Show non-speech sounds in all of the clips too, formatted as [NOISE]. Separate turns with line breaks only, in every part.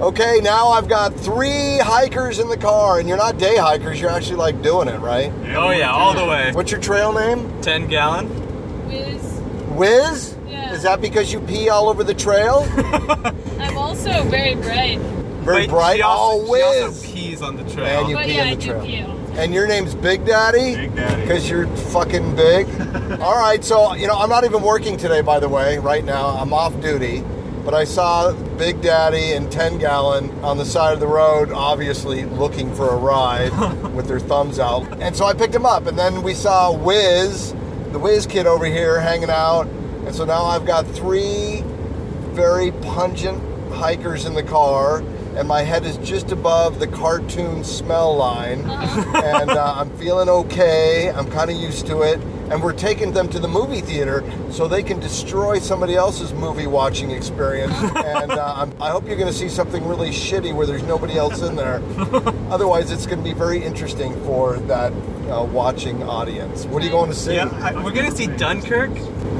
okay, now I've got three hikers in the car, and you're not day hikers, you're actually like doing it, right?
Oh yeah, all the way.
What's your trail name?
Ten gallon.
Whiz.
Wiz?
Yeah.
Is that because you pee all over the
[LAUGHS]
trail?
I'm also very bright.
Very
But
bright.
She also,
oh,
she also
Wiz!
pees on the
Man,
trail.
you-
but
pee
yeah,
in
I
the
do
trail.
pee. all the time.
And your name's Big Daddy?
Big Daddy.
Because you're
[LAUGHS]
fucking big. All right, so, you know, I'm not even working today, by the way, right now. I'm off duty. But I saw Big Daddy and 10 Gallon on the side of the road, obviously looking for
[LAUGHS]
a ride with their thumbs out. And so I picked him up. And then we saw Wiz, the Wiz kid over here hanging out. And so now I've got three very pungent hikers in the car, and my head is just above the cartoon smell line. and uh, I'm feeling okay. I'm kind of used to it. And we're taking them to the movie theater so they can destroy somebody else's movie watching experience. and uh, I'm, I hope you're going to see something really shitty where there's nobody else in there. Otherwise, it's going to be very interesting for that uh, watching audience. What are you going to see?
Yeah, I- we're gonna see Dunkirk.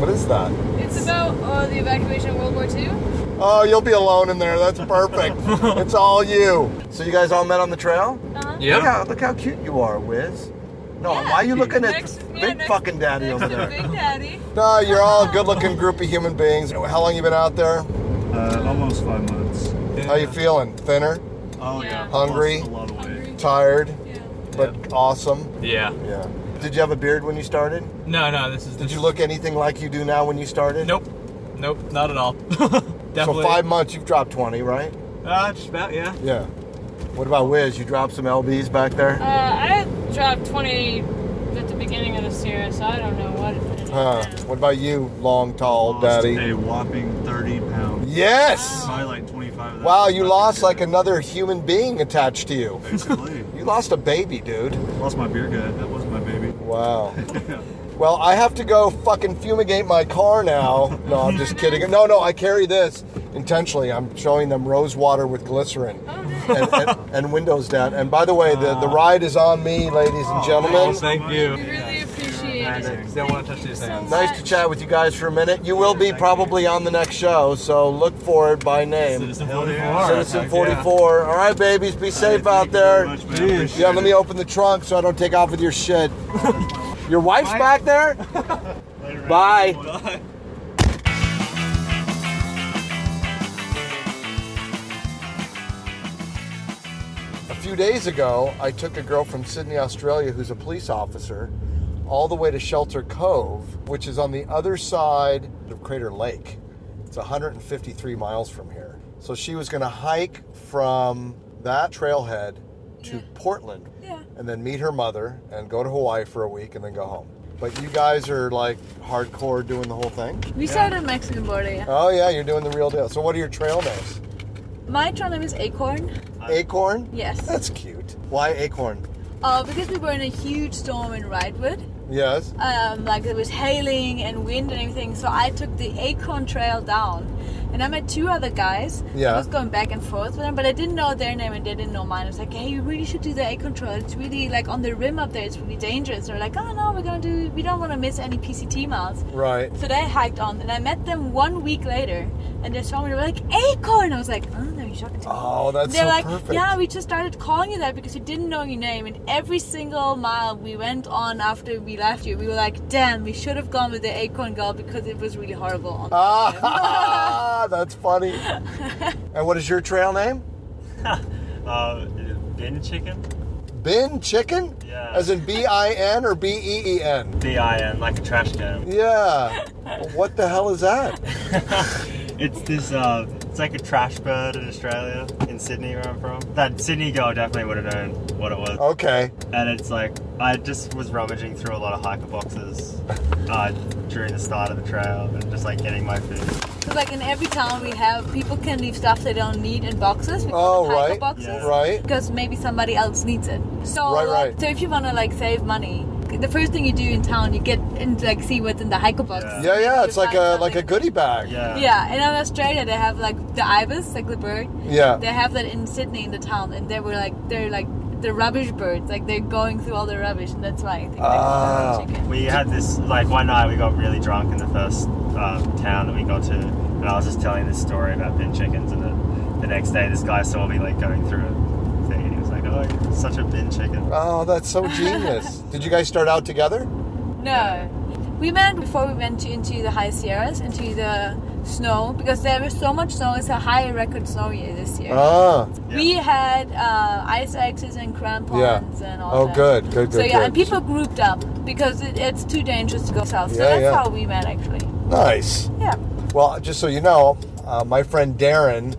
What is that?
It's about uh, the evacuation of World War Uh-huh. II.
Oh, you'll be alone in there. That's perfect. it's all you. So you guys all met on the trail?
Uh-huh.
Yep.
Look how, look how cute you are, Wiz. No,
Yeah.
why are you looking at
Next,
big
yeah, next-
fucking daddy
next
over
to
there?
Big Daddy.
No, you're all a good-looking group of human beings. How long you been out there?
Uh, almost five months.
How you feeling? Thinner,
Oh
Yeah.
yeah.
Hungry?
Lost a lot of weight.
Hungry.
tired,
Yeah.
but awesome.
Yeah.
Yeah. Did you have a beard when you started?
No, no, this is.
Did you look anything like you do now when you started?
Nope. Nope. Not at all. [LAUGHS]
So
Definitely.
five months, you've dropped 20, right?
Uh, just about yeah.
Yeah. What about Wiz? You dropped some lbs back there?
Uh, I dropped 20 at the beginning of this year, so I don't know what it is.
Huh.
now.
What about you, long, tall
Oh,
Lost
daddy?
A whopping 30 pounds.
Yes.
Probably like 25 of that.
Wow, you lost like another human being attached to you.
Basically.
You lost a baby, dude.
lost my beer gut. That was my baby.
Wow. Well, I have to go fucking fumigate my car now. No, I'm just kidding. No, no, I carry this intentionally. I'm showing them rose water with glycerin
Oh, nice.
and, and, and windows down. And by the way, the, the ride is on me, ladies and
Oh,
gentlemen.
thank you.
We really appreciate it.
They don't want to touch these hands.
Nice to chat with you guys for a minute. You will be probably on the next show, so look for it by name.
Citizen
Hell yeah.
44.
Citizen
Heck
44. All right, babies, be safe
Thank
out
you
there.
very much, man. Appreciate
Yeah, let me
it.
open the trunk so I don't take off with your shit. Your wife's back there?
Later, man.
Bye.
Yeah.
A few days ago, I took a girl from Sydney, Australia, who's a police officer, all the way to Shelter Cove, which is on the other side of Crater Lake. It's 153 miles from here. So she was going to hike from that trailhead to
Yeah.
Portland
Yeah.
and then meet her mother and go to Hawaii for a week and then go home. But you guys are like hardcore doing the whole thing.
We started Mexican border. Yeah.
Oh, yeah, you're doing the real deal. So, what are your trail names?
My trail name is Acorn.
Acorn?
Yes.
That's cute. Why Acorn?
Uh, because we were in a huge storm in Ridewood,
Yes.
um, like it was hailing and wind and everything. So I took the Acorn Trail down, and I met two other guys.
Yeah.
I was going back and forth with them, but I didn't know their name and they didn't know mine. I was like, hey, you really should do the Acorn Trail. It's really like on the rim up there. It's really dangerous. They're like, oh no, we're gonna do. We don't want to miss any PCT miles.
Right.
So they hiked on, and I met them one week later, and they saw me. They were like, Acorn. I was like, oh, they're shocked.
Oh, that's
They're
so
like,
perfect.
yeah, we just started calling you that because you didn't know your name. And every single mile we went on after we left you, we were like, damn, we should have gone with the acorn girl because it was really horrible. on
Uh,
the trip."
Ah, [LAUGHS] that's funny.
[LAUGHS]
and what is your trail name?
[LAUGHS] Uh, bin chicken?
Bin Chicken?
Yeah.
As in B I N or B E E N?
B-I-N, like a trash can.
Yeah.
[LAUGHS]
what the hell is that?
It's this, uh, it's like a trash bird in Australia, in Sydney where I'm from. That Sydney girl definitely would have known what it was.
Okay.
And it's like, I just was rummaging through a lot of hiker boxes uh, during the start of the trail and just like getting my food.
so like in every town we have, people can leave stuff they don't need in boxes. We
Oh,
call them hiker
right.
Boxes.
Yeah.
Right.
because maybe somebody else needs it. So,
Right,
like,
right.
so if you want to like save money, the first thing you do in town, you get and like see what's in the hiker box.
Yeah.
Yeah, yeah. It's
You
like
find
a
something.
like a goodie bag.
Yeah.
Yeah, and in Australia they have like the ibis, like the bird.
Yeah.
They have that in Sydney in the town, and they were like they're like the rubbish birds, like they're going through all the rubbish, and that's why I think. they
Ah.
call them chicken.
We had this, like, one night we got really drunk um, in the first uh, town that we got to, and I was just telling this story about bin chickens, and it, the next day, this guy saw me like going through a thing, and he was like, "Oh, you're such a bin [LAUGHS] chicken."
Oh, that's so
[LAUGHS]
genius. Did you guys start out together?
No. We met before we went to, into the high Sierras, into the snow, because there was so much snow. It's a high record snow year this year.
Ah.
We had uh, ice axes and crampons and all
Oh,
that.
good, good, good.
So yeah,
good.
and people grouped up because it, it's too dangerous to go south. So
Yeah,
that's
yeah.
how we met actually.
Nice.
Yeah.
Well, just so you know, uh, my friend Darren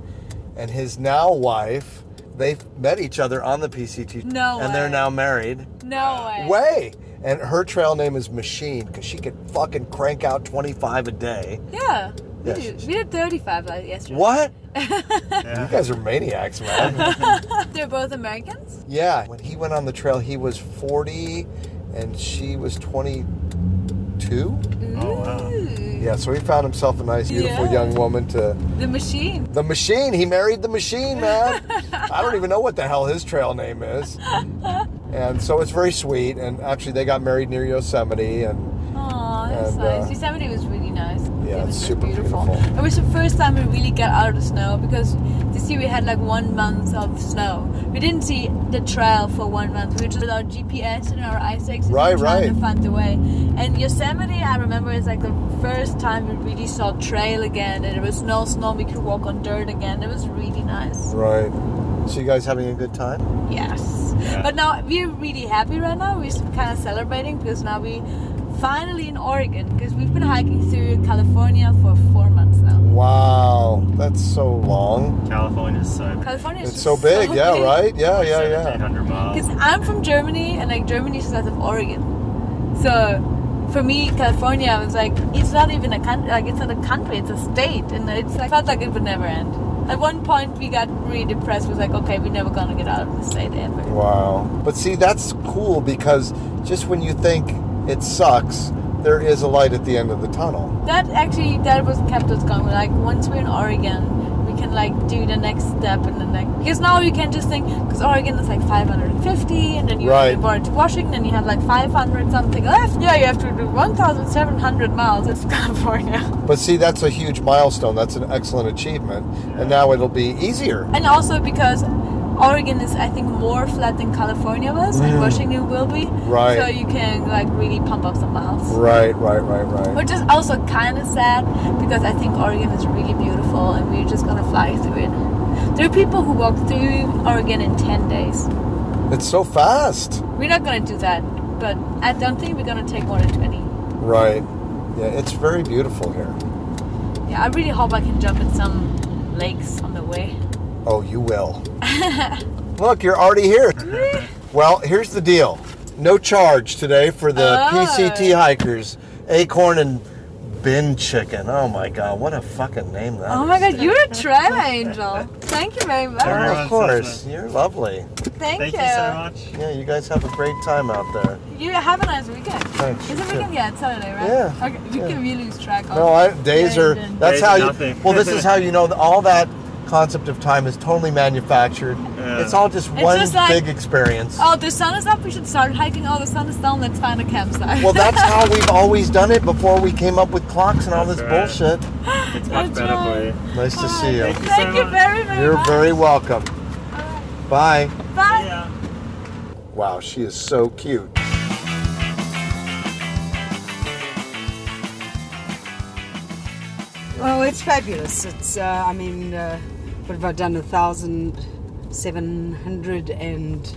and his now wife, they met each other on the PCT.
No
And they're
way.
now married.
No way.
Way. And her trail name is Machine because she could fucking crank out 25 a day.
Yeah. We,
Yeah,
did,
she-
we did 35 like yesterday.
What? You
Yeah.
guys are maniacs, man. [LAUGHS]
They're both Americans?
yeah. When he went on the trail, he was 40 and she was 22.
Oh wow.
Ooh.
Yeah, so he found himself a nice, beautiful
Yeah.
young woman to.
The machine.
The machine. He married the machine, man. I don't even know what the hell his trail name is. And so it's very sweet. And actually, they got married near Yosemite. And
Aw, that's
And,
nice.
uh,
Yosemite was really nice.
Yeah,
it was
it's
just
super beautiful.
It was the first time we really got out of the snow because this year we had like one month of snow. We didn't see the trail for one month. We were just with our GPS and our ice axes and
Right,
trying to
right.
find the way. And Yosemite, I remember, is like the first time we really saw trail again. And there was no snow. We could walk on dirt again. It was really nice.
right. So you guys having a good time?
Yes.
Yeah.
But now we're really happy right now. We're kind of celebrating because now we finally in Oregon because we've been hiking through California for four months now.
Wow, that's so long.
California's so big.
California is
It's so big. yeah, right. Yeah, yeah, yeah.
1700
Because
miles.
I'm from Germany and like Germany is south of Oregon, so. For me, California was like it's not even a country. Like it's not a country; it's a state, and it's like felt like it would never end. At one point, we got really depressed. Was like, okay, we're never gonna get out of this state ever.
Wow. But see, that's cool because just when you think it sucks, there is a light at the end of the tunnel.
That actually, that was kept us going. Like once we're in Oregon, we can like do the next step and then like because now you can just think because Oregon is like 550, and then you
Right.
have border to Washington, and you have like 500 something left. Yeah, you have to do 1,700 miles. It's [LAUGHS] California,
But see, that's a huge milestone. That's an excellent achievement. And now it'll be easier.
and also because. Oregon is, I think, more flat than California was, and Washington will be.
Mm. Right.
So you can like really pump up some miles.
Right, right, right, right.
Which is also kind of sad because I think Oregon is really beautiful and we're just gonna fly through it. There are people who walk through Oregon in 10 days.
It's so fast.
We're not gonna do that, but I don't think we're gonna take more than 20.
Right. Yeah, it's very beautiful here.
Yeah, I really hope I can jump in some lakes on the way.
Oh, you will. [LAUGHS] Look, you're already here. well, here's the deal no charge today for the
Oh.
PCT hikers, Acorn and Bin Chicken. Oh my God, what a fucking name that
Oh
is.
my god, you're a trail angel. Thank you very much.
Alright.
Oh,
Everyone
of
says
course.
that.
You're lovely.
Thank,
Thank
you.
you so much.
Yeah, you guys have a great time out there.
You have a nice weekend.
Thanks.
Is it
Yeah.
weekend? Yeah, it's Saturday, right?
Yeah.
Okay, you
Yeah.
can really lose track of
No, I, days
Yeah, you
are.
did.
That's
Days
how
are
you.
nothing.
Well, this is how you know that all that concept of time is totally manufactured.
Yeah.
It's all just
It's
one
just like-
big experience.
Oh, the sun is up. We should start hiking. Oh, the sun is down. Let's find a campsite.
Well, that's how we've always done it before we came up with clocks and all this
That's right.
bullshit.
It's much
That's
better
right.
for you.
Nice to see you.
Thank you
Thank
so
you
much.
very, very
You're
much.
very welcome. Bye.
Bye.
Yeah.
Wow, she is so cute.
Oh, it's fabulous. It's, uh, I mean, uh, what have I done? A thousand seven hundred and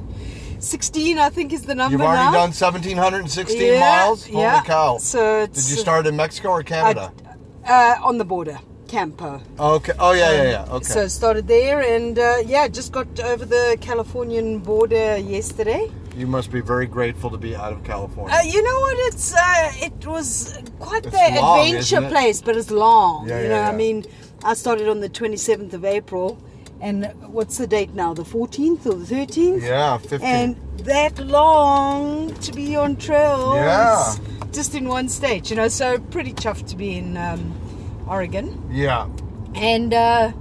sixteen, I think, is the number
You've already
now.
done 1,716
Yeah,
miles? Holy
yeah.
cow.
So it's,
Did you start in Mexico or Canada?
uh, on the border, Campo.
okay. Oh, yeah, yeah, yeah. Okay.
Um, So started there, and uh, yeah, just got over the Californian border yesterday.
you must be very grateful to be out of California.
Uh, you know what? It's uh, it was quite
It's
the
long, isn't
adventure
it?
place, but it's long.
Yeah,
you
yeah,
know, I
yeah.
mean, I started on the 27th of April, and what's the date now? The 14th or the 13th?
yeah, 15.
And that long to be on trails.
Yeah.
Just in one state, you know. So pretty chuffed to be in um, Oregon,
yeah,
and uh,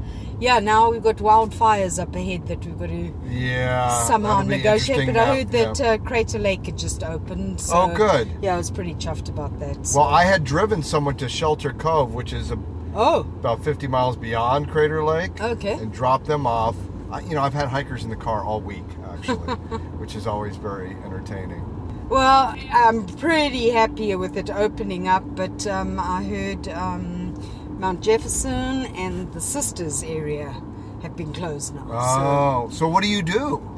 yeah, now we've got wildfires up ahead that we've got to
yeah.
somehow
That'll Um, be
negotiate.
interesting
But I
now,
heard
yeah.
that uh, Crater Lake had just opened. So,
Oh, good.
Yeah, I was pretty chuffed about that. so-
Well, I had driven someone to Shelter Cove, which is a
Oh,
about 50 miles beyond Crater Lake
okay.
and drop them off. I, you know, I've had hikers in the car all week,
[LAUGHS]
actually, which is always very entertaining.
Well, I'm pretty happy with it opening up, but um, I heard um, Mount Jefferson and the Sisters area have been closed now.
Oh, so what do you do?
So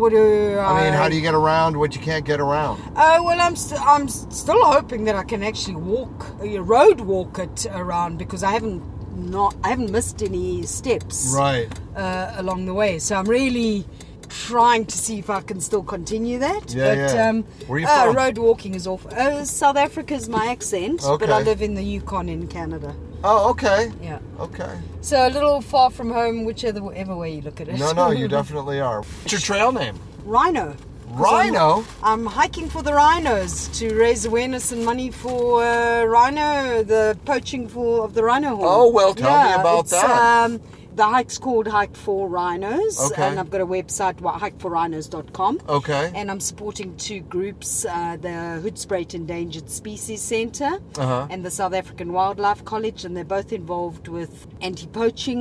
what do I,
I mean, how do you get around what you can't get around?
Oh well, I'm st- I'm still hoping that I can actually walk, uh, road walk it around because I haven't not I haven't missed any steps
Right.
uh, along the way. So I'm really trying to see if I can still continue that.
Yeah,
but
yeah.
Um,
Where are you
uh,
from?
road walking is awful. Uh, South Africa is my accent, but I
Okay.
live in the Yukon in Canada.
Oh, okay.
Yeah.
Okay. So
So a little far from home, whichever ever way you look at it.
No, no,
[LAUGHS]
you definitely are. What's your trail name?
Rhino. 'Cause I'm-
Rhino.
I'm hiking for the rhinos to raise awareness and money for uh, rhino, the poaching for of the rhino horn.
Oh, well, tell me about
it's,
that.
Um, the hike's called Hike for Rhinos,
Okay.
and I've got a website, wha- hikeforrhinos.com.
Okay.
And I'm supporting two groups uh, the Hoedspruit Endangered Species Centre
Uh-huh.
and the South African Wildlife College, and they're both involved with anti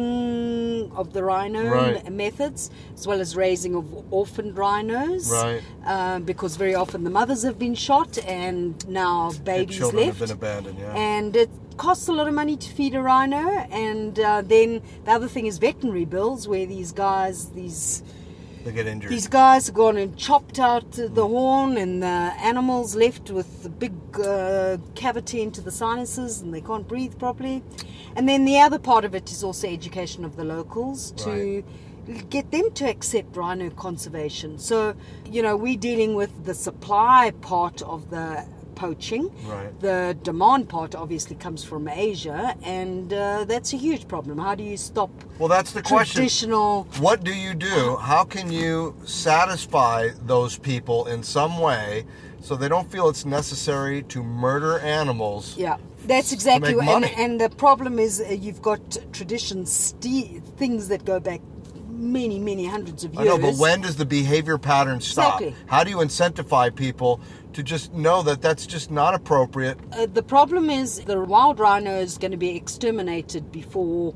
poaching of the rhino
Right.
m- methods, as well as raising of orphaned rhinos.
Right.
Um, because very often the mothers have been shot and now
Your
babies
children
left.
have been abandoned, yeah.
and it costs a lot of money to feed a rhino. And uh, then the other thing is veterinary bills, where these guys, these
they get injured.
these guys have gone and chopped out the horn, and the animals left with the big uh, cavity into the sinuses, and they can't breathe properly. And then the other part of it is also education of the locals to get them to accept rhino conservation. So, you know, we're dealing with the supply part of the poaching.
Right.
The demand part obviously comes from Asia, and uh, that's a huge problem. How do you stop
well, that's the question.
traditional?
What do you do? How can you satisfy those people in some way so they don't feel it's necessary to murder animals?
Yeah, that's exactly
make
what. And,
money.
and the problem is uh, you've got traditions, sti- things that go back many, many hundreds of years.
I know, but when does the behavior pattern stop?
Exactly.
How do you incentivize people to just know that that's just not appropriate?
Uh, the problem is the wild rhino is going to be exterminated before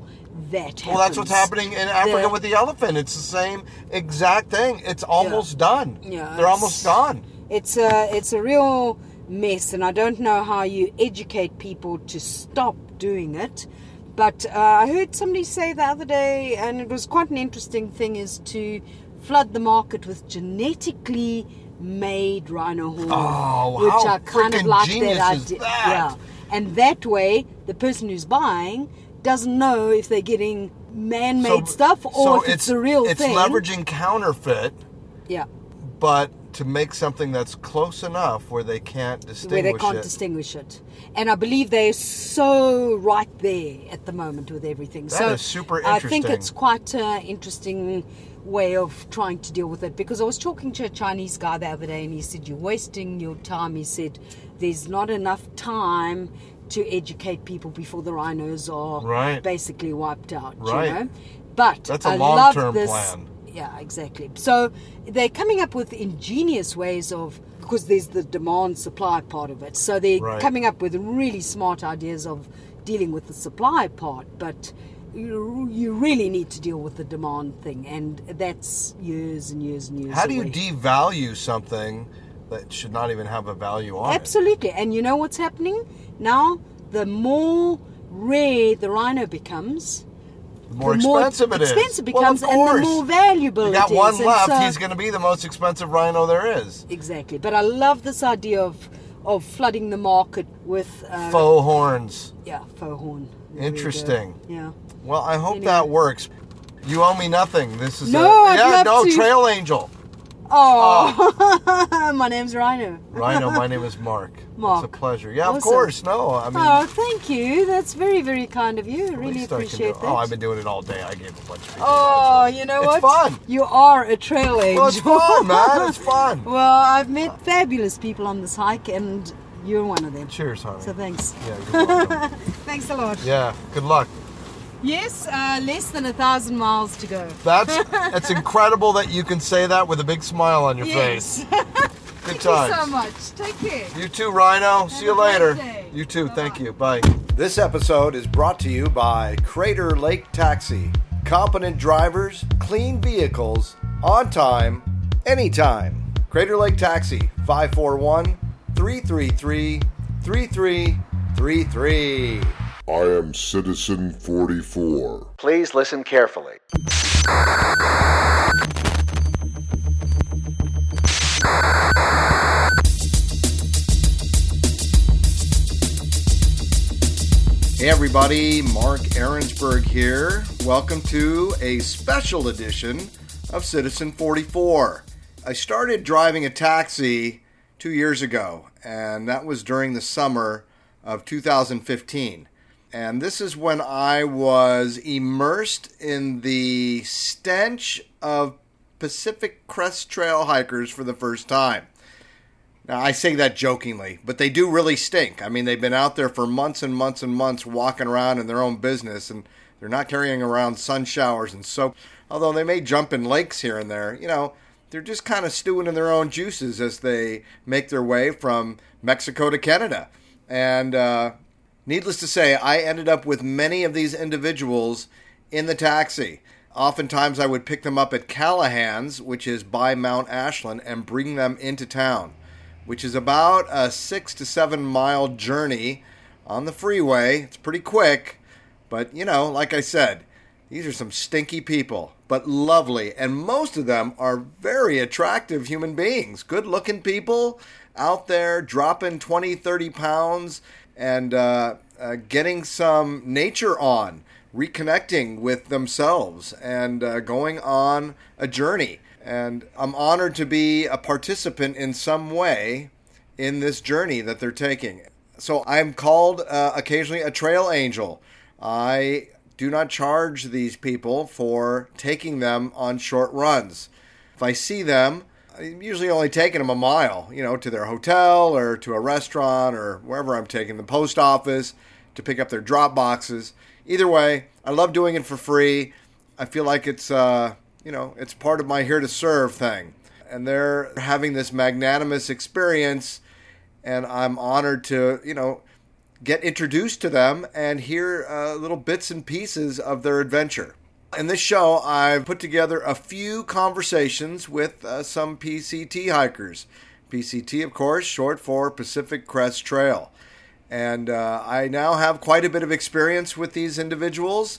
that happens.
Well, that's what's happening in Africa
The-
with the elephant. It's the same exact thing. It's almost done.
Yeah,
They're almost
it's-
gone.
It's a it's a real mess, and I don't know how you educate people to stop doing it. But uh, I heard somebody say the other day, and it was quite an interesting thing, is to flood the market with genetically made rhino horn,
Oh,
which
how
I kind of
freaking
like
genius
that
is
idea.
that?
Yeah, and that way the person who's buying doesn't know if they're getting man-made stuff or
so
if it's, the real
it's
thing.
leveraging counterfeit,
yeah.
but to make something that's close enough where they can't distinguish
where they can't
it.
distinguish it. And I believe they're so right there at the moment with everything.
That
so
is super
I think
interesting.
it's quite an interesting way of trying to deal with it because I was talking to a Chinese guy the other day and he said, You're wasting your time. He said, There's not enough time to educate people before the rhinos are
Right.
basically wiped out.
Right.
You know? But
That's a
I
long-term
love this-
plan.
yeah, exactly. So they're coming up with ingenious ways of because there's the demand supply part of it. So they're
Right.
coming up with really smart ideas of dealing with the supply part, but you you really need to deal with the demand thing, and that's years and years and years.
How do you
away.
devalue something that should not even have a value on it?
Absolutely. And you know what's happening now? The more rare the rhino becomes,
The more
the more
expensive it is.
expensive
Well, of
becomes, and
course.
the more valuable
You got
it is.
one
And
left.
so-
He's going to be the most expensive rhino there is.
Exactly, but I love this idea of of flooding the market with uh,
Faux horns.
yeah faux horn. There you go.
Interesting.
Yeah.
Well, I hope
Anyway.
that works. You owe me nothing. This is
No,
a,
I'd
yeah,
love
no
to.
trail angel.
Oh, [LAUGHS] my name's Rhino.
Rhino, my name
[LAUGHS]
is Mark.
Mark.
It's a pleasure. Yeah, of
Awesome.
course. No, I mean,
Oh, thank you. That's very very kind of you. I
at
really
least I can do
appreciate
it.
that.
Oh, I've been doing it all day. I gave a bunch of people.
Oh, you know
It's
what?
fun.
You are a trail angel.
well, it's
[LAUGHS]
fun, man. It's fun.
well, I've met fabulous people on this hike, and you're one of them.
Cheers, honey.
So thanks.
yeah, you're welcome.
Thanks a lot.
yeah, good luck.
Yes, uh, less than a thousand miles to go.
That's it's incredible that you can say that with a big smile on your
Yes. [LAUGHS]
face. Good times.
much. Take care.
You too, Rhino. See you
a great
later.
day.
You too. Thank you. Bye. This episode is brought to you by Crater Lake Taxi. Competent drivers, clean vehicles, on time, anytime. Crater Lake Taxi, 541 333 3333.
I am Citizen 44.
Please listen carefully. Hey everybody, Mark Ahrensberg here. Welcome to a special edition of Citizen 44. I started driving a taxi two years ago, and that was during the summer of 2015. And this is when I was immersed in the stench of Pacific Crest Trail hikers for the first time. Now, I say that jokingly, but they do really stink. I mean, they've been out there for months and months and months walking around in their own business, and they're not carrying around sun showers and soap. Although they may jump in lakes here and there, you know, they're just kind of stewing in their own juices as they make their way from Mexico to Canada. And uh, needless to say, I ended up with many of these individuals in the taxi. Oftentimes, I would pick them up at Callahan's, which is by Mount Ashland, and bring them into town which is about a six to seven mile journey on the freeway. It's pretty quick, but you know, like I said, these are some stinky people, but lovely. And most of them are very attractive human beings, good looking people out there dropping 20, 30 pounds and uh, uh, getting some nature on, reconnecting with themselves, and uh, going on a journey. And I'm honored to be a participant in some way in this journey that they're taking. So I'm called uh, occasionally a trail angel. I do not charge these people for taking them on short runs. If I see them, I'm usually only taking them a mile, you know, to their hotel or to a restaurant or wherever I'm taking the post office to pick up their drop boxes. Either way, I love doing it for free. I feel like it's, uh, you know, it's part of my here to serve thing. And they're having this magnanimous experience, and I'm honored to, you know, get introduced to them and hear uh, little bits and pieces of their adventure. In this show, I've put together a few conversations with uh, some PCT hikers. PCT, of course, short for Pacific Crest Trail. And uh, I now have quite a bit of experience with these individuals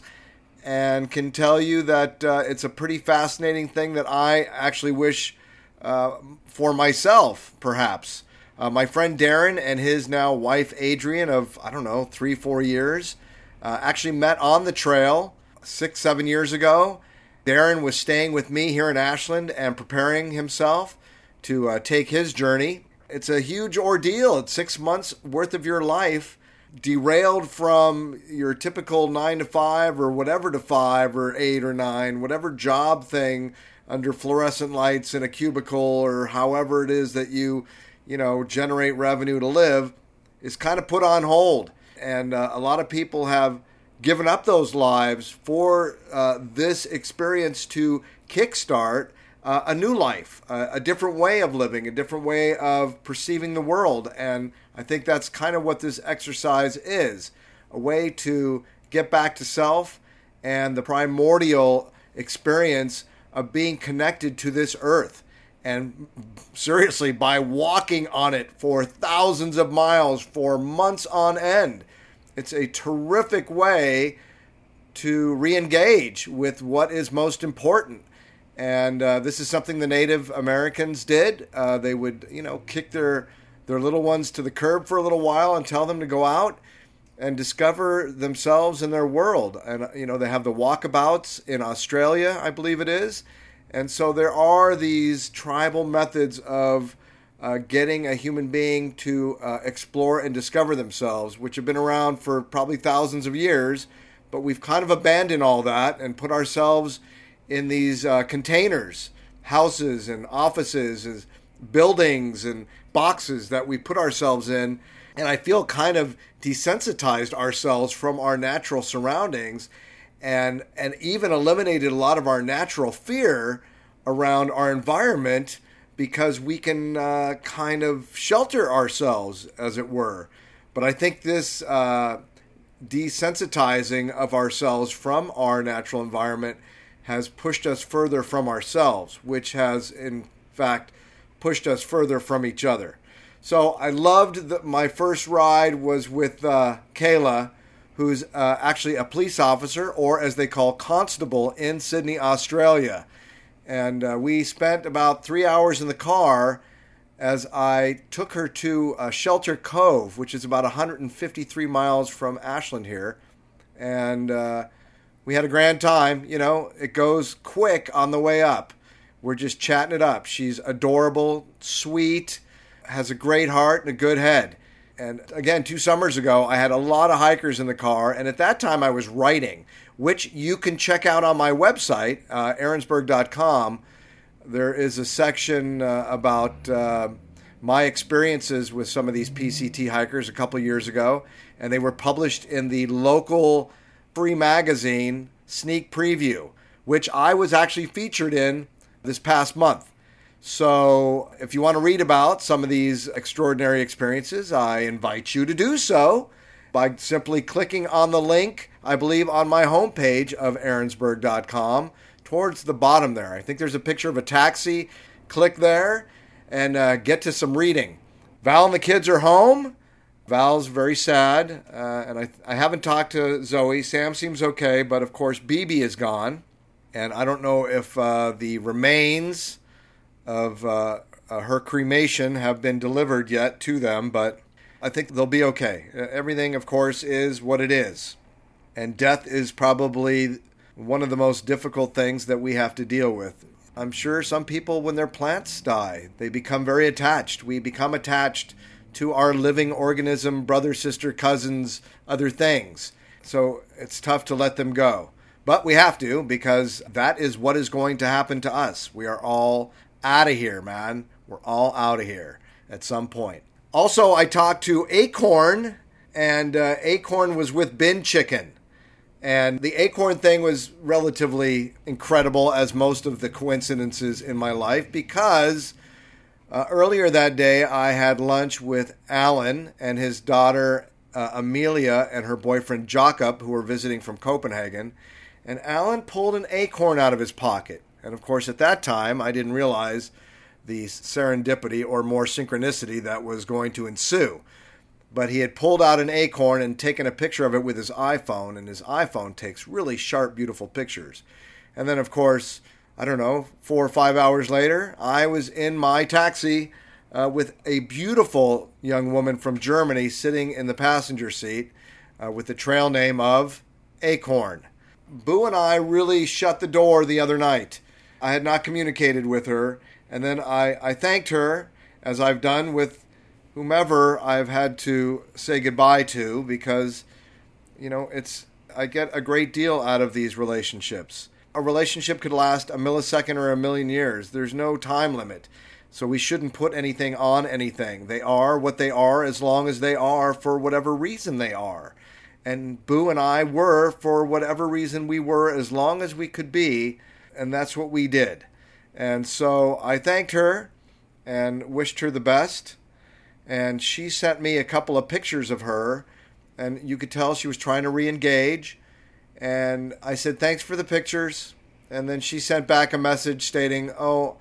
and can tell you that uh, it's a pretty fascinating thing that I actually wish uh, for myself, perhaps. Uh, my friend Darren and his now wife Adrian of, I don't know, three, four years, uh, actually met on the trail six, seven years ago. Darren was staying with me here in Ashland and preparing himself to uh, take his journey. It's a huge ordeal. It's six months worth of your life derailed from your typical nine to five or whatever to five or eight or nine, whatever job thing under fluorescent lights in a cubicle or however it is that you, you know, generate revenue to live is kind of put on hold. And uh, a lot of people have given up those lives for uh, this experience to kickstart uh, a new life, uh, a different way of living, a different way of perceiving the world. And I think that's kind of what this exercise is a way to get back to self and the primordial experience of being connected to this earth. And seriously, by walking on it for thousands of miles for months on end, it's a terrific way to re-engage with what is most important and uh, this is something the native americans did uh, they would you know kick their their little ones to the curb for a little while and tell them to go out and discover themselves and their world and uh, you know they have the walkabouts in australia i believe it is and so there are these tribal methods of uh, getting a human being to uh, explore and discover themselves, which have been around for probably thousands of years, but we've kind of abandoned all that and put ourselves in these uh, containers, houses and offices and buildings and boxes that we put ourselves in. And I feel kind of desensitized ourselves from our natural surroundings and, and even eliminated a lot of our natural fear around our environment because we can uh, kind of shelter ourselves, as it were. But I think this uh, desensitizing of ourselves from our natural environment has pushed us further from ourselves, which has, in fact, pushed us further from each other. So I loved that my first ride was with uh, Kayla, who's uh, actually a police officer, or as they call constable, in Sydney, Australia. And uh, we spent about three hours in the car as I took her to uh, Shelter Cove, which is about 153 miles from Ashland here. And uh, we had a grand time. You know, it goes quick on the way up. We're just chatting it up. She's adorable, sweet, has a great heart and a good head. And again, two summers ago, I had a lot of hikers in the car, and at that time I was writing, which you can check out on my website, uh, aaronsburg.com there is a section uh, about uh, my experiences with some of these PCT hikers a couple years ago, and they were published in the local free magazine Sneak Preview, which I was actually featured in this past month. So, if you want to read about some of these extraordinary experiences, I invite you to do so by simply clicking on the link, I believe, on my homepage of aaronsburg.com towards the bottom there. I think there's a picture of a taxi. Click there and uh, get to some reading. Val and the kids are home. Val's very sad, uh, and I, I haven't talked to Zoe. Sam seems okay, but of course, BB is gone. And I don't know if uh, the remains of uh, uh, her cremation have been delivered yet to them, but I think they'll be okay. Uh, Everything, of course, is what it is. And death is probably one of the most difficult things that we have to deal with. I'm sure some people, when their plants die, they become very attached. We become attached to our living organism, brother, sister, cousins, other things. So it's tough to let them go. But we have to because that is what is going to happen to us. We are all out of here, man. We're all out of here at some point. Also, I talked to Acorn, and uh, Acorn was with Bin Chicken. And the acorn thing was relatively incredible, as most of the coincidences in my life, because uh, earlier that day I had lunch with Alan and his daughter uh, Amelia and her boyfriend Jakob, who were visiting from Copenhagen. And Alan pulled an acorn out of his pocket. And of course, at that time, I didn't realize the serendipity or more synchronicity that was going to ensue but he had pulled out an acorn and taken a picture of it with his iPhone, and his iPhone takes really sharp, beautiful pictures. And then, of course, I don't know, four or five hours later, I was in my taxi uh, with a beautiful young woman from Germany sitting in the passenger seat uh, with the trail name of Acorn. Boo and I really shut the door the other night. I had not communicated with her, and then I, I thanked her, as I've done with whomever I've had to say goodbye to because you know it's I get a great deal out of these relationships. A relationship could last a millisecond or a million years. There's no time limit. So we shouldn't put anything on anything. They are what they are as long as they are for whatever reason they are. And Boo and I were for whatever reason we were as long as we could be, and that's what we did. And so I thanked her and wished her the best and she sent me a couple of pictures of her and you could tell she was trying to re-engage and i said thanks for the pictures and then she sent back a message stating oh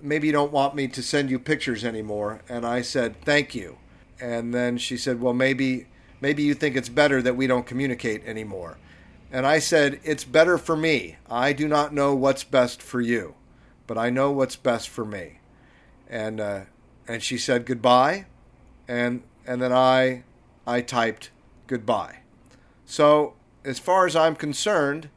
maybe you don't want me to send you pictures anymore and i said thank you and then she said well maybe maybe you think it's better that we don't communicate anymore and i said it's better for me i do not know what's best for you but i know what's best for me and uh, and she said goodbye and and then I I typed goodbye. So as far as I'm concerned,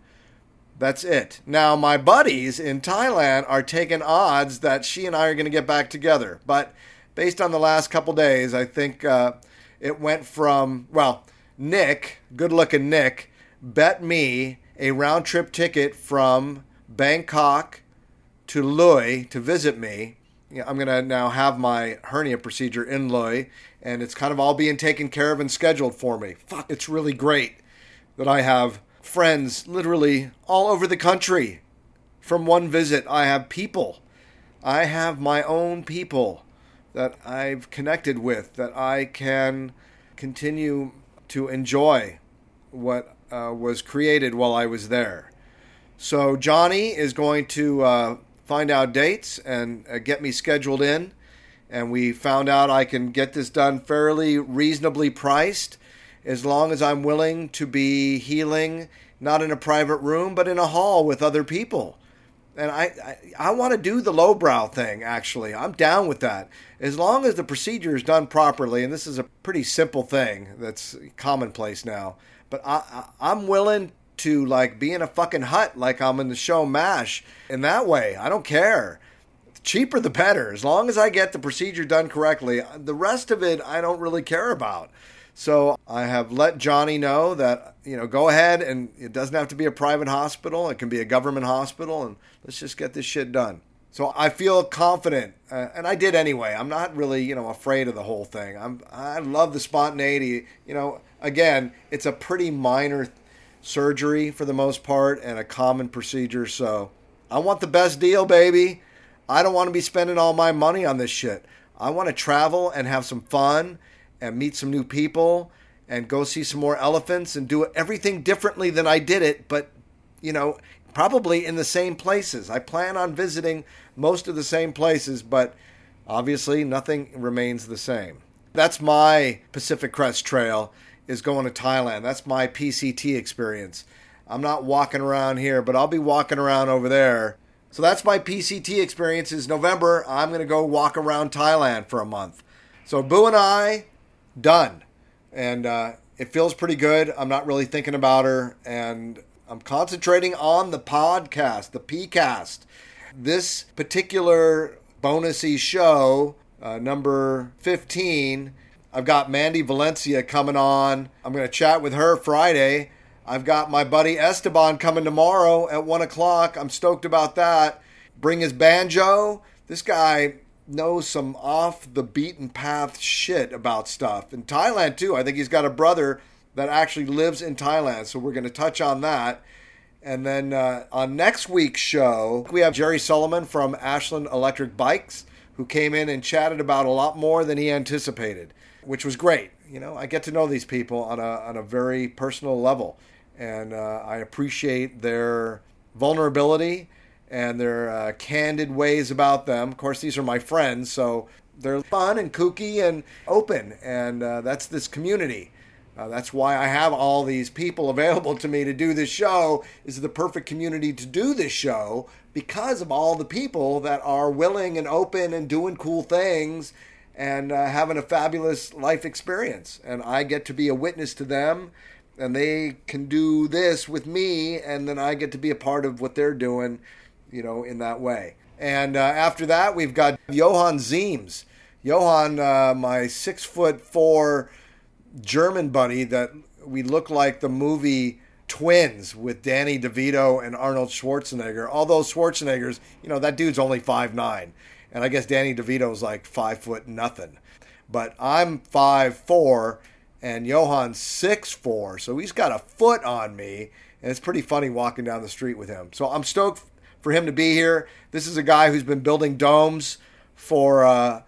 that's it. Now my buddies in Thailand are taking odds that she and I are going to get back together, but based on the last couple days, I think uh, it went from well, Nick, good looking Nick, bet me a round trip ticket from Bangkok to Loy to visit me. Yeah, I'm going to now have my hernia procedure in Loy, and it's kind of all being taken care of and scheduled for me. Fuck, it's really great that I have friends literally all over the country. From one visit, I have people. I have my own people that I've connected with that I can continue to enjoy what uh, was created while I was there. So Johnny is going to uh, find out dates and uh, get me scheduled in. And we found out I can get this done fairly reasonably priced as long as I'm willing to be healing, not in a private room, but in a hall with other people and I, I, I want to do the lowbrow thing. Actually, I'm down with that as long as the procedure is done properly. And this is a pretty simple thing that's commonplace now. But I, I I'm willing to like be in a fucking hut like I'm in the show Mash. In that way, I don't care. Cheaper the better. As long as I get the procedure done correctly, the rest of it I don't really care about. So I have let Johnny know that, you know, go ahead and it doesn't have to be a private hospital. It can be a government hospital and let's just get this shit done. So I feel confident, uh, and I did anyway. I'm not really, you know, afraid of the whole thing. I'm, I love the spontaneity. You know, again, it's a pretty minor surgery for the most part and a common procedure. So I want the best deal, baby. I don't want to be spending all my money on this shit. I want to travel and have some fun and meet some new people and go see some more elephants and do everything differently than I did it, but you know, probably in the same places. I plan on visiting most of the same places, but obviously nothing remains the same. That's my Pacific Crest Trail is going to Thailand. That's my PCT experience. I'm not walking around here, but I'll be walking around over there. So that's my PCT experience is November. I'm going to go walk around Thailand for a month. So Boo and I done. And uh, it feels pretty good. I'm not really thinking about her. And I'm concentrating on the podcast, the PCast. This particular bonusy show, uh, number 15, I've got Mandy Valencia coming on. I'm going to chat with her Friday. I've got my buddy Esteban coming tomorrow at 1 o'clock. I'm stoked about that. Bring his banjo. This guy knows some off the beaten path shit about stuff. In Thailand, too, I think he's got a brother that actually lives in Thailand. So we're going to touch on that. And then uh, on next week's show, we have Jerry Sullivan from Ashland Electric Bikes, who came in and chatted about a lot more than he anticipated, which was great. You know, I get to know these people on a, on a very personal level. And uh, I appreciate their vulnerability and their uh, candid ways about them. Of course, these are my friends, so they're fun and kooky and open, and uh, that's this community. Uh, that's why I have all these people [LAUGHS] available to me to do this show. Is the perfect community to do this show because of all the people that are willing and open and doing cool things and uh, having a fabulous life experience. And I get to be a witness to them, and they can do this with me, and then I get to be a part of what they're doing you know, in that way. And uh, after that, we've got Johann Ziems. Johann, uh, my six foot four German buddy that we look like the movie Twins with Danny DeVito and Arnold Schwarzenegger. Although Schwarzenegger's, you know, that dude's only five nine, and I guess Danny DeVito's like five foot nothing. But I'm five four, and Johann's six four, so he's got a foot on me, and it's pretty funny walking down the street with him. So I'm stoked for him to be here. This is a guy who's been building domes for uh,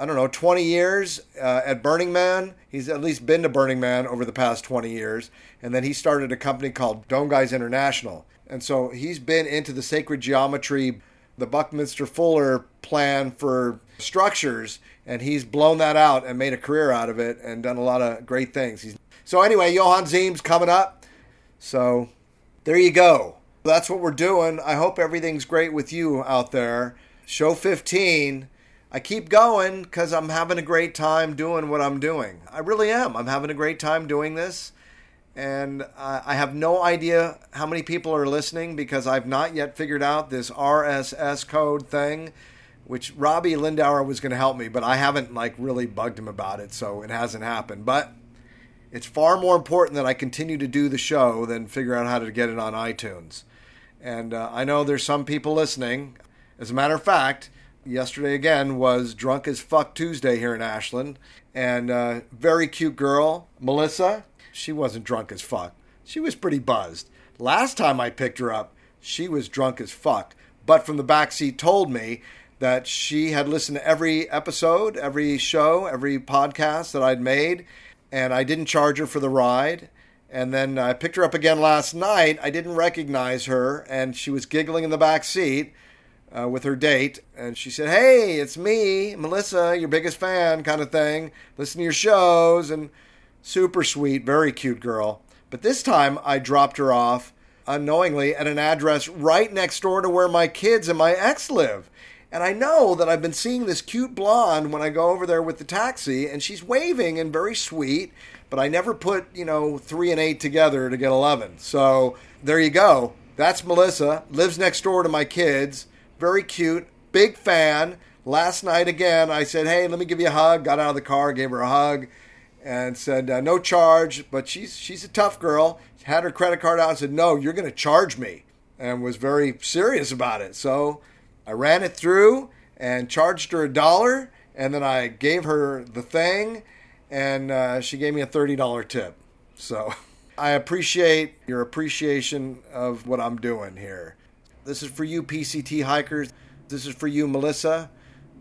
I don't know 20 years uh, at Burning Man. He's at least been to Burning Man over the past 20 years, and then he started a company called Dome Guys International. And so he's been into the sacred geometry, the Buckminster Fuller plan for structures, and he's blown that out and made a career out of it and done a lot of great things. He's, so anyway, Johan Ziem's coming up. So there you go that's what we're doing. I hope everything's great with you out there. Show 15. I keep going because I'm having a great time doing what I'm doing. I really am. I'm having a great time doing this. And I I have no idea how many people are listening because I've not yet figured out this RSS code thing, which Robbie Lindauer was going to help me, but I haven't like really bugged him about it, so it hasn't happened. But it's far more important that I continue to do the show than figure out how to get it on iTunes. And uh, I know there's some people listening. As a matter of fact, yesterday again was Drunk as Fuck Tuesday here in Ashland. And uh, very cute girl, Melissa, she wasn't drunk as fuck. She was pretty buzzed. Last time I picked her up, she was drunk as fuck. But from the back seat, told me that she had listened to every episode, every show, every podcast that I'd made. And I didn't charge her for the ride. And then I picked her up again last night. I didn't recognize her, and she was giggling in the back seat uh, with her date. And she said, Hey, it's me, Melissa, your biggest fan, kind of thing. Listen to your shows. And super sweet, very cute girl. But this time I dropped her off unknowingly at an address right next door to where my kids and my ex live. And I know that I've been seeing this cute blonde when I go over there with the taxi, and she's waving and very sweet, but I never put, you know, three and eight together to get 11. So there you go. That's Melissa, lives next door to my kids, very cute, big fan. Last night again, I said, Hey, let me give you a hug. Got out of the car, gave her a hug and said uh, no charge, but she's she's a tough girl. Had her credit card out and said no, you're going to charge me, and was very serious about it. So I ran it through and charged her a dollar, and then I gave her the thing, and uh, she gave me a thirty dollar tip. So [LAUGHS] I appreciate your appreciation of what I'm doing here. This is for you PCT hikers. This is for you Melissa.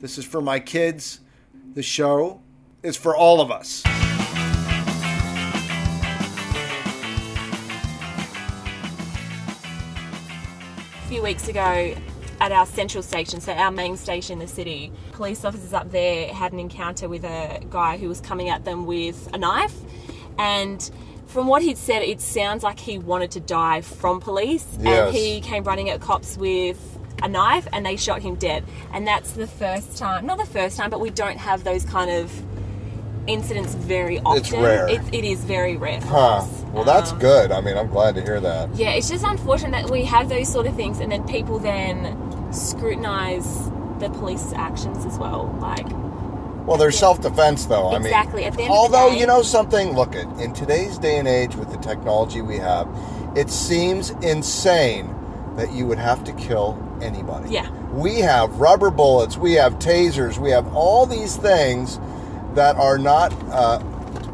This is for my kids. The show is for all of us.
A few weeks ago at our central station, so our main station in the city, police officers up there had an encounter with a guy who was coming at them with a knife. And from what he'd said, it sounds like he wanted to die from police.
Yes.
And he came running at cops with a knife and they shot him dead. And that's the first time, not the first time, but we don't have those kind of incidents very often.
rare.
It, it is very rare. for
Huh.
us.
Well, that's
Um,
good. I mean, I'm glad to hear that.
yeah, it's just unfortunate that we have those sort of things, and then people then scrutinize the police actions as well. Like,
Well, there's self defense, though. I mean,
Exactly. At the end of the
although
day-
you know something, look at in today's day and age with the technology we have, it seems insane that you would have to kill anybody.
Yeah.
We have rubber bullets. We have tasers. We have all these things that are not uh,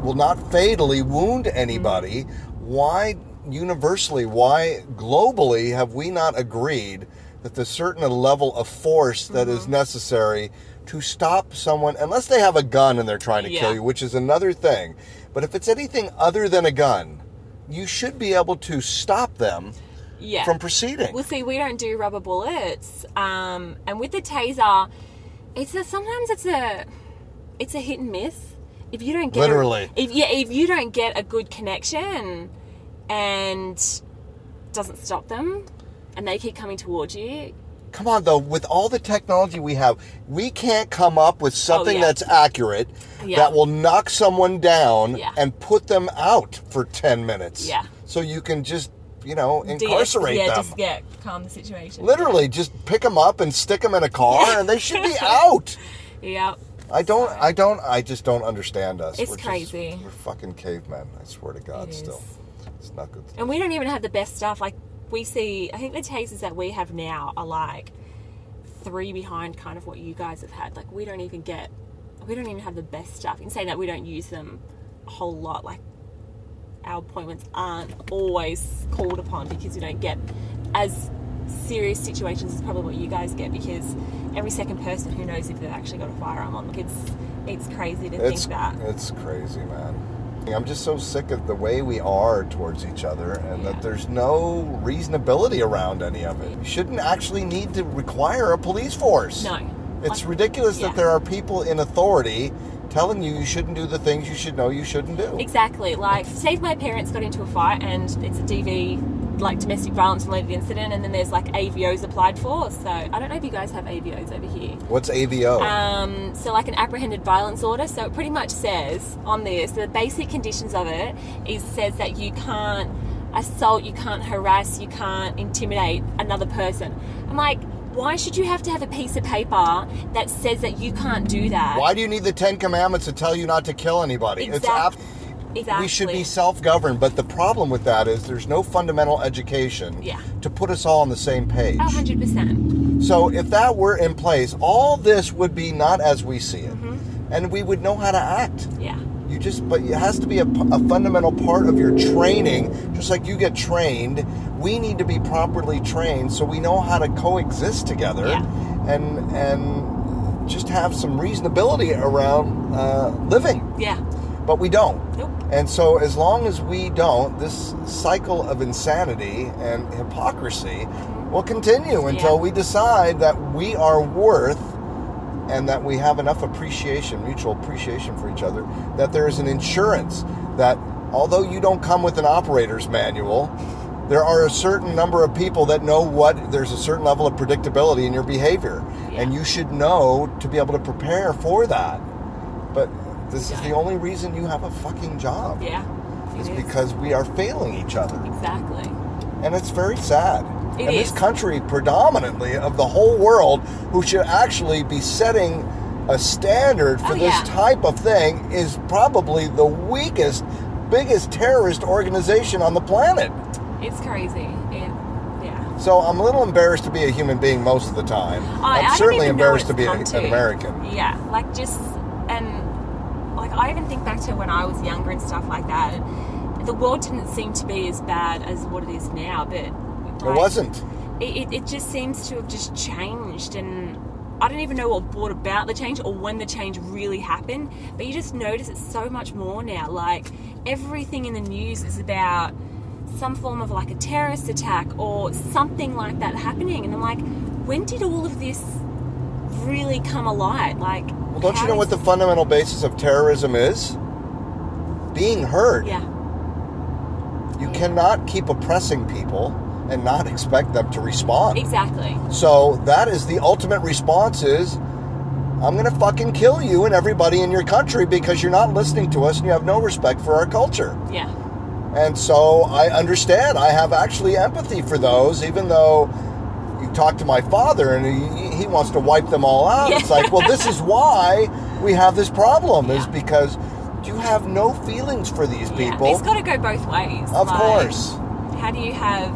will not fatally wound anybody. Why universally? Why globally have we not agreed that there's certain level of force that is necessary to stop someone unless they have a gun and they're trying to kill
Yeah.
you, which is another thing. But if it's anything other than a gun, you should be able to stop them
yeah.
from proceeding.
Well, see, we don't do rubber bullets, um, and with the taser, it's a, sometimes it's a it's a hit and miss. If you don't get a-
Literally.
if yeah, if you don't get a good connection, and doesn't stop them, and they keep coming towards you,
Come on, though, with all the technology we have, we can't come up with something
Oh, yeah.
that's accurate
Yeah.
that will knock someone down
Yeah.
and put them out for 10 minutes.
Yeah.
So you can just, you know,
de-
incarcerate
yeah,
them.
just yeah, calm the situation.
Literally, just pick them up and stick them in a car, and they should
[LAUGHS]
be out.
Yeah.
I don't, I don't, I just don't understand us.
It's
We're just-
crazy.
we're fucking cavemen, I swear to God,
It
still. It's not good.
And we don't even have the best stuff. Like we see, I think the tasers that we have now are like three behind kind of what you guys have had. Like we don't even get, we don't even have the best stuff. In saying that, we don't use them a whole lot. Like our appointments aren't always called upon because we don't get as serious situations as probably what you guys get because every second person who knows if they've actually got a firearm on. Like it's it's crazy to
It's,
think that.
it's crazy, man. I'm just so sick of the way we are towards each other and that
Yeah.
there's no reasonability around any of it. You shouldn't actually need to require a police force.
No.
It's
Like,
ridiculous
yeah.
that there are people in authority telling you you shouldn't do the things you should know you shouldn't do.
Exactly. Like, say if my parents got into a fight and it's a DV, like domestic violence related incident, and then there's like AVOs applied for. So I don't know if you guys have AVOs over here.
What's AVO?
Um, so like an apprehended violence order. So it pretty much says on there. So the basic conditions of it is says that you can't assault, you can't harass, you can't intimidate another person. I'm like, why should you have to have a piece of paper that says that you can't do that?
Why do you need the Ten Commandments to tell you not to kill anybody? It's
Exact-
ab-
Exactly.
We should be self-governed, but the problem with that is there's no fundamental education
Yeah.
to put us all on the same page.
Oh, 100%.
So if that were in place, all this would be not as we see it,
Mm-hmm.
and we would know how to act.
Yeah.
You just, but it has to be a, p- a fundamental part of your training. Just like you get trained, we need to be properly trained so we know how to coexist together,
Yeah.
and and just have some reasonability around uh, living.
Yeah.
but we don't.
Nope.
And so, as long as we don't, this cycle of insanity and hypocrisy will continue until
Yeah.
we decide that we are worth and that we have enough appreciation, mutual appreciation for each other, that there is an insurance that although you don't come with an operator's manual, there are a certain number of people that know what there's a certain level of predictability in your behavior. And you should know to be able to prepare for that. But this is the only reason you have a fucking job.
Yeah.
Is
it is.
because we are failing each other.
Exactly.
And it's very sad.
It
and this
is.
country, predominantly of the whole world, who should actually be setting a standard for
Oh,
this
yeah.
type of thing, is probably the weakest, biggest terrorist organization on the planet.
It's crazy. It, yeah.
So I'm a little embarrassed to be a human being most of the time.
I- I
I'm
don't
certainly
even know
embarrassed to
what
be
it's
a,
come
an
to.
American.
Yeah. Like just and like I even think back to when I was younger and stuff like that. And the world didn't seem to be as bad as what it is now, but
It wasn't.
It, it, it just seems to have just changed and. I don't even know what brought about the change or when the change really happened, but you just notice it so much more now. Like everything in the news is about some form of like a terrorist attack or something like that happening, and I'm like, when did all of this really come alive? Like,
Well, don't
how
you know what
does-
the fundamental basis of terrorism is? Being heard.
yeah,
You cannot keep oppressing people and not expect them to respond.
exactly.
So that is the ultimate response is I'm going to fucking kill you and everybody in your country because you're not listening to us and you have no respect for our culture.
Yeah,
And so I understand. I have actually empathy for those, even though you talk to my father and he, he wants to wipe them all out. It's like, well, this is why we have this problem, is because you have no feelings for these
yeah.
people.
It's got to go both ways.
of
Like,
course.
How do you have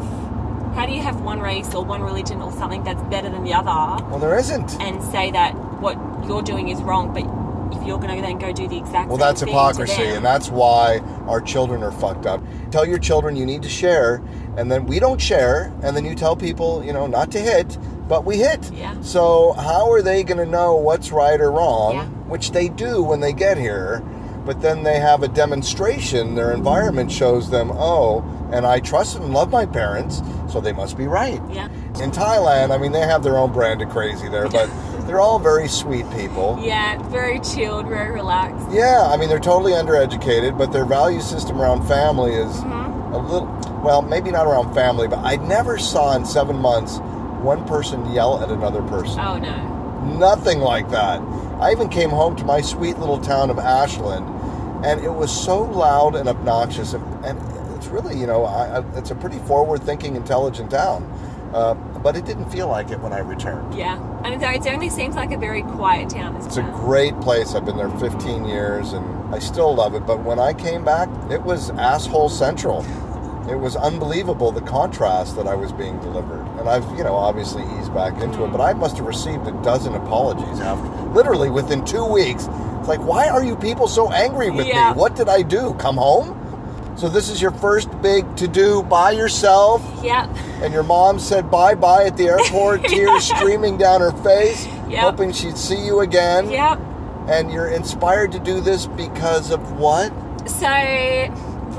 how do you have one race or one religion or something that's better than the other?
Well, there isn't.
and say that what you're doing is wrong, but if you're going to then go do the exact
Well,
same
that's
thing to
hypocrisy,
them,
and that's why our children are fucked up. Tell your children you need to share, and then we don't share, and then you tell people, you know, not to hit, but we hit.
Yeah.
So, how are they going to know what's right or wrong,
Yeah.
which they do when they get here, but then they have a demonstration, their environment shows them, oh, and I trust and love my parents, so they must be right.
yeah,
In Thailand, I mean, they have their own brand of crazy there, but they're all very sweet people.
yeah, very chilled, very relaxed.
Yeah, I mean they're totally undereducated, but their value system around family is a little well, maybe not around family, but I never saw in 7 months one person yell at another person.
Oh no,
Nothing like that. I even came home to my sweet little town of Ashland and it was so loud and obnoxious and, and it's really, you know, I, I, it's a pretty forward-thinking intelligent town. Uh, but it didn't feel like it when I returned.
yeah, and it it only seems like a very quiet town as
It's a
well.
great place. I've been there 15 years and I still love it. But when I came back, it was asshole central. It was unbelievable the contrast that I was being delivered. And I've, you know, obviously eased back into it, but I must have received a dozen apologies after literally within two weeks. It's like, why are you people so angry with
Yeah.
me? What did I do? Come home? So this is your first big to do by yourself,
Yep,
and your mom said bye bye at the
[LAUGHS]
airport, tears streaming down her face,
Yep.
hoping she'd see you again
yep.
and you're inspired to do this because of what?
So,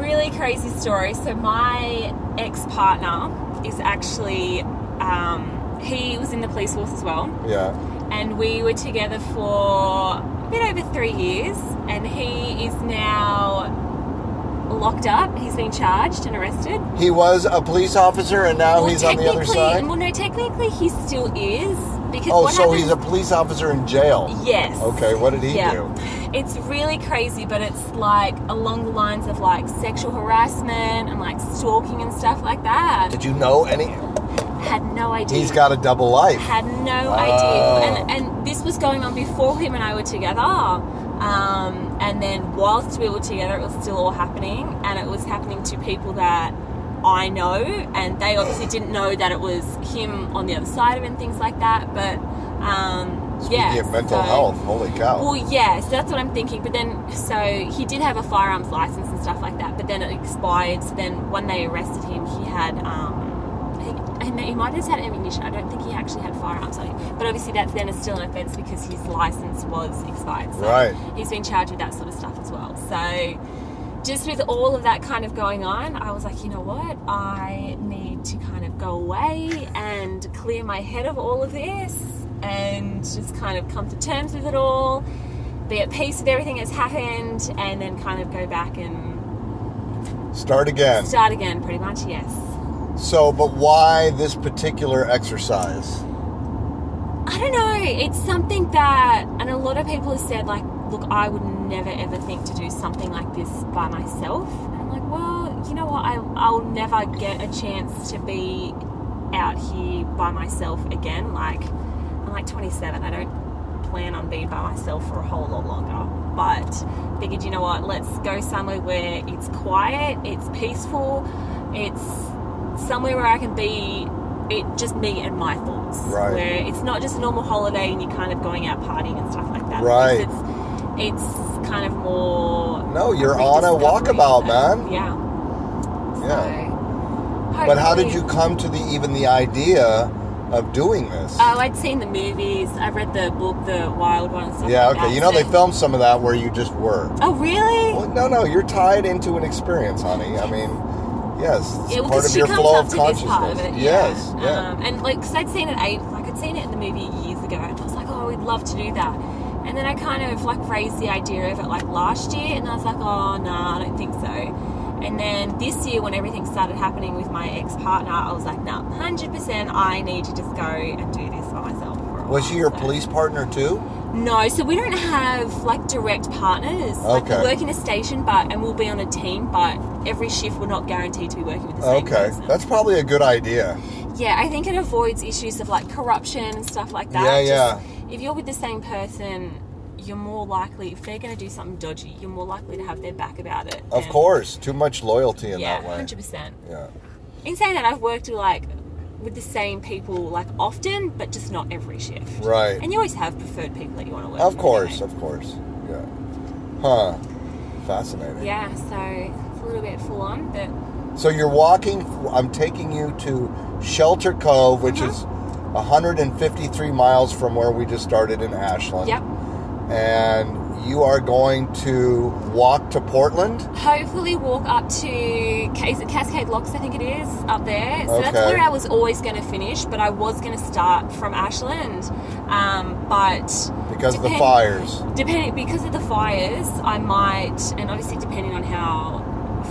really crazy story. So, my ex partner is actually, um, he was in the police force as well.
Yeah.
and we were together for a bit over three years and he is now locked up he's been charged and arrested
He was a police officer and now Oh, he's on the other side.
well no technically he still is because
Oh,
what
so
happens,
he's a police officer in jail.
yes
Okay, what did he
Yeah.
do?
it's really crazy but it's like along the lines of like sexual harassment and like stalking and stuff like that
Did you know any?
had no idea
He's got a double life.
had no
Wow.
idea. And, and this was going on before him and I were together. Um, and then whilst we were together, it was still all happening. And it was happening to people that I know. And they obviously didn't know that it was him on the other side of it and things like that. But um, yeah.
Speaking of mental
so-
health, holy cow.
well, yes, that's what I'm thinking. But then, so he did have a firearms license and stuff like that, but then it expired. So then, when they arrested him, he had, um, I think, I he, may- he might have just had ammunition. I don't think he actually had firearms on him. But obviously, that's then is still an offence because his license was expired. So
Right.
He's been charged with that sort of stuff as well. So, just with all of that kind of going on, I was like, you know what? I need to kind of go away and clear my head of all of this and just kind of come to terms with it all, be at peace with everything that's happened, and then kind of go back and
Start again.
start again, pretty much, yes.
So, but why this particular exercise?
I don't know. It's something that, and a lot of people have said, like, look, I would never ever think to do something like this by myself. And I'm like, well, you know what? I, I'll never get a chance to be out here by myself again. Like, I'm like 27. I don't plan on being by myself for a whole lot longer. But figured, you know what? Let's go somewhere where it's quiet, it's peaceful, it's somewhere where I can be it just me and my thoughts.
Right.
Where it's not just a normal holiday and you're kind of going out partying and stuff like that.
Right.
It's, it's kind of more.
No, you're on a
rediscovery
walkabout,
of
man.
it. Yeah.
Yeah.
So,
But how did
hopefully-
you come to the even the idea of doing this?
Oh, I'd seen the movies. I've read the book, The Wild One. And stuff
yeah,
like
okay.
that,
You know they
so-
filmed some of that where you just were.
Oh, really?
Well, no, no, you're tied into an experience, honey. I mean, yes, it's
Yeah, well,
part
'cause
of
she
your
comes
flow
up
of
to this
consciousness.
part of it,
Yes, yeah.
Um, and like, because I'd seen it, I like I'd seen it in the movie years ago, and I was like, oh, we'd love to do that. And then I kind of like raised the idea of it like last year, and I was like, oh, nah, I don't think so. And then this year, when everything started happening with my ex partner, I was like, nah, hundred percent, I need to just go and do this by myself. for a
Was
while.
she your
So-
police partner too?
no, so we don't have like direct partners. Like we
Okay.
work in a station, but and we'll be on a team, but every shift we're not guaranteed to be working with the same
Okay,
person.
that's probably a good idea.
yeah, I think it avoids issues of like corruption and stuff like that.
Yeah,
Just- if you're with the same person, you're more likely if they're going to do something dodgy, you're more likely to have their back about it.
Of
And-
course, too much loyalty in
Yeah,
that way.
hundred percent.
Yeah.
In saying that, I've worked with like with the same people like often, but just not every shift.
Right.
And you always have preferred people that you want to work.
Of
with
course,
anyway.
of course. Yeah. Huh. Fascinating.
Yeah, so it's a little bit full on, but
So you're walking, I'm taking you to Shelter Cove, which
Uh-huh.
is 153 miles from where we just started in Ashland.
yep.
And you are going to walk to Portland?
Hopefully, walk up to Cas- Cascade Locks, I think it is, up there. So that's
Okay.
where I was always going to finish, but I was going to start from Ashland. Um, but
Because of the
depend-
fires.
depending because of the fires, I might, and obviously depending on how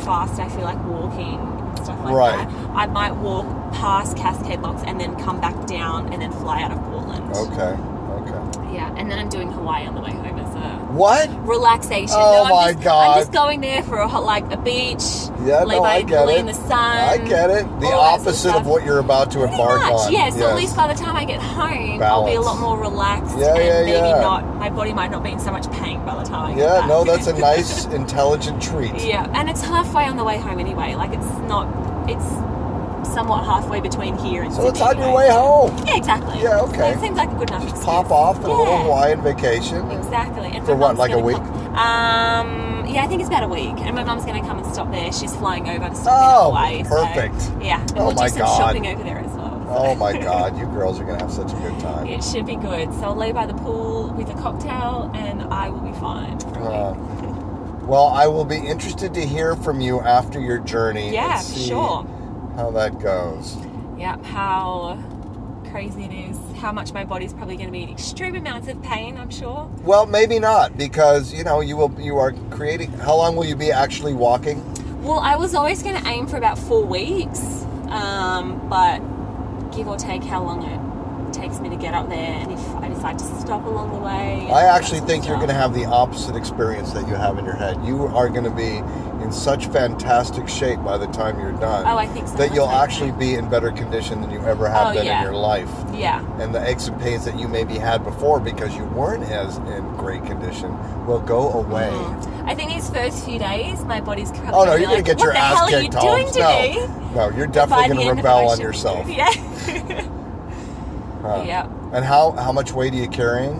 fast I feel like walking and stuff like
Right.
that, I might walk past Cascade Locks and then come back down and then fly out of Portland.
Okay. Okay.
Yeah, and then I'm doing Hawaii on the way home as well.
What?
relaxation.
Oh
I'm
my
just,
God.
I'm just going there for a hot, like a beach.
Yeah,
lay
no,
by,
I get
lay
it.
in the sun.
I get it. The
all that sort
opposite of
oh, stuff.
what you're about to
Pretty
embark
much,
on.
Yeah, so at least by the time I get home, I'll be a
Balance.
lot more relaxed
Yeah,
and
yeah,
maybe
yeah.
not. My body might not be in so much pain by the time. I get
Yeah,
back.
no, that's
[LAUGHS]
a nice, intelligent treat.
yeah, and it's halfway on the way home anyway. Like it's not. It's somewhat halfway between here and.
So it's
Sydney
on your
anyway.
way home.
Yeah, exactly.
Yeah, okay.
So it seems like a good enough. Just
Pop off at a little
yeah.
Hawaiian vacation. and-
Exactly. And
For
my
what,
mum's
like a
gonna
week?
come- um, yeah, I think it's about a week. And my mum's going to come and stop there. She's flying over to
Oh,
stop in Hawaii. so,
perfect.
yeah. And
Oh
we'll
my
do some
God.
shopping over there as well. so.
Oh my God, you girls are going to have such a good time.
It should be good. So I'll lay by the pool with a cocktail and I will be fine. for a
Uh,
week.
well, I will be interested to hear from you after your journey. and
yeah, for
see
sure.
How that goes.
Yeah, how crazy it is. How much my body's probably going to be in extreme amounts of pain, I'm sure.
Well, maybe not because you know you will. You are creating. How long will you be actually walking?
Well, I was always going to aim for about four weeks, um, but give or take how long it takes me to get up there, and if I decide to stop along the way. and
I
all
actually
that
think you're
sort
going
of
to have the opposite experience that you have in your head. You are going to be in such fantastic shape by the time you're done.
Oh, I think so.
That you'll
That's okay.
actually be in better condition than you ever have
Oh,
been
yeah.
in your life.
stuff. Yeah.
And the aches and pains that you maybe had before because you weren't as in great condition will go away.
I think these first few days, my body's probably.
Oh no,
gonna
you're
Mm-hmm. be
gonna
like,
get
what
your
the
ass
hell are you
kicked, Holmes.
doing to me?
No, no, you're
By
definitely
the
gonna
end of it, I
rebel on
should-
yourself.
[LAUGHS] Yeah.
Huh.
yeah.
And how how much weight are you carrying?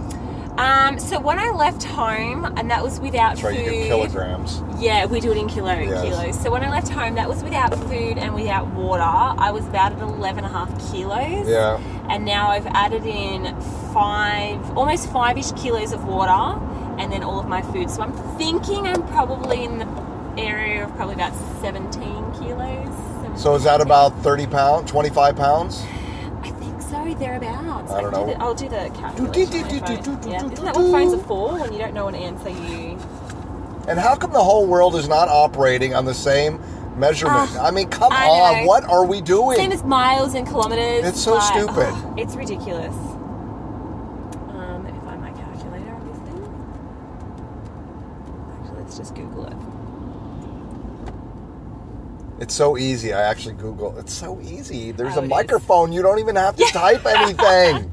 Um, Um, so when I left home, and that was without
That's right,
food.
you do kilograms.
Yeah, we do it in kilo
Yes.
kilos. So when I left home, that was without food and without water. I was about at 11 and a half kilos.
Yeah.
And now I've added in five, almost five ish kilos of water and then all of my food. So I'm thinking I'm probably in the area of probably about 17 kilos.
So is that about 30 pounds, 25 pounds?
I think so, thereabouts.
I don't
can
know.
do The, I'll do the calculation. on my phone. Yeah. Isn't that what phones are for? When you don't know an answer, you.
And how come the whole world is not operating on the same measurement? I mean, come
Ah, I
on,
know.
what are we
Same
doing?
as miles and kilometers. oh,
It's so stupid.
it's ridiculous. Um, let me find my calculator on this thing. Actually, let's just Google it.
It's so easy. I actually Google. It's so easy. There's
Oh,
a
it is.
microphone. You don't even have to
[LAUGHS]
type anything.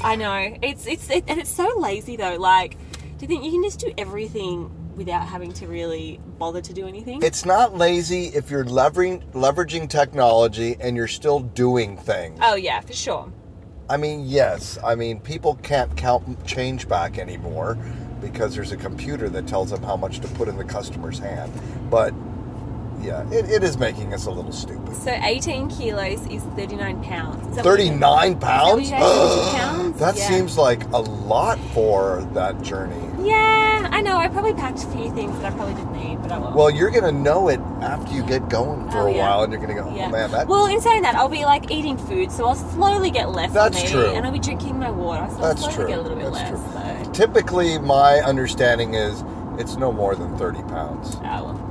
I know it's it's it, and it's so lazy though. Like, do you think you can just do everything without having to really bother to do anything?
It's not lazy if you're levering, leveraging technology and you're still doing things.
oh yeah, for sure.
I mean, yes. I mean, people can't count change back anymore because there's a computer that tells them how much to put in the customer's hand. But yeah, it, it is making us a little stupid.
So 18 kilos is 39 pounds. Is that what you-
39 pounds?
Is that what
[GASPS]
you guys do, pounds?
that
Yeah.
seems like a lot for that journey.
Yeah, I know. I probably packed a few things that I probably didn't need, but oh I will.
Well, you're going to know it after you get going for
Oh,
a
yeah.
while and you're going to go, oh man, that.
well, in saying that, I'll be like eating food, so I'll slowly get less.
That's
on me,
true.
And I'll be drinking my water, so
That's
I'll slowly
true.
get a little bit
That's
less. So,
typically, my understanding is it's no more than 30 pounds.
oh, well.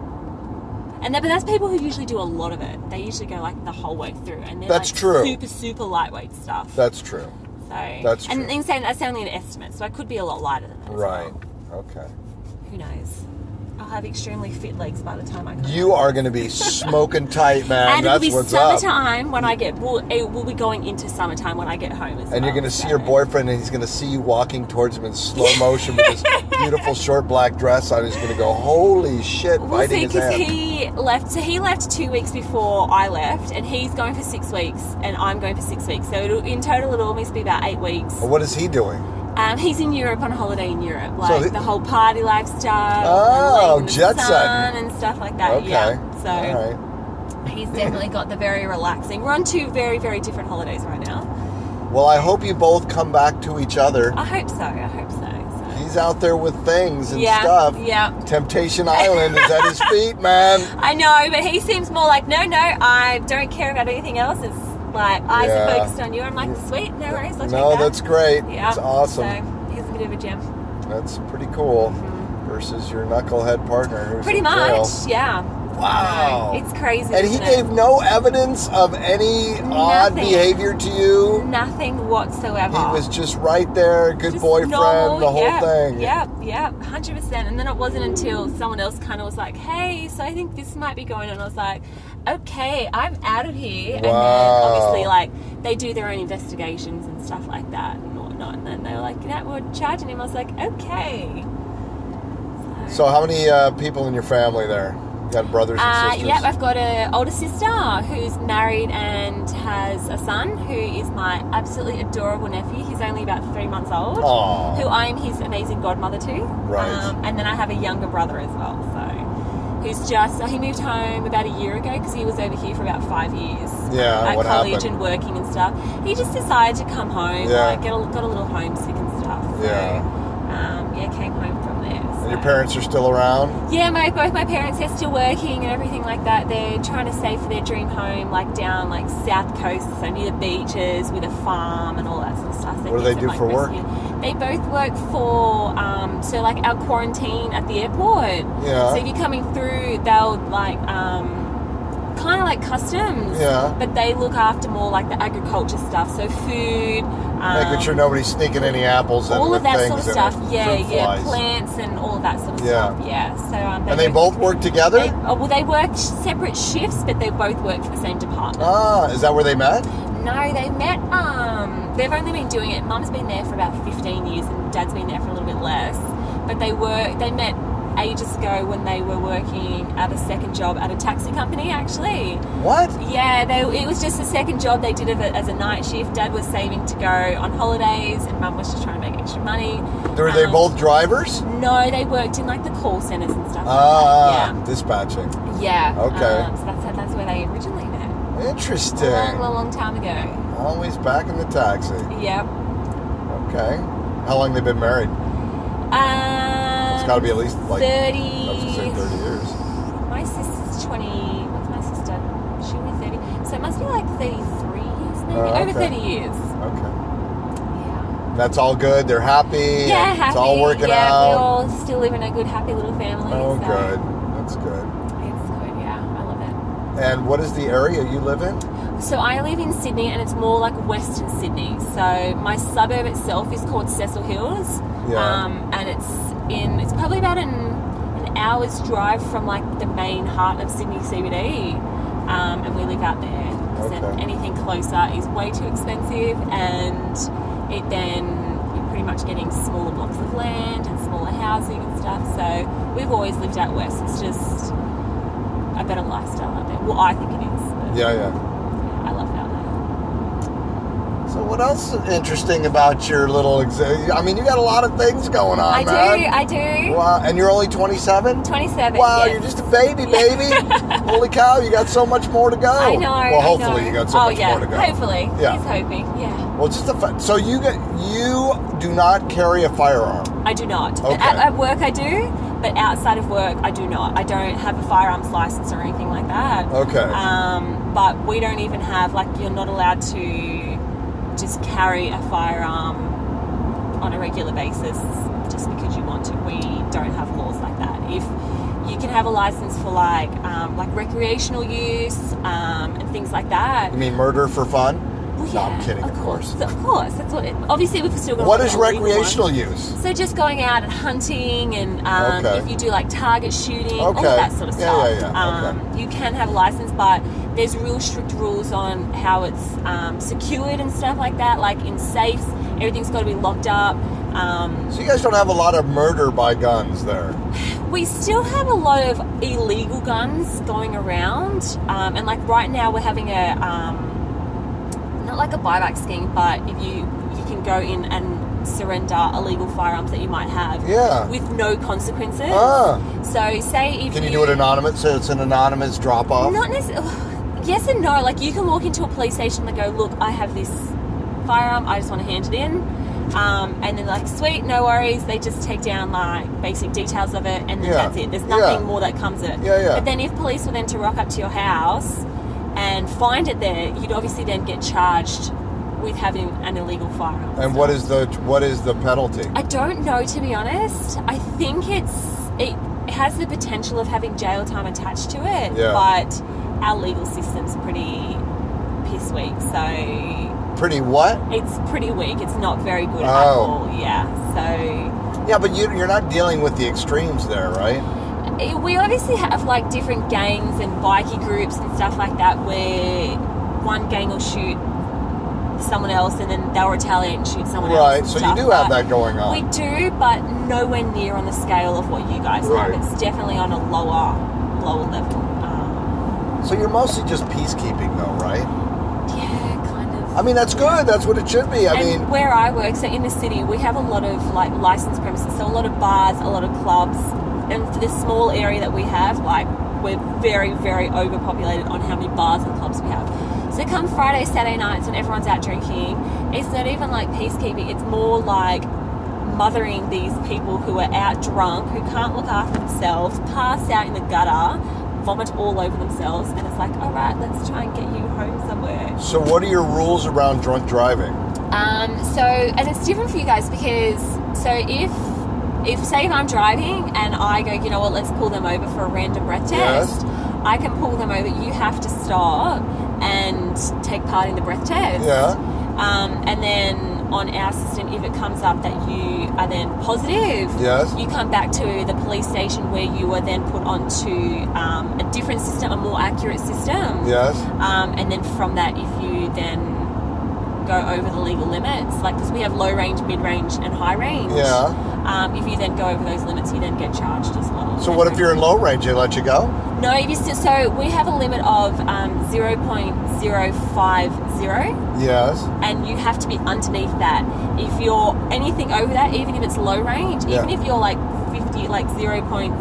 And that, but that's people who usually do a lot of it. They usually go like the whole way through, and they're
That's
like
true.
super super lightweight stuff.
That's true.
so
that's
and
true.
in saying that's only an estimate, so I could be a lot lighter than that. as
Right.
well.
Okay.
Who knows? I'll have extremely fit legs by the time I come.
You are going to be smoking tight, man.
and it'll
That's
be
what's up.
summertime when I get. Well, it will be going into summertime when I get home. As
And you're
well,
going to see
so-
your boyfriend, and he's going to see you walking towards him in slow motion
[LAUGHS]
with his beautiful short black dress on. He's going to go, "Holy shit!"
We'll
biting
see,
his
because
hand.
he left. So he left two weeks before I left, and he's going for six weeks, and I'm going for six weeks. So it'll, in total, it'll almost be about eight weeks.
Well, what is he doing?
Um, he's in Europe on holiday in Europe, like
he-
the whole party lifestyle,
Oh,
and, like, the
jet set.
sun and stuff like that.
okay.
Uh, Yeah, so
All right.
he's definitely got the very relaxing. We're on two very, very different holidays right now.
Well, I hope you both come back to each other.
I hope so. I hope so. so.
He's out there with things and
yeah,
stuff.
yeah.
Temptation Island is at
[LAUGHS]
his feet, man.
I know, but he seems more like, no, no, I don't care about anything else. It's like eyes
Yeah.
are focused on you. I'm like, sweet, no worries. I'll
no,
take that.
that's great.
yeah,
It's awesome.
So he's a bit of a gem.
That's pretty cool. Versus your knucklehead partner who's
Pretty
in
much,
jail.
yeah.
Wow.
I know. It's crazy.
And he
isn't it?
gave no evidence of any odd
Nothing.
behavior to you.
nothing whatsoever.
He was just right there, good
Just
boyfriend,
normal,
the whole
yeah,
thing.
Yeah, yeah, hundred percent. And then it wasn't until someone else kind of was like, "Hey, so I think this might be going," on." I was like, "Okay, I'm out of here." And then
Wow.
obviously, like they do their own investigations and stuff like that and whatnot. And then they were like, "You know, we're charging him." I was like, "Okay."
So, how many uh, people in your family there? You got brothers and
Uh,
sisters?
yep, I've got an older sister who's married and has a son who is my absolutely adorable nephew. He's only about three months old.
Aw.
Who I'm his amazing godmother to.
Right.
and then I have a younger brother as well. So who's just he moved home about a year ago because he was over here for about five years.
Yeah,
At
what
college
happened?
and working and stuff. He just decided to come home.
Yeah.
Like, get a, got a little homesick and stuff. So,
Yeah.
Um, yeah, came home from there.
And your
so.
parents are still around?
Yeah, my both my parents are still working and everything like that. They're trying to save for their dream home, like down like south coast, so near the beaches with a farm and all that sort of stuff.
What do they
need
do
some, like,
for work?
rescue. They both work for um, so like our quarantine at the airport.
Yeah.
So if you're coming through, they'll like um, kind of like customs.
Yeah.
But they look after more like the agriculture stuff, so food. Um,
Making sure nobody's sneaking any apples in
all
with
of that
things
sort of
in
stuff.
it,
Yeah,
fruit
yeah,
flies.
plants and all of that sort of
Yeah.
stuff. Yeah. So um,
And they
both-
both work together?
they, oh, well, they work separate shifts, but they both work for the same department.
ah, is that where they met?
No, they met. Um, they've only been doing it. Mum's been there for about fifteen years, and Dad's been there for a little bit less. But they were. They met ages ago when they were working at a second job at a taxi company, actually.
What?
Yeah, they, it was just a second job they did of it as a night shift. Dad was saving to go on holidays, and Mum was just trying to make extra money.
Were they
Um,
both drivers?
No, they worked in like the call centers and stuff.
Ah,
like that.
dispatching.
yeah, yeah.
okay.
Um, so that's that's where they originally met. A long,
Interesting.
long, long time ago.
Always back in the taxi.
Yep.
Okay. How long they been married?
Um,
It's got to be at least like I was gonna say
30.
thirty years.
My sister's 20. What's my sister? She'll be 30. So it must be like 33 years, maybe.
Oh,
Over
okay.
30 years.
Okay.
Yeah.
That's all good. They're happy. and
Yeah, happy.
It's all working
yeah, we
out.
all still live in a good, happy little family.
oh,
so
good. That's good.
It's good, yeah. I love
And what is the area you live in?
it. So I live in Sydney and it's more like Western Sydney. So my suburb itself is called Cecil Hills.
Yeah.
Um, and it's in, it's probably about an, an hour's drive from like the main heart of Sydney CBD. Um, and we live out there. 'Cause then
Okay.
anything closer is way too expensive and it then you're pretty much getting smaller blocks of land and smaller housing and stuff. So we've always lived out west. It's just a better lifestyle out there. Well, I think it is. but
Yeah, yeah.
I love it out there.
So what else is interesting about your little? Exa- I mean, you got a lot of things going on,
I
Oh, man.
do. I do.
Wow, and you're only 27?
27.
Wow,
yes.
you're just a baby,
[LAUGHS]
baby. Holy cow, you got so much more to go.
I know. I
Well, hopefully
know.
you got so
oh,
much
yeah.
more to go.
Hopefully.
Yeah.
He's hoping. Yeah.
Well, just the fact. So you get you do not carry a firearm.
I do not.
Okay.
At, at work, I do. But outside of work, I do not. I don't have a firearms license or anything like that.
Okay.
Um, but we don't even have, like, you're not allowed to just carry a firearm on a regular basis just because you want to. We don't have laws like that. If you can have a license for like um, like recreational use um, and things like that.
You mean murder for fun?
Well,
No, I'm kidding, of course.
Oh, Of course. That's what. It, obviously, we've still got.
What is recreational use?
So just going out and hunting, and um,
Okay.
if you do like target shooting, all of
Okay.
that sort of
Yeah, yeah,
stuff.
yeah.
Um, You can have a license, but there's real strict rules on how it's um, secured and stuff like that. Like in safes, everything's got to be locked up. Um,
So you guys don't have a lot of murder by guns there.
we still have a lot of illegal guns going around, um, and like right now we're having a um, not like a buyback scheme, but if you you can go in and surrender illegal firearms that you might have,
Yeah.
with no consequences.
Ah.
So say if
Can you do it anonymous? So it's an anonymous drop off.
not necessarily. Yes and no. Like you can walk into a police station and go, look, I have this firearm. I just want to hand it in. Um, and then like, sweet, no worries. They just take down like basic details of it, and then
Yeah.
that's it. There's
Yeah.
nothing more that comes of it.
Yeah, yeah.
But then if police were then to rock up to your house and find it there, you'd obviously then get charged with having an illegal firearm.
And what is the what is the penalty?
I don't know to be honest. I think it's it has the potential of having jail time attached to it,
Yeah.
but our legal system's pretty piss weak, so
Pretty what?
it's pretty weak. It's not very good at
Oh.
all. Yeah, so
Yeah, but you, you're not dealing with the extremes there, right?
it, we obviously have like different gangs and bikie groups and stuff like that where one gang will shoot someone else and then they'll retaliate and shoot someone else.
Right.
and
So you
stuff,
do have
but-
that going on.
We do, but nowhere near on the scale of what you guys
Right.
have. It's definitely on a lower, lower level. Um,
So you're mostly just peacekeeping, though, right?
yeah, kind of.
I mean, that's good. That's what it should be. I
and
mean,
where I work, so in the city, we have a lot of like licensed premises, so a lot of bars, a lot of clubs, and for this small area that we have, like we're very, very overpopulated on how many bars and clubs we have. So come Friday, Saturday nights when everyone's out drinking, it's not even like peacekeeping. It's more like mothering these people who are out drunk, who can't look after themselves, pass out in the gutter, vomit all over themselves, and it's like, all right, let's try and get you home somewhere.
so what are your rules around drunk driving?
Um, so, and it's different for you guys because so if if say if I'm driving and I go, you know what, let's pull them over for a random breath
Yes.
test, I can pull them over. You have to stop and take part in the breath test.
Yeah.
Um, and then on our system, if it comes up that you are then positive,
Yes.
you come back to the police station where you are then put onto um, a different system, a more accurate system.
Yes.
Um, and then from that, if you then go over the legal limits, like because we have low range, mid range, and high range.
Yeah.
Um, if you then go over those limits, you then get charged as well.
So what if you're in low range? They let you go.
No, if you st- so we have a limit of um, zero point zero five zero.
Yes.
and you have to be underneath that. If you're anything over that, even if it's low range, even
Yeah.
if you're like 50, like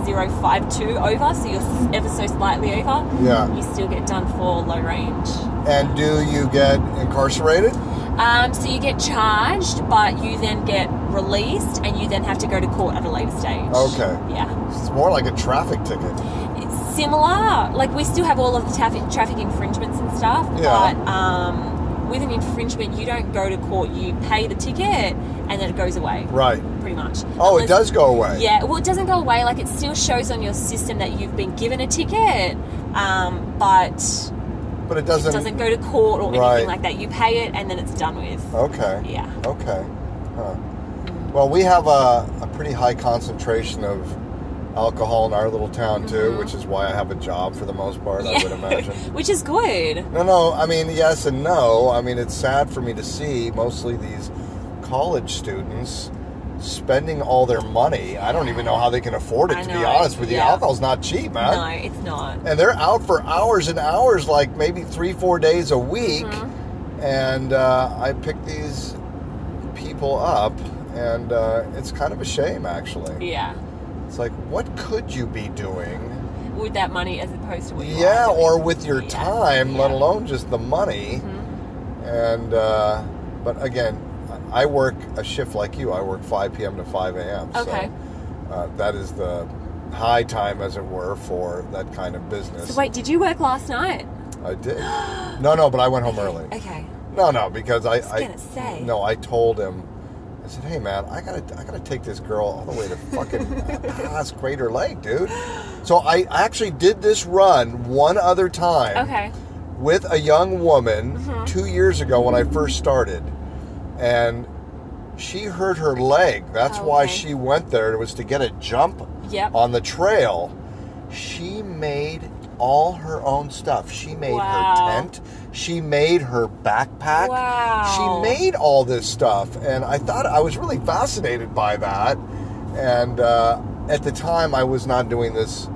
0.052 over, so you're s- ever so slightly over,
Yeah.
you still get done for low range.
And do you get incarcerated?
Um, so you get charged, but you then get released, and you then have to go to court at a later stage.
Okay.
Yeah.
It's more like a traffic ticket.
It's similar. Like we still have all of the traffic traffic infringements and stuff,
Yeah.
but um, with an infringement, you don't go to court. You pay the ticket, and then it goes away.
Right.
pretty much.
Oh, it
Unless-
does go away.
Yeah, well, it doesn't go away. Like it still shows on your system that you've been given a ticket, um, but
But it doesn't.
it doesn't go to court or
Right.
anything like that. You pay it, and then it's done with.
Okay.
Yeah.
Okay. Huh. Well, we have a, a pretty high concentration of alcohol in our little town too,
Mm-hmm.
which is why I have a job for the most part.
[LAUGHS]
I would imagine.
Which is good.
No, no. I mean, yes and no. I mean, it's sad for me to see mostly these college students spending all their money. I don't even know how they can afford it.
I
to be
know,
honest with you,
yeah.
alcohol's not cheap, man.
No, it's not.
And they're out for hours and hours, like maybe three, four days a week.
Mm-hmm.
And uh, I pick these people up, and uh, it's kind of a shame, actually.
Yeah,
It's like, what could you be doing?
with that money as opposed to what you
yeah
are doing.
or with your
Yeah.
time let
Yeah.
alone just the money
Mm-hmm.
and uh, but again i work a shift like you i work 5 p.m to 5 a.m
Okay.
so uh, that is the high time as it were for that kind of business
So wait, did you work last night?
i did no no but i went home early
Okay.
no no because i
was gonna say.
no i told him I said, "Hey, man, I gotta, I gotta take this girl all the way to
[LAUGHS]
fucking Pass Crater Lake, dude." So I actually did this run one other time
Okay.
with a young woman
Mm-hmm.
two years ago when I first started, and she hurt her leg. That's
Oh,
why
okay.
she went there. It was to get a jump
Yep.
on the trail. She made all her own stuff. She made
Wow.
her tent. She made her backpack.
Wow.
She made all this stuff, and I thought I was really fascinated by that. And uh, at the time, I was not doing this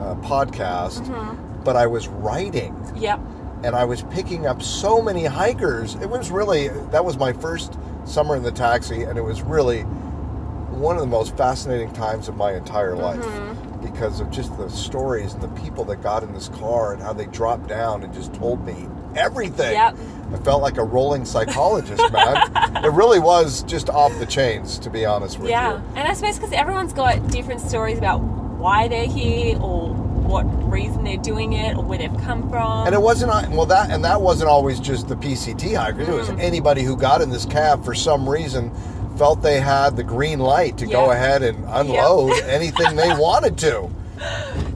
uh, podcast,
Mm-hmm.
but I was writing
Yep.
and I was picking up so many hikers. It was really that was my first summer in the taxi, and it was really one of the most fascinating times of my entire life
Mm-hmm.
because of just the stories and the people that got in this car and how they dropped down and just told me everything.
Yep.
I felt like a rolling psychologist,
[LAUGHS]
man. it really was just off the chains, to be honest with
Yeah,
you.
and I suppose because everyone's got different stories about why they're here or what reason they're doing it or where they've come from.
And it wasn't uh, well that and that wasn't always just the PCT hikers. It
Mm-hmm.
was anybody who got in this cab for some reason felt they had the green light to go
Yeah.
ahead and unload
[LAUGHS]
anything they wanted to.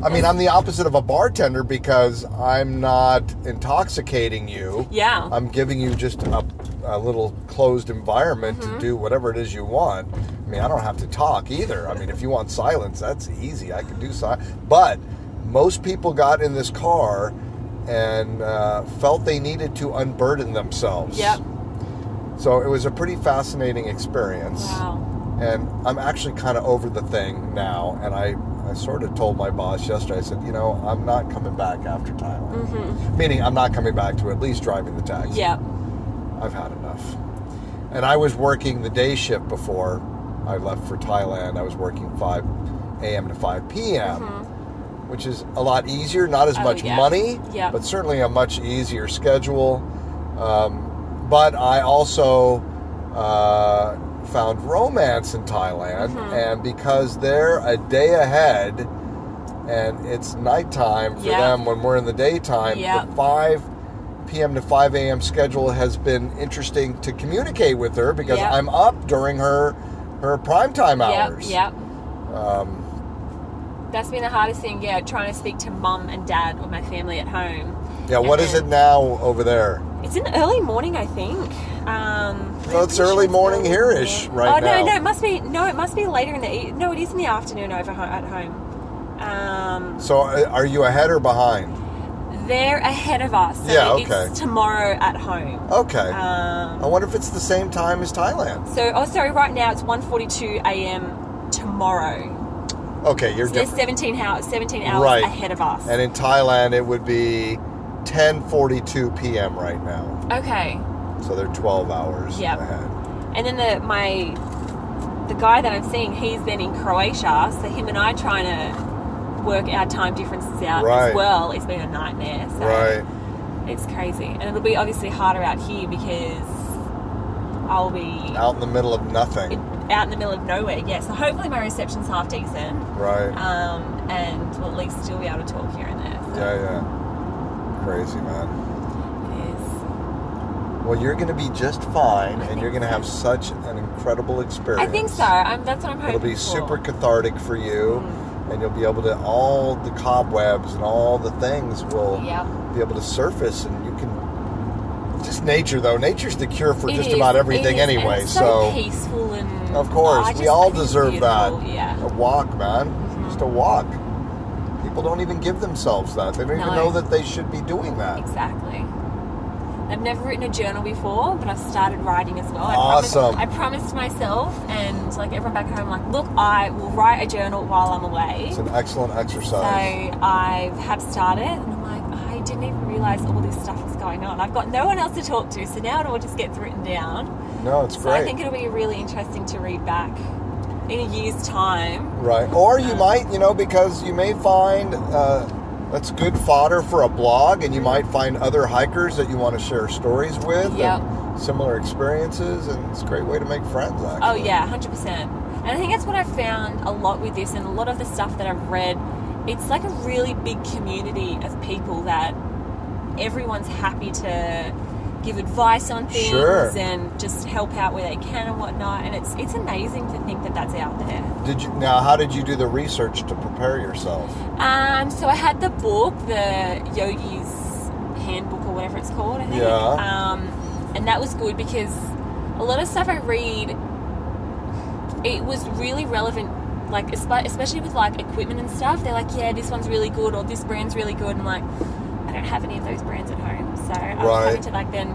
I mean, I'm the opposite of a bartender because I'm not intoxicating you.
Yeah.
I'm giving you just a, a little closed environment
Mm-hmm.
to do whatever it is you want. I mean, I don't have to talk either. I mean, if you want silence, that's easy. I can do silence. But most people got in this car and uh, felt they needed to unburden themselves.
Yep.
So it was a pretty fascinating experience.
Wow.
And I'm actually kind of over the thing now. And I, I sort of told my boss yesterday, I said, you know, I'm not coming back after Thailand. Meaning, I'm not coming back to at least driving the taxi.
Yep.
I've had enough. And I was working the day shift before I left for Thailand. I was working 5 a.m. to 5 p.m., which is a lot easier, not as
Mm-hmm. Oh,
much
yeah.
money,
Yeah.
but certainly a much easier schedule. Um, but I also uh, found romance in Thailand,
Mm-hmm.
and because they're a day ahead, and it's nighttime for
Yeah.
them when we're in the daytime.
Yeah.
The 5 p.m. to 5 a.m. schedule has been interesting to communicate with her because
Yeah.
I'm up during her her prime time hours.
Yep. Yep.
Um,
That's been the hardest thing. Yeah, trying to speak to mum and dad or my family at home.
yeah, What
And
is
then-
it now over there?
It's in the early morning, I think. Um,
So it's early morning here-ish right
oh,
now.
no, no, it must be. No, it must be later in the. E- no, it is in the afternoon over ho- at home. Um,
So uh, are you ahead or behind?
They're ahead of us. So
Yeah, okay. Oh.
It's tomorrow at home.
Okay.
Um,
I wonder if it's the same time as Thailand.
so, oh, sorry, right now it's 1.42 a.m. tomorrow.
Okay, you're
So they're
different.
17 hours, 17 hours
Right.
ahead of us.
And in Thailand, it would be 10:42 p.m. right now,
okay.
so they're 12 hours
Yep.
ahead.
And then the my the guy that I'm seeing, he's then in Croatia, so him and I trying to work our time differences out
Right.
as well. It's been a nightmare. So
Right.
it's crazy. And it'll be obviously harder out here because I'll be
Out in the middle of nothing.
out in the middle of nowhere. Yeah, so hopefully my reception's half decent.
Right.
Um, and we'll at least still be able to talk here and there.
Yeah, yeah. Crazy man.
Yes.
Well, you're going to be just fine,
I
and you're
think
going to
so.
have such an incredible experience.
I think so. I'm, that's what I'm hoping
It'll be
for.
super cathartic for you,
Mm-hmm.
and you'll be able to all the cobwebs and all the things will
Yep.
be able to surface, and you can just nature though. Nature's the cure for
It
just
is,
about
it
everything
is, and
anyway.
it's
so
so, peaceful and oh,
Of course,
I
we
just- I
all
think it's
deserve that.
beautiful, Yeah. Mm-hmm.
A walk, man. Just a walk. People don't even give themselves that. They don't even
No.
know that they should be doing that.
Exactly. I've never written a journal before, but I've started writing as well.
Awesome.
I promised, I promised myself and like everyone back home, like, look, I will write a journal while I'm away.
It's
So
an excellent exercise.
I have started, and I'm like, I didn't even realize all this stuff was going on. I've got no one else to talk to, so now it all just gets written down.
no, it's
So
great.
I think it'll be really interesting to read back in a year's time.
right. Or you might, you know, because you may find uh, that's good fodder for a blog, and you might find other hikers that you want to share stories with. and
Mm-hmm. Yep.
Similar experiences, and it's a great way to make friends, actually.
Oh yeah, hundred percent. And I think that's what I found a lot with this, and a lot of the stuff that I've read. It's like a really big community of people that everyone's happy to give advice on things
Sure.
and just help out where they can and whatnot. And it's it's amazing to think that that's out there.
Did you now? How did you do the research to prepare yourself?
Um, so I had the book, the Yogi's Handbook or whatever it's called, I think.
Yeah.
Um, and that was good because a lot of stuff I read, it was really relevant. Like espe- especially with like equipment and stuff, they're like, yeah, this one's really good or this brand's really good, and like, I don't have any of those brands at home, so I was
Right.
having to like then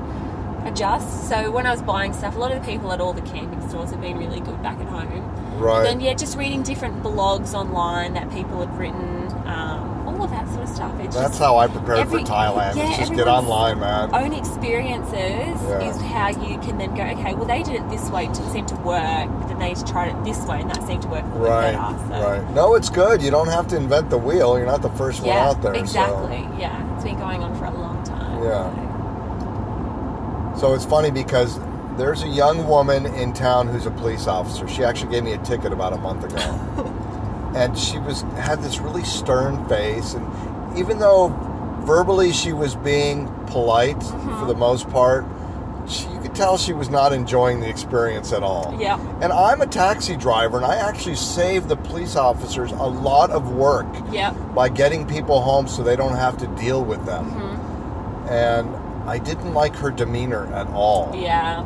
adjust. So when I was buying stuff, a lot of the people at all the camping stores have been really good back at home.
Right.
Then yeah, just reading different blogs online that people had written, um, all of that sort of stuff. It's
That's
just
how I prepared
every-
for Thailand.
yeah,
It's just get
everyone's-
online, man.
own experiences
Yeah.
is how you can then go, okay, well they did it this way, it didn't seem to work. But then they tried it this way, and that seemed to work a
Right,
better. So.
right. No, it's good. You don't have to invent the wheel. You're not the first
Yeah,
one out there. so-
exactly. Yeah, it's been going on for a long time.
Yeah. So. it's funny because there's a young woman in town who's a police officer. She actually gave me a ticket about a month ago, and she was had this really stern face, and even though verbally she was being polite for the most part, she, you could tell she was not enjoying the experience at all.
Yeah.
And I'm a taxi driver, and I actually save the police officers a lot of work
So, Yep.
by getting people home so they don't have to deal with them. And I didn't like her demeanor at all.
Yeah.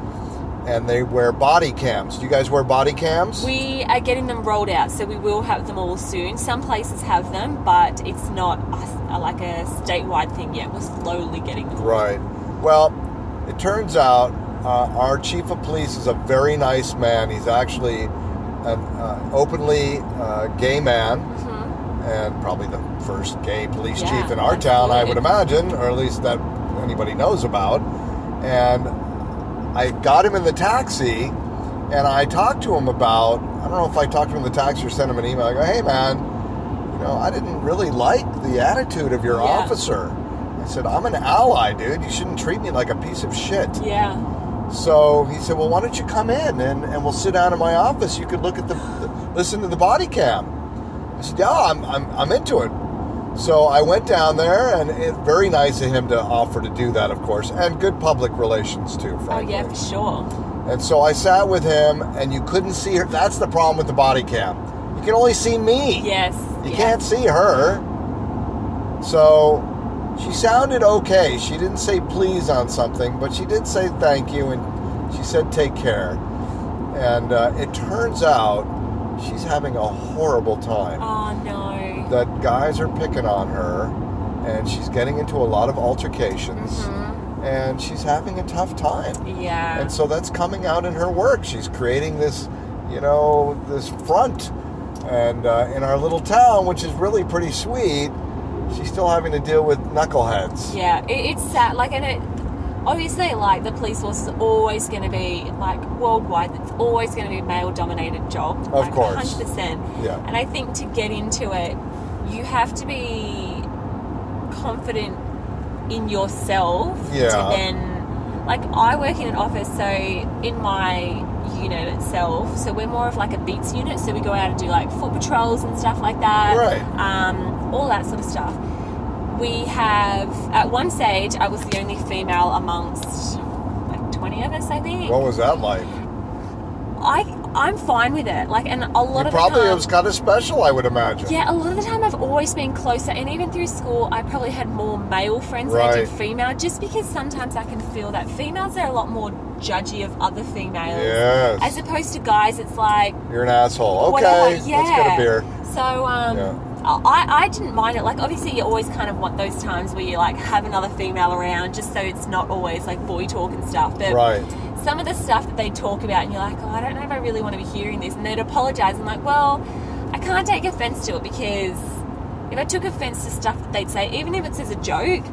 And they wear body cams. Do you guys wear body cams?
We are getting them rolled out, so we will have them all soon. Some places have them, but it's not a, like a statewide thing yet. We're slowly getting them.
right. Well, it turns out uh, our chief of police is a very nice man. He's actually an uh, openly uh, gay man. And probably the first gay police
Mm-hmm. Yeah,
chief in our town, I would
absolutely.
imagine, or at least that anybody knows about. And I got him in the taxi and I talked to him about I don't know if I talked to him in the taxi or sent him an email. I go, hey man, you know, I didn't really like the attitude of your
Yeah.
officer. I said, I'm an ally, dude. You shouldn't treat me like a piece of shit.
Yeah.
So he said, Well, why don't you come in and, and we'll sit down in my office? You could look at the, listen to the body cam. I said, Yeah, I'm, I'm, I'm into it. So I went down there, and it very nice of him to offer to do that, of course, and good public relations too.
Oh
Frankly.
yeah, for sure.
And so I sat with him, and you couldn't see her. That's the problem with the body cam. You can only see me.
Yes.
You
yeah.
can't see her. So she sounded okay. She didn't say please on something, but she did say thank you, and she said take care. And uh, it turns out she's having a horrible time
Oh no.
that guys are picking on her and she's getting into a lot of altercations, and she's having a tough time.
Yeah.
And so that's coming out in her work. She's creating this, you know, this front. And uh, in our little town, which is really pretty sweet, she's still having to deal with knuckleheads.
Yeah, it, it's sad. Like, and it obviously, like the police force is always going to be like worldwide. It's always going to be male-dominated job. Of
course.
hundred percent.
Yeah.
And I think to get into it, you have to be confident in yourself.
Yeah.
To then, like, I work in an office, so in my unit itself, so we're more of like a beats unit. So we go out and do like foot patrols and stuff like that.
Right.
Um, all that sort of stuff we have at one stage i was the only female amongst like 20 of us i think
What was that like?
i i'm fine with it like and a lot
You
of
probably
the
it
time,
was kind of special, I would imagine.
yeah a lot of the time i've always been closer and even through school i probably had more male friends than i
Right.
did female just because sometimes i can feel that females are a lot more judgy of other females
Yes.
as opposed to guys it's like
You're an asshole. Okay,
whatever. Yeah.
let's get a beer.
So um,
Yeah.
I, I didn't mind it. Like obviously you always kind of want those times where you like have another female around just so it's not always like boy talk and stuff. But
Right.
some of the stuff that they talk about and you're like, oh, I don't know if I really want to be hearing this. And they'd apologize. I'm like, well, I can't take offense to it because if I took offense to stuff that they'd say, even if it's as a joke,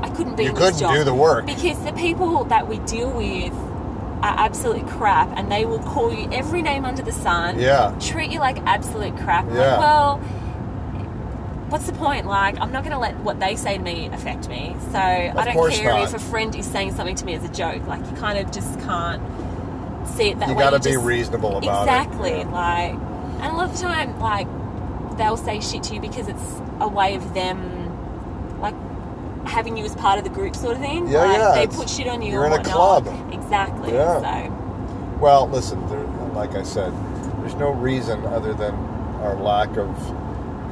I couldn't be
You
in this
couldn't
job.
do the work.
Because the people that we deal with are absolute crap and they will call you every name under the sun
Yeah.
treat you like absolute crap. I'm like,
Yeah.
well, what's the point? Like, I'm not going to let what they say to me affect me. So I don't
course
care
not.
if a friend is saying something to me as a joke. Like, you kind of just can't see it that
You
way.
got to be
just-
reasonable about
exactly,
it.
Like, and a lot of the time, like, they'll say shit to you because it's a way of them, like, having you as part of the group, sort of thing.
Yeah,
like,
yeah,
They
it's-
put shit on you.
you're
or
in a
whatnot.
club.
Exactly.
Yeah.
So.
Well, listen, there, like I said, there's no reason other than our lack of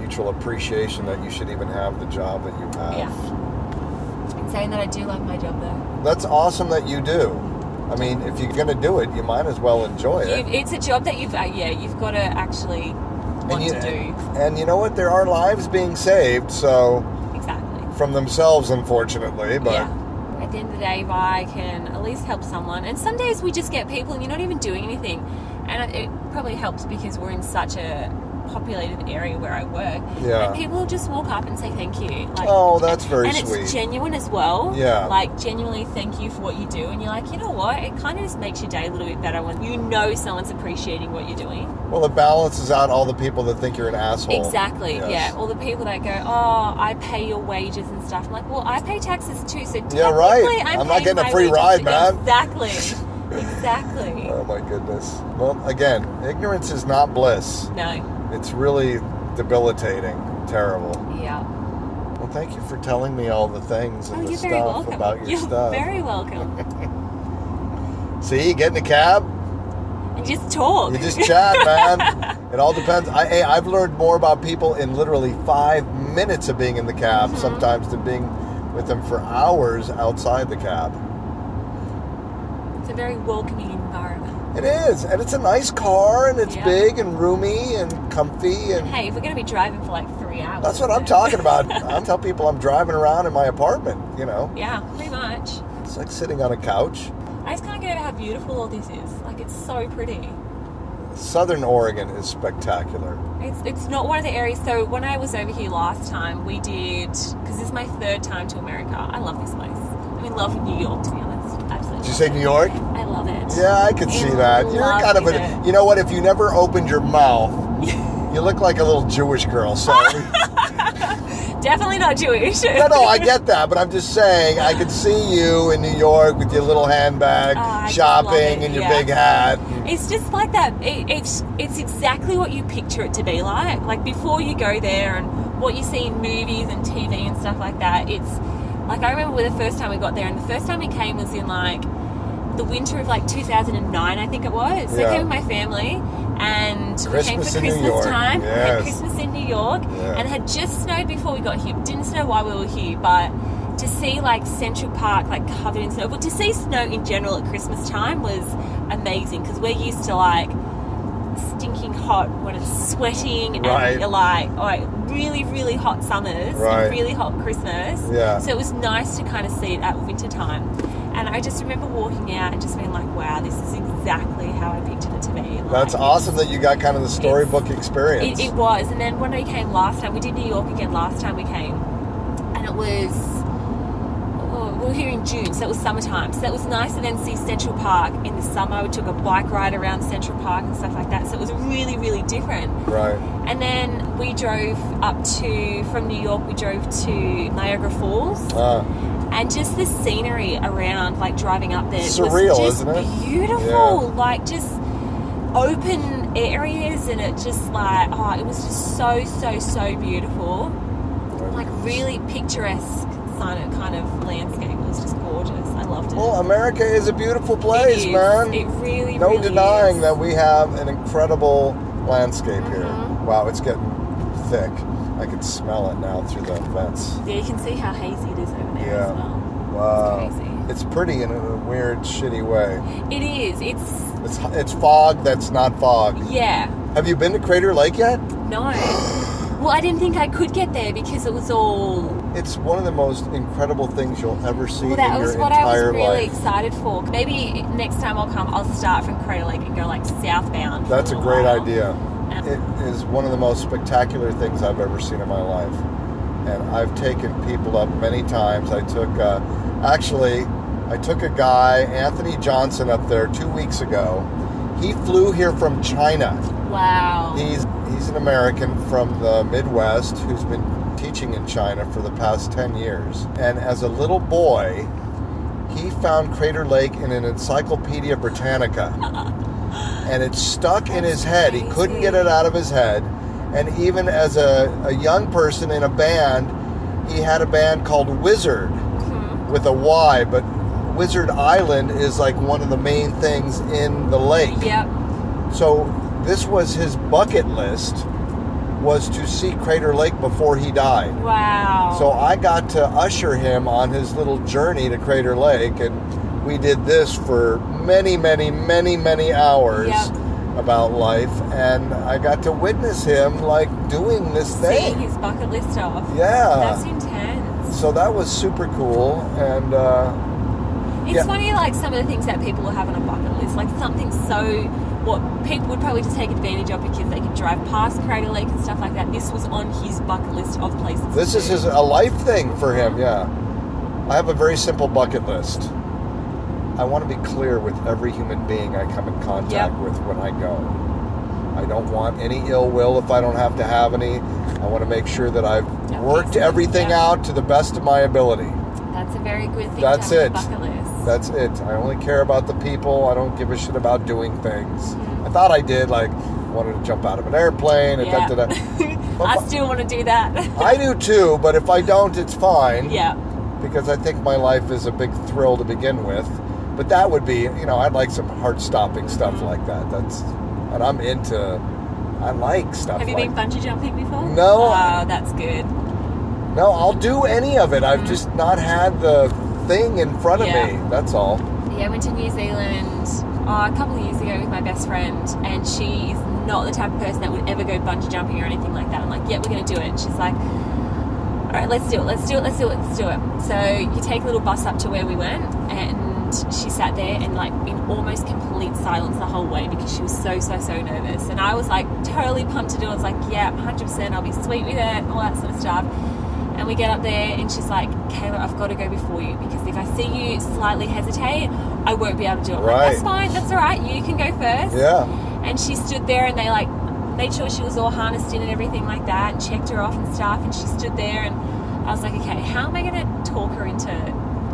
mutual appreciation that you should even have the job that you have.
Yeah. And saying that I do like my job though.
That's awesome that you do. I mean, if you're going to do it, you might as well enjoy it.
You've, it's a job that you've, uh, yeah, you've got to actually want
you,
to do.
and you know what? There are lives being saved, so
Exactly.
from themselves, unfortunately. But
yeah. At the end of the day, if I can at least help someone, and some days we just get people and you're not even doing anything, and it, it probably helps because we're in such a populated area where I work.
Yeah.
And people will just walk up and say thank you. Like,
oh, that's very
and
sweet.
it's genuine as well.
Yeah.
Like genuinely thank you for what you do, and you're like, you know what? It kind of just makes your day a little bit better when you know someone's appreciating what you're doing.
well, it balances out all the people that think you're an asshole.
Exactly.
Yes.
Yeah. All the people that go, oh, I pay your wages and stuff. I'm like, well, I pay taxes too, so
Yeah, right.
technically I'm,
I'm not
paying
getting a
my
free
wages.
ride, man.
Exactly. exactly.
Oh my goodness. Well, again, ignorance is not bliss.
No.
It's really debilitating, terrible.
Yeah.
Well, thank you for telling me all the things and
Oh,
the
you're
stuff
very welcome.
about your
you're
stuff.
very
[LAUGHS]
welcome.
See, you get in a cab,
And just talk.
you just chat, man. It all depends. I, hey, I've learned more about people in literally five minutes of being in the cab,
Mm-hmm.
sometimes than being with them for hours outside the cab.
it's a very welcoming environment.
It is, and it's a nice car, and it's
Yeah.
big and roomy and comfy, and
Hey, if we're going to be driving for like three hours.
that's what I'm talking about. I tell people I'm driving around in my apartment. You know,
Yeah, pretty much.
it's like sitting on a couch.
I just can't get over how beautiful all this is. Like, it's so pretty.
Southern Oregon is spectacular.
It's, it's not one of the areas. So when I was over here last time, we did because this is my third time to America. I love this place. I'm in love with New York, to be honest. Absolutely.
Did you say New York?
I love it.
Yeah, I could see
And
that. You're kind of
loving
a.
it.
You know what? If you never opened your
[LAUGHS]
mouth, you look like a little Jewish girl. So
Definitely not Jewish.
no, no, I get that, but I'm just saying I could see you in New York with your little handbag,
Oh, I just love
shopping,
it,
and your
yeah.
big hat.
It's just like that. It, it's it's exactly what you picture it to be like. Like before you go there and what you see in movies and TV and stuff like that. It's like I remember the first time we got there, and the first time we came was in like the winter of like 2009, I think it was. So
Yeah.
I came with my family, and we came for
Christmas in New
Christmas
York,
time. [LAUGHS] We
yes.
had Christmas in New York,
Yeah.
and it had just snowed before we got here. Didn't snow while we were here, but. To see like Central Park like covered in snow, but to see snow in general at Christmas time was amazing because we're used to like stinking hot when it's sweating and
Right.
you're like, oh, really, really hot summers
Right.
and really hot Christmas.
Yeah.
So it was nice to kind of see it at winter time. And I just remember walking out and just being like, wow, this is exactly how I pictured it to be. Like,
That's awesome that you got kind of the storybook
It,
experience.
it was. And then when we came last time, we did New York again last time we came. And it was, oh, we were here in June, so it was summertime. So it was nice to then see Central Park in the summer. We took a bike ride around Central Park and stuff like that. So it was really, really different.
right.
And then we drove up to, from New York, we drove to Niagara Falls.
Uh,
and just the scenery around, like driving up there,
Surreal,
was just
isn't it?
Beautiful,
Yeah.
like just open areas, and it just like oh, it was just so so so beautiful, like really picturesque kind of kind of landscape. It was just gorgeous. I loved it.
well, America is a beautiful
It
place,
is.
man.
It really,
no
really
denying
is.
that we have an incredible landscape
Mm-hmm.
here. Wow, it's getting thick. I can smell it now through the vents.
Yeah, you can see how hazy it is over there
Yeah.
as well.
Wow,
It's crazy.
it's pretty in a weird, shitty way.
It is. It's
It's it's fog that's not fog.
yeah.
Have you been to Crater Lake yet?
No. Well, I didn't think I could get there because it was all
It's one of the most incredible things you'll ever see
Well, that
in your
was what I was
entire
really
life.
excited for. Maybe next time I'll come, I'll start from Crater Lake and go like southbound. for
That's a
little
great
while.
idea. It is one of the most spectacular things I've ever seen in my life. And I've taken people up many times. I took, uh, actually, I took a guy, Anthony Johnson, up there two weeks ago. He flew here from China.
Wow.
He's he's an American from the Midwest who's been teaching in China for the past 10 years. And as a little boy, he found Crater Lake in an Encyclopedia Britannica. And it stuck in his head. He couldn't get it out of his head. And even as a, a young person in a band, he had a band called Wizard with a Y, but Wizard Island is like one of the main things in the lake.
Yep.
So this was his bucket list was to see Crater Lake before he died.
Wow.
So I got to usher him on his little journey to Crater Lake and we did this for many many many many hours
Yep.
about life and I got to witness him like doing this
seeing
thing.
his bucket list off.
Yeah.
That's intense.
So that was super cool and uh,
It's
Yeah.
funny, like some of the things that people have on a bucket list, like something so what people would probably just take advantage of because they could drive past Crater Lake and stuff like that. This was on his bucket list of places.
this
to
is
do.
his a life thing for him, yeah. I have a very simple bucket list. I want to be clear with every human being I come in contact
Yep.
with when I go. I don't want any ill will if I don't have to have any. I want to make sure that I've
Yep.
worked everything
Yep.
out to the best of my ability.
That's a very good thing.
That's
to have
it.
On a bucket list.
That's it. I only care about the people. I don't give a shit about doing things. I thought I did, like, wanted to jump out of an airplane and
Mm-hmm. Yeah.
da da da. But
[LAUGHS] I
my-
still want to do that.
I do too, but if I don't, it's fine.
yeah.
because I think my life is a big thrill to begin with. But that would be, you know, I'd like some heart stopping stuff like that. That's, and I'm into, I like stuff
Have you
like
been bungee jumping before?
No.
Oh, that's good.
No, I'll do any of it. I've just not had the thing in front of
Mm-hmm. Yeah.
me. That's all.
Yeah, I went to New Zealand uh, a couple of years ago with my best friend, and she is not the type of person that would ever go bungee jumping or anything like that. I'm like, yeah, we're going to do it. And she's like, all right, let's do it, let's do it, let's do it, let's do it. So you take a little bus up to where we went, and she sat there and like in almost complete silence the whole way because she was so so so nervous and I was like totally pumped to do it I was like yeah 100% I'll be sweet with it and all that sort of stuff And we get up there, and she's like, Kayla, I've got to go before you because if I see you slightly hesitate, I won't be able to do it. I'm like,
Right.
that's fine, that's all right, you can go first.
Yeah.
And she stood there, and they like made sure she was all harnessed in and everything like that, and checked her off and stuff. And she stood there, and I was like, okay, how am I going to talk her into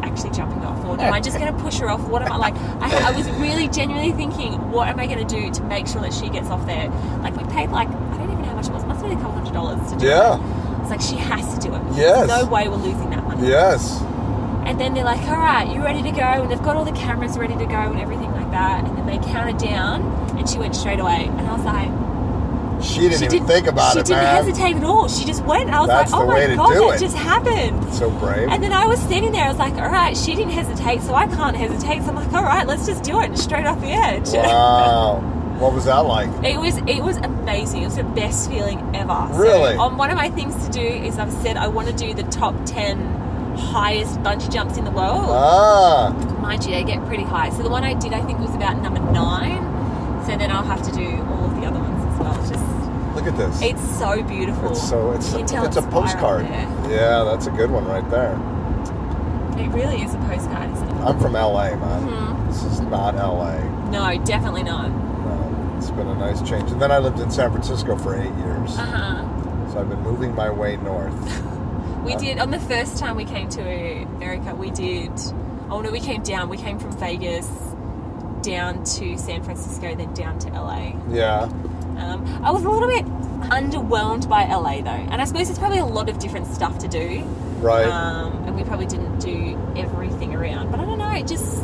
actually jumping off? Or am I just going to push her off? What am I like? I, I was really genuinely thinking, what am I going to do to make sure that she gets off there? Like, we paid like, I don't even know how much it was, must have been a couple hundred dollars to do
Yeah.
it. It's like she has to do it.
Yes.
There's no way we're losing that money.
Yes.
And then they're like, all right, you ready to go? And they've got all the cameras ready to go and everything like that. And then they counted down and she went straight away. And I was like,
She didn't
she
even think about
she
it,
didn't
man.
hesitate at all. She just went. And I was
That's
like,
the
oh
way to
my God,
do
that
it."
just happened.
So brave.
And then I was standing there, I was like, all right, she didn't hesitate, so I can't hesitate. So I'm like, all right, let's just do it. And straight off the edge.
Wow. What was that like?
[LAUGHS] It was it was amazing. It was the best feeling ever.
Really?
So, um, one of my things to do is I've said I want to do the top ten highest bungee jumps in the world.
Ah,
Mind you, they get pretty high. So the one I did, I think, was about number nine. So then I'll have to do all of the other ones as well. It's just
look at this.
it's so beautiful.
It's so it's
You can tell
it's a
it's viral
postcard.
there.
Yeah, that's a good one right there.
It really is a postcard, isn't it?
I'm from LA, man.
Mm-hmm.
This is not LA.
No, definitely not.
Um, it's been a nice change. And then I lived in San Francisco for eight years,
Uh huh.
so I've been moving my way north.
[LAUGHS]
Uh,
We did on the first time we came to America. We did. Oh no, we came down. We came from Vegas down to San Francisco, then down to LA.
Yeah,
Um, I was a little bit underwhelmed by LA though, and I suppose there's probably a lot of different stuff to do,
right.
um, and we probably didn't do everything around. But I don't know, it just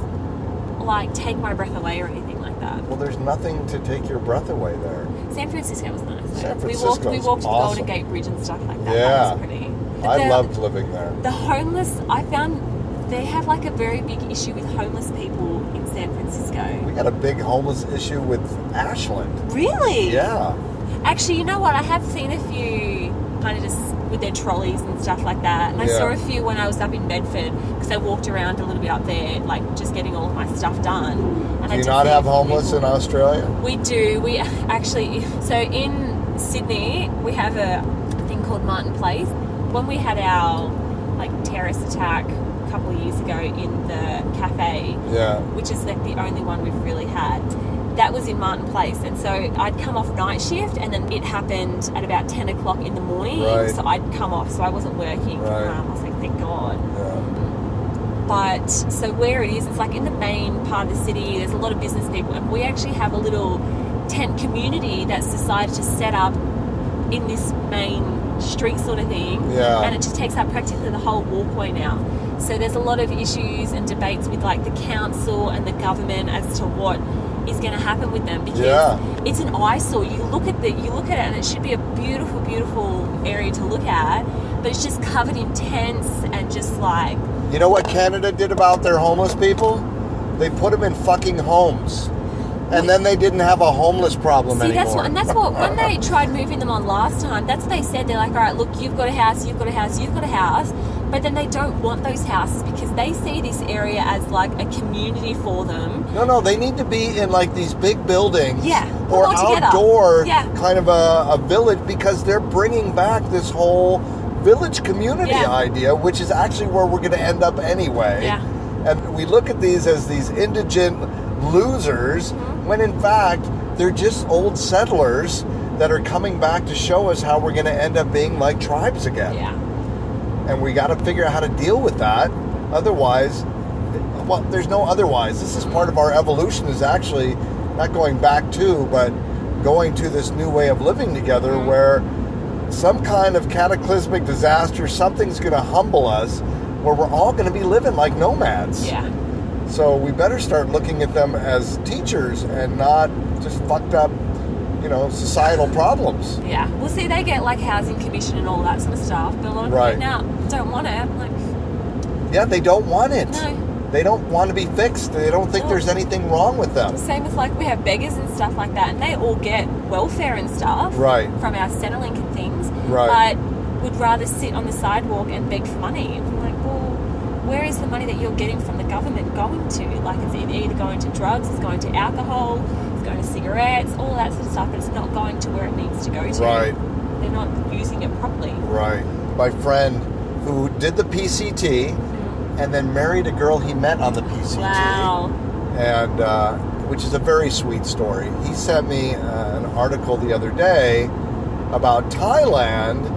like take my breath away or anything like that.
well, there's nothing to take your breath away there.
San Francisco was nice. though.
San
we walked, we
Francisco's
walked
awesome.
the Golden Gate Bridge and stuff like that.
Yeah.
that was pretty. But
I
the-
loved living there.
the homeless. I found they have like a very big issue with homeless people in San Francisco.
We had a big homeless issue with Ashland.
Really?
Yeah,
Actually, you know what? I have seen a few kind of just with their trolleys and stuff like that. And I
Yeah.
saw a few when I was up in Medford because I walked around a little bit up there, like just getting all of my stuff done. And I
do you
did
not
see a
have
few
homeless in
people.
Australia?
We do. We [LAUGHS] actually. So in Sydney, we have a thing called Martin Place. When we had our like terrorist attack a couple of years ago in the cafe,
Yeah,
which is like the only one we've really had. That was in Martin Place, and so I'd come off night shift, and then it happened at about ten o'clock in the morning.
Right.
So I'd come off, so I wasn't working.
Right.
Um, I was like, thank God
yeah.
but so where it is, it's like in the main part of the city. There's a lot of business people, and we actually have a little tent community that's decided to set up in this main street sort of thing.
Yeah.
And it just takes up practically the whole walkway now. So there's a lot of issues and debates with like the council and the government as to what is going to happen with them because
Yeah.
it's an eyesore. You look at the you look at it and it should be a beautiful, beautiful area to look at, but it's just covered in tents and just like
You know what Canada did about their homeless people? They put them in fucking homes, and then they didn't have a homeless problem
See,
anymore.
that's what, and that's what when they tried moving them on last time. That's what they said. They're like, all right, look, you've got a house, you've got a house, you've got a house, but then they don't want those houses because they see this area as like a community for them.
No, no, they need to be in like these big buildings.
Yeah,
Or
all together.
outdoor
Yeah.
kind of a, a village because they're bringing back this whole village community
Yeah.
idea, which is actually where we're going to end up anyway.
Yeah.
And we look at these as these indigent losers
Mm-hmm.
when in fact they're just old settlers that are coming back to show us how we're going to end up being like tribes again
Yeah,
and we got to figure out how to deal with that. Otherwise, well, there's no otherwise. This is part of our evolution. Is actually not going back to, but going to this new way of living together, where some kind of cataclysmic disaster, something's going to humble us, where we're all going to be living like nomads.
yeah,
So we better start looking at them as teachers and not just fucked up, you know, societal problems.
yeah. Well, see, they get like housing commission and all that sort of stuff, but a lot of
Right.
them now don't want it. I'm like,
Yeah, they don't want it.
No.
They don't want to be fixed. They don't think
No.
there's anything wrong with them.
same with like we have beggars and stuff like that, and they all get welfare and stuff
Right.
from our Centrelink and things.
Right.
But would rather sit on the sidewalk and beg for money. And I'm like, well, where is the money that you're getting from the government going to? Like, it's either going to drugs, it's going to alcohol, it's going to cigarettes, all that sort of stuff, but it's not going to where it needs to go to.
Right.
They're not using it properly.
Right. My friend who did the PCT and then married a girl he met on the PCT.
Wow.
and uh, which is a very sweet story. He sent me uh, an article the other day about Thailand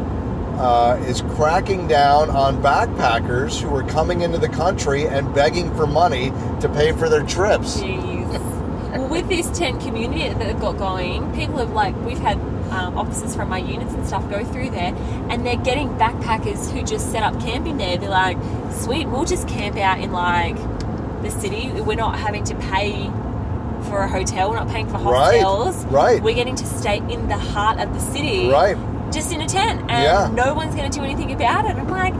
uh, is cracking down on backpackers who are coming into the country and begging for money to pay for their trips.
Jeez. well, with this tent community that they've got going, people have like we've had um, officers from my units and stuff go through there, and they're getting backpackers who just set up camping there. They're like, "Sweet, we'll just camp out in like the city. We're not having to pay." For a hotel, we're not paying for
Right,
hostels.
right.
We're getting to stay in the heart of the city
Right.
just in a tent and
Yeah.
no one's going to do anything about it. I'm like,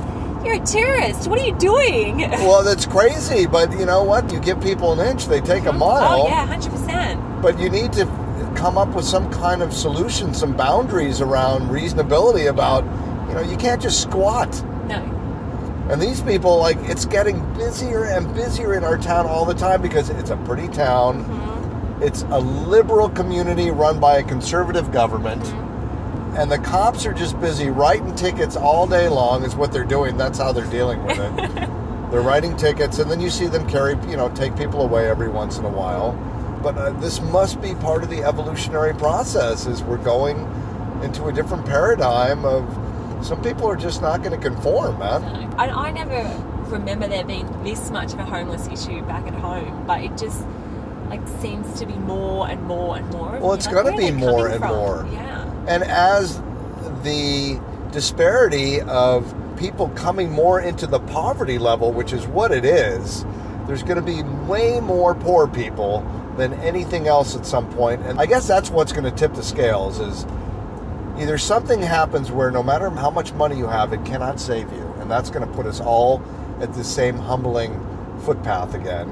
you're a tourist. What are you doing?
Well, that's crazy, but you know what? You give people an inch, they take a mile.
Oh, yeah, 100%.
But you need to come up with some kind of solution, some boundaries around reasonability about, you know, you can't just squat.
No.
And these people, like, it's getting busier and busier in our town all the time because it's a pretty town. It's a liberal community run by a conservative government. And the cops are just busy writing tickets all day long, is what they're doing. That's how they're dealing with it. they're writing tickets, and then you see them carry, you know, take people away every once in a while. But uh, this must be part of the evolutionary process, is we're going into a different paradigm of some people are just not going to conform, man.
I, I never remember there being this much of a homeless issue back at home, but it just like seems to be more and more and more. of
Well,
it.
it's
Like,
gonna
where are
be
they
more
coming
and
from?
more.
Yeah.
And as the disparity of people coming more into the poverty level, which is what it is, there's going to be way more poor people than anything else at some point. And I guess that's what's going to tip the scales is either something happens where no matter how much money you have, it cannot save you. And that's going to put us all at the same humbling footpath again.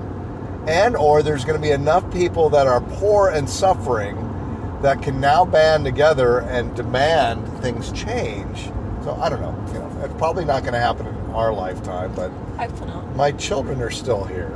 And or there's going to be enough people that are poor and suffering that can now band together and demand things change. So I don't know. You know, it's probably not going to happen in our lifetime, but
Hopefully not.
my children are still
[LAUGHS]
here,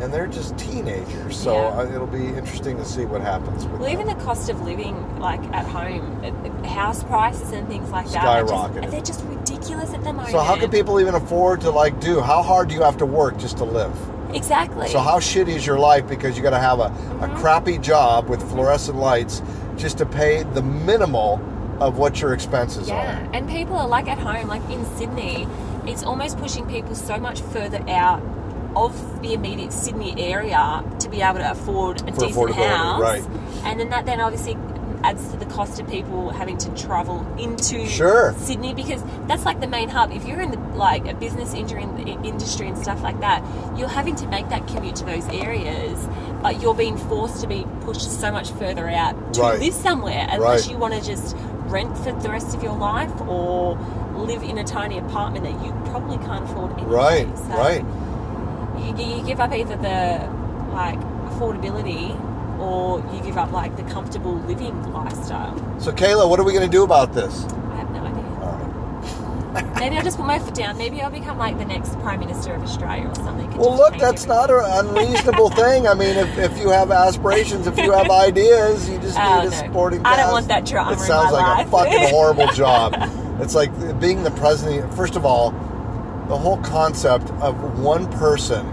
and they're just teenagers. So
Yeah.
uh, it'll be interesting to see what happens. With
Well,
that.
even the cost of living, like at home, it- it- house prices and things like that, are
Skyrocketed.
just, they're just ridiculous at the moment.
So how can people even afford to like do? How hard do you have to work just to live?
Exactly.
So how shitty is your life because you got to have a, a crappy job with fluorescent lights just to pay the minimal of what your expenses
Yeah, and people are like at home, like in Sydney, it's almost pushing people so much further out of the immediate Sydney area to be able to afford a
For
decent
affordability,
house.
right.
And then that then obviously adds to the cost of people having to travel into
Sure.
Sydney because that's like the main hub. If you're in the, like a business injury in the industry and stuff like that, you're having to make that commute to those areas, but you're being forced to be pushed so much further out to
Right.
live somewhere unless
Right.
you want to just rent for the rest of your life or live in a tiny apartment that you probably can't afford anyway.
Right, right.
You, you give up either the like affordability or you give up like the comfortable living lifestyle.
on. So Kayla, what are we going to do about this?
I have no idea.
All right.
Maybe I'll just put my foot down. Maybe I'll become like the next Prime Minister of Australia or something. and
Well,
just
look,
change
that's
everything.
not an unreasonable thing. I mean, if, if you have aspirations, if you have ideas, you just
Oh,
need a
no.
sporting.
I don't
cast.
want that drama
It
in
sounds
my
like a
life. [LAUGHS]
fucking horrible job. It's like being the president. First of all, the whole concept of one person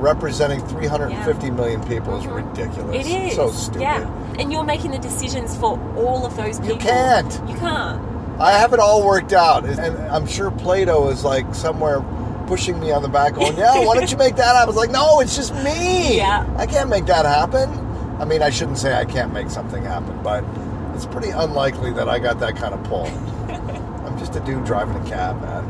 representing 350 million people is
Mhm.
ridiculous.
It is.
so stupid.
Yeah. And you're making the decisions for all of those people.
can't.
You can't.
I have it all worked out, and I'm sure Plato is like somewhere pushing me on the back, going, "Yeah, why don't you make that?" I was like, "No, it's just me.
Yeah.
I can't make that happen." I mean, I shouldn't say I can't make something happen, but it's pretty unlikely that I got that kind of
[LAUGHS]
pull. I'm just a dude driving a cab, man.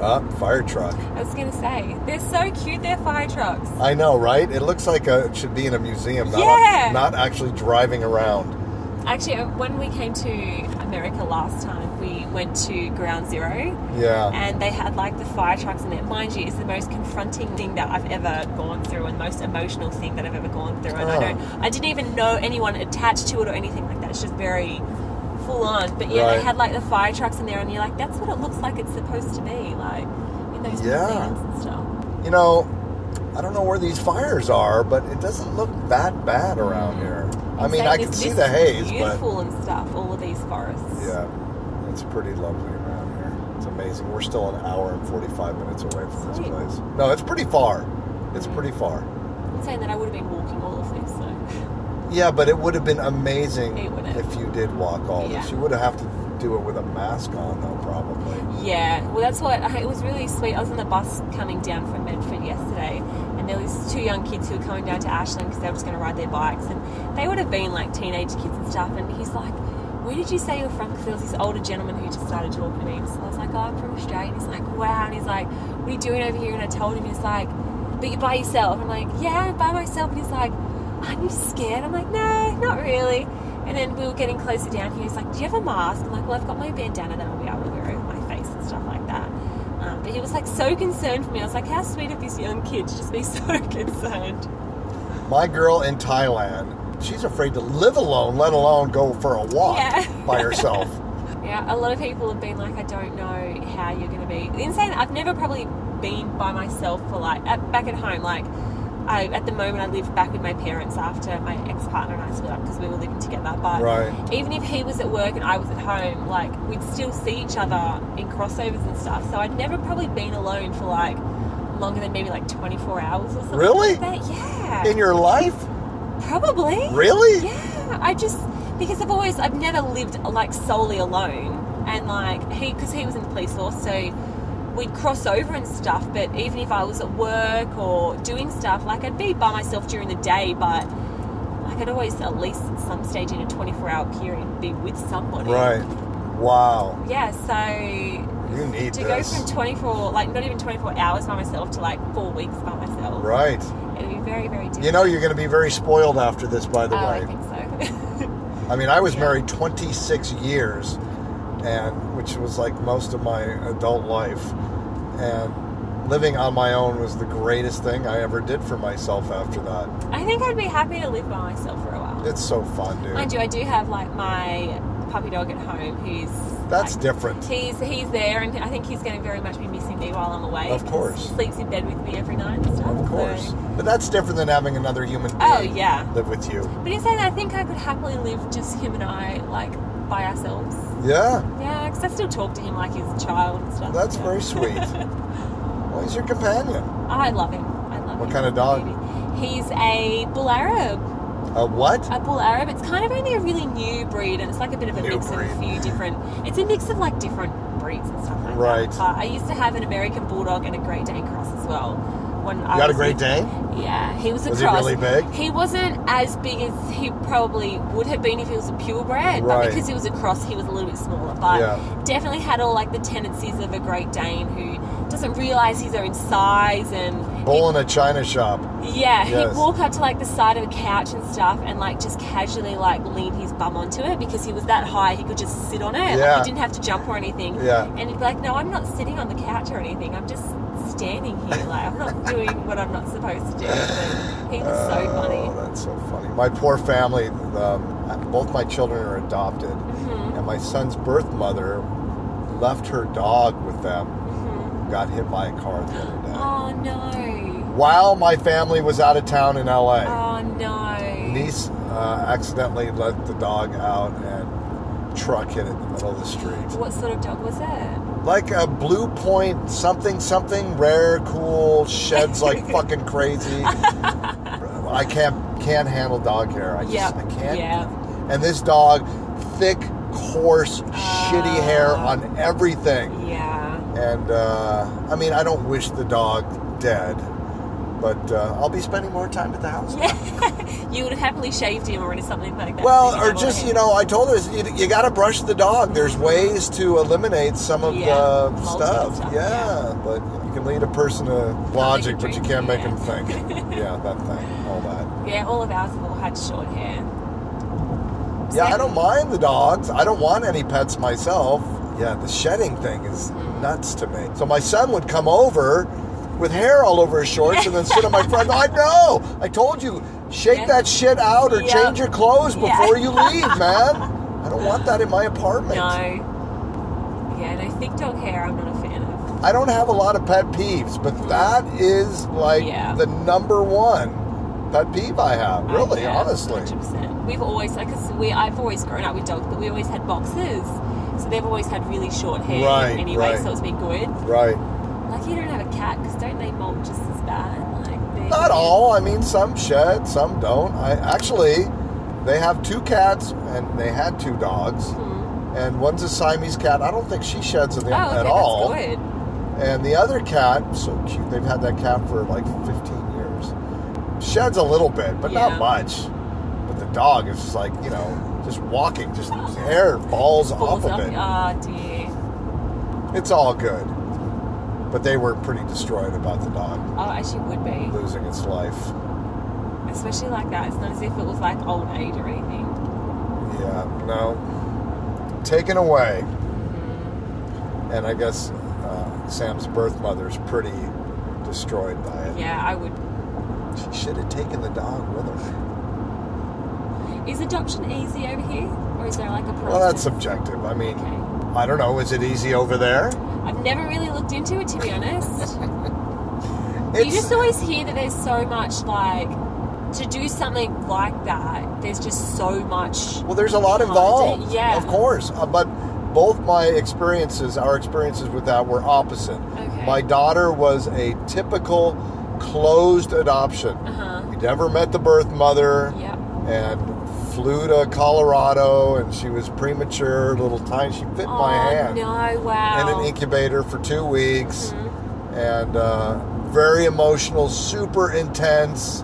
Uh, fire truck.
I was going to say, they're so cute, they're fire trucks.
I know, right? It looks like a, it should be in a museum, not,
Yeah.
not actually driving around.
Actually, uh, when we came to America last time, we went to Ground Zero
Yeah.
and they had like the fire trucks in there. Mind you, it's the most confronting thing that I've ever gone through and most emotional thing that I've ever gone through. And
Oh.
I don't, I didn't even know anyone attached to it or anything like that. It's just very full on. But yeah,
Right.
they had like the fire trucks in there, and you're like, that's what it looks like it's supposed to be, like in those
Yeah.
museums and stuff.
You know, I don't know where these fires are, but it doesn't look that bad
Mm.
around here. I mean, I can see the haze, but
beautiful and stuff. All of these forests.
yeah, it's pretty lovely around here. It's amazing. We're still an hour and 45 minutes away from this
Sweet. Mm.
place. No, it's pretty far. It's pretty far.
I'm saying that I would have been walking all of this, so.
Yeah, but it would have been amazing
It would have.
if you did walk all this.
Yeah.
You would have to do it with a mask on, though, probably.
Yeah, well, that's what it was really sweet. I was on the bus coming down from Medford yesterday, and there was two young kids who were coming down to Ashland because they were just going to ride their bikes, and they would have been like teenage kids and stuff. And he's like, "Where did you say you're from?" Because there was this older gentleman who just started talking to me. So I was like, "Oh, I'm from Australia." And he's like, "Wow!" And he's like, "What are you doing over here?" And I told him, he's like, "But you're by yourself." I'm like, "Yeah, I'm by myself." And he's like, "Aren't you scared?" I'm like, "No, not really." And then we were getting closer down here. He's like, "Do you have a mask?" I'm like, "Well, I've got my bandana that I'll be able to wear over my face and stuff like that." Um, but he was like so concerned for me. I was like, "How [LAUGHS] sweet of this young kid to just be so concerned."
My girl in Thailand she's afraid to live alone, let alone go for a walk
Yeah.
by
[LAUGHS]
herself.
Yeah, a lot of people have been like, I don't know how you're going to be. In saying that, I've never probably been by myself for like at, back at home. Like, I at the moment I live back with my parents after my ex partner and I split up because we were living together. But
Right.
even if he was at work and I was at home, like we'd still see each other in crossovers and stuff. So I'd never probably been alone for like longer than maybe like 24 hours or something.
Really?
Like that. Yeah.
In your life?
Probably.
Really?
Yeah. I just because I've always I've never lived like solely alone, and like he because he was in the police force, so we'd cross over and stuff. But even if I was at work or doing stuff, like I'd be by myself during the day, but like I'd always at least at some stage in a twenty four hour period be with somebody.
Right. Wow.
Yeah. So
You need
to
this.
go from twenty four like not even twenty four hours by myself to like four weeks by myself,
right.
it'd be very very difficult.
You know you're going to be very spoiled after this, by the
Oh,
way.
I think so. [LAUGHS]
I mean, I was married 26 years, and which was like most of my adult life, and living on my own was the greatest thing I ever did for myself. After that,
I think I'd be happy to live by myself for a while.
it's so fun, dude.
Mind you, I do have like my puppy dog at home who's
That's
like,
different.
He's he's there, and I think he's going to very much be missing me while I'm away.
Of course.
He sleeps in bed with me every night and stuff.
Of course,
So.
but that's different than having another human being
Oh yeah.
live with you.
But in saying that, I think I could happily live just him and I, like by ourselves.
Yeah,
Yeah, because I still talk to him like he's a child and stuff.
that's
yeah.
very sweet.
[LAUGHS]
well, he's your companion.
I love him. I love him.
What kind of dog?
He's a bull Arab.
A what?
a bull Arab. It's kind of only a really new breed, and it's like a bit of a
New
mix
breed.
of a few different. It's a mix of like different breeds and stuff like
Right.
that. But I used to have an American bulldog and a Great Dane cross as well. When I
you got a
was
Great
with-
Dane?
Yeah, he was a
Was he
cross.
really big?
He wasn't as big as he probably would have been if he was a
Right.
purebred, but because he was a cross, he was a little bit smaller. But
Yeah.
definitely had all like the tendencies of a Great Dane who doesn't realize his own size and
Bull in a china shop.
yeah,
Yes.
he'd walk up to like the side of a couch and stuff and like just casually like lean his bum onto it because he was that high he could just sit on it.
Yeah.
Like he didn't have to jump or anything.
Yeah.
And he'd be like, No, I'm not sitting on the couch or anything. I'm just standing here. Like I'm not doing what I'm not supposed to do. But he was so
Oh,
funny.
that's so funny. My poor family, um, both my children are adopted,
Mm-hmm,
and my son's birth mother left her dog with them, got hit by a car the other day.
mm-hmm. Oh no.
While my family was out of town in LA,
Oh no.
niece uh, accidentally let the dog out and truck hit it in the middle of the street.
What sort of dog was it?
Like a blue point something something rare, cool, sheds like fucking crazy. I can't can't handle dog hair. I just
Yeah.
I can't
Yeah.
and this dog, thick, coarse, shitty hair on everything.
Yeah. [LAUGHS]
And uh, I mean, I don't wish the dog dead, but uh, I'll be spending more time at the house.
You would have happily shaved him or something like that.
Well,
Didn't
or
have all
just
the
you know, I told her you, you got to brush the dog. There's ways to eliminate some of
Yeah,
the
most of the
stuff.
stuff,
yeah,
yeah.
but you can lead a person to logic, but you
drink,
can't make
yeah.
them think.
[LAUGHS]
yeah, that thing, all that.
Yeah, all of ours have all had short hair.
Yeah, I don't mind the dogs. I don't want any pets myself. Yeah, the shedding thing is
Hmm.
nuts to me. So my son would come over with hair all over his shorts and then sit
[LAUGHS]
on my front. I know. I told you, shake
Yeah.
that shit out or
Yep.
change your clothes
Yeah.
before
[LAUGHS]
you leave, man. I don't want that in my apartment.
No. Yeah, no thick dog hair. I'm not a fan of.
I don't have a lot of pet peeves, but that is like
Hmm. Yeah.
the number one pet peeve I have. Really,
Yeah,
honestly.
100%. We've always like 'cause we. I've always grown up with dogs, but we always had boxes, so they've always had really short hair
Right,
anyway.
right.
So it's been good.
Right.
Like you don't have a cat because don't they molt just as bad? Like they-
Not all. I mean, some shed, some don't. I actually, they have two cats and they had two dogs,
Hmm.
and one's a Siamese cat. I don't think she sheds in the,
Oh, okay,
at all.
that's good.
And the other cat, so cute. They've had that cat for like 15 years. Sheds a little bit, but
Yeah.
not much. But the dog is just like you know, just walking, just hair falls, off
Falls
of it.
Oh dear.
It's all good. But they were pretty destroyed about the dog
Oh, actually, would be
losing its life.
especially like that. It's not as if it was like old age or anything.
Yeah, no. Taken away. And I guess uh, Sam's birth mother's pretty destroyed by it.
Yeah, I would.
She should have taken the dog with her.
Is adoption easy over here, or is there like a process?
Well, that's subjective. I mean, I don't know. Is it easy over there?
I've never really looked into it to
[LAUGHS]
be honest. you
It's,
just always hear that there's so much like to do something like that. There's just so much.
well, there's a lot involved.
Yeah.
Of course. Uh, but both my experiences, our experiences with that, were opposite.
Okay.
My daughter was a typical closed adoption.
Uh-huh.
We never met the birth mother.
Yep.
and flew to Colorado, and she was premature, little tiny. She fit my
oh
hand
no! Wow. Mm-hmm.
in an incubator for two weeks, and uh, very emotional, super intense.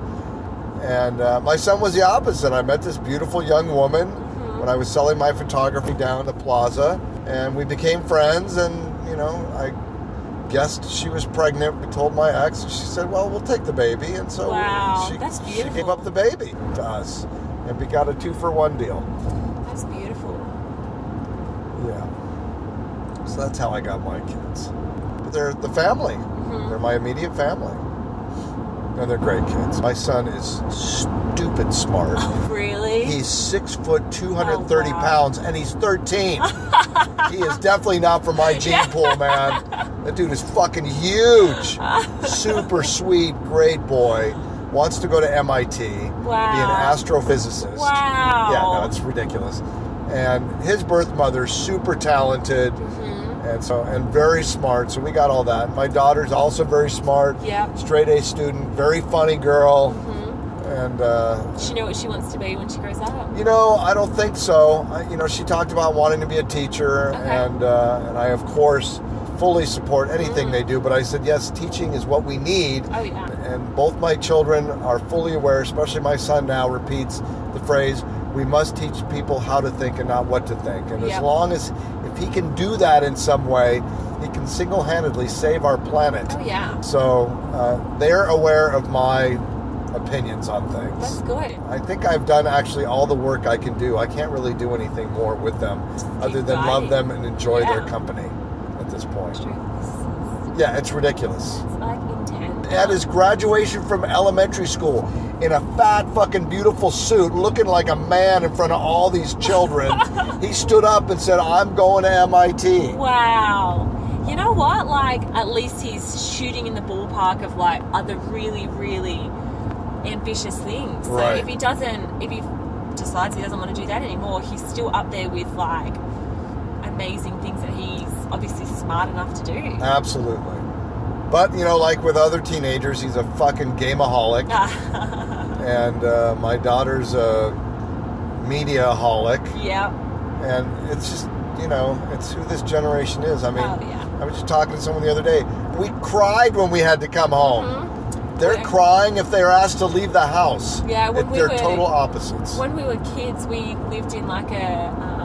And uh, my son was the opposite. I met this beautiful young woman
Mm-hmm.
when I was selling my photography down the plaza, and we became friends. And you know, I guessed she was pregnant. We told my ex, and she said, "Well, we'll take the baby." And so
Wow,
she,
that's
she gave
beautiful.
up the baby to us, and we got a two for one deal.
That's beautiful.
Yeah. So that's how I got my kids. But they're the family.
Mm-hmm.
They're my immediate family. And they're great kids. My son is stupid smart.
Really?
He's six foot, 230
Oh, wow.
pounds, and he's
[LAUGHS]
13. he is definitely not from my gene pool, man. That dude is fucking
[LAUGHS]
huge. Super sweet, great boy. Wants to go to MIT, be an
Wow.
astrophysicist.
Wow.
Yeah, no, it's ridiculous. And his birth mother's super talented
Mm-hmm.
and so and very smart. So we got all that. My daughter's also very smart.
Yep. Mm-hmm.
Straight A student, very funny girl. And uh,
Does she know what she wants to be when she grows up?
you know, I don't think so. I, you know, she talked about wanting to be a teacher,
Okay.
and uh, and I of course fully support
Mm.
anything they do. But I said yes, teaching is what we need.
Oh yeah.
And both my children are fully aware, especially my son now repeats the phrase, we must teach people how to think and not what to think. And as
Yep.
long as, if he can do that in some way, he can single handedly save our planet.
Oh yeah.
So uh, they're aware of my opinions on
That's
things.
good.
I think I've done actually all the work I can do. I can't really do anything more with them other than love
guiding.
them and enjoy their
Yeah.
company at this point.
True. It's-
Yeah, it's ridiculous.
It's like intense.
At his graduation from elementary school in a fat fucking beautiful suit, looking like a man in front of all these children. he stood up and said, I'm going to MIT.
Wow. You know what? Like, at least he's shooting in the ballpark of like other really, really ambitious things. So
Right.
if he doesn't, if he decides he doesn't want to do that anymore, he's still up there with like amazing things that he's obviously smart enough to do.
Absolutely. But, you know, like with other teenagers, he's a fucking gameaholic.
[LAUGHS]
and uh, my daughter's a mediaholic.
yeah.
and it's just you know it's who this generation is i mean
Oh, yeah.
i was just talking to someone the other day we cried when we had to come home they're
Yeah.
crying if they're asked to leave the house
Mm-hmm. Yeah, when
It-
we
they're
were-
total opposites
When we were kids, we lived in like a. Um,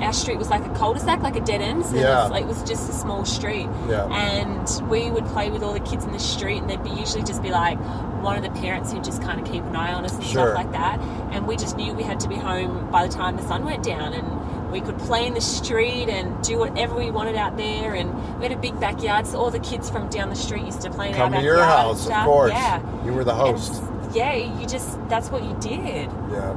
our street was like a cul-de-sac, like a dead end. So
Yeah.
it, was, like, it was just a small street.
Yeah.
And we would play with all the kids in the street, and they'd be usually just be like one of the parents who just kind of keep an eye on us and
Sure.
stuff like that. And we just knew we had to be home by the time the sun went down, and we could play in the street and do whatever we wanted out there. And we had a big backyard, so all the kids from down the street used to play in
come
our
to your
backyard and
house of
stuff.
course
Yeah.
you were the
And
host
yeah, you just that's what you did.
yeah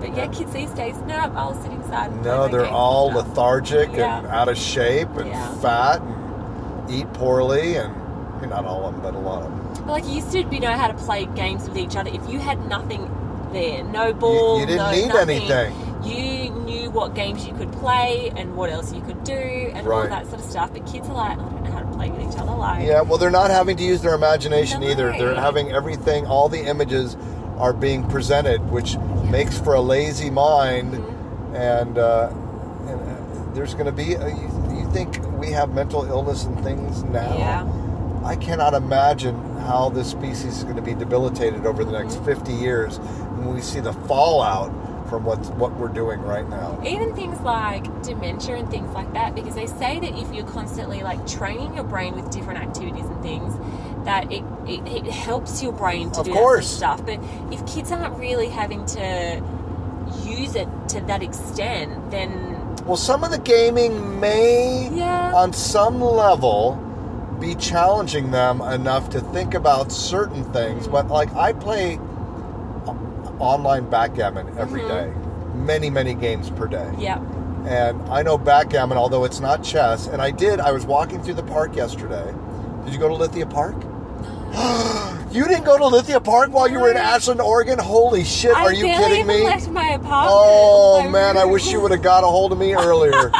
But yeah, kids these days, no, I'll sit inside. and play
no
my
they're
games
all
and stuff.
lethargic and
Yeah.
out of shape and
Yeah.
fat and eat poorly and I mean, not all of them but a lot of them
But like you used to you know how to play games with each other. If you had nothing there, no ball,
you, you didn't
no
need
nothing,
anything
You knew what games you could play and what else you could do and all
Right.
that sort of stuff. But kids are like, I don't know how to play with each other. Like,
Yeah, well, they're not having to use their imagination
No
either.
way.
They're having everything, all the images are being presented, which makes for a lazy mind. And, uh, and uh, there's going to be, uh, you, you think we have mental illness and things now?
Yeah.
I cannot imagine how this species is going to be debilitated over the next 50 years when we see the fallout from what, what we're doing right now.
even things like dementia and things like that because they say that if you're constantly like training your brain with different activities and things that it, it, it helps your brain to
Of
do
course.
that sort of stuff but if kids aren't really having to use it to that extent then Um,
Well, some of the gaming may,
Yeah.
on some level, be
Mm-hmm.
challenging them enough to think about certain things. But like, I play, online backgammon every
Mm-hmm.
day, many many games per day.
Yep.
And I know backgammon, although it's not chess. And I did. I was walking through the park yesterday. Did you go to Lithia
[GASPS]
Park? you didn't go to Lithia Park while you were in Ashland, Oregon. Holy shit!
Mm-hmm. I
are you
barely
kidding
even
me?
left my apartment.
Oh
Like,
man, I wish you would have got a hold of me
[LAUGHS]
earlier.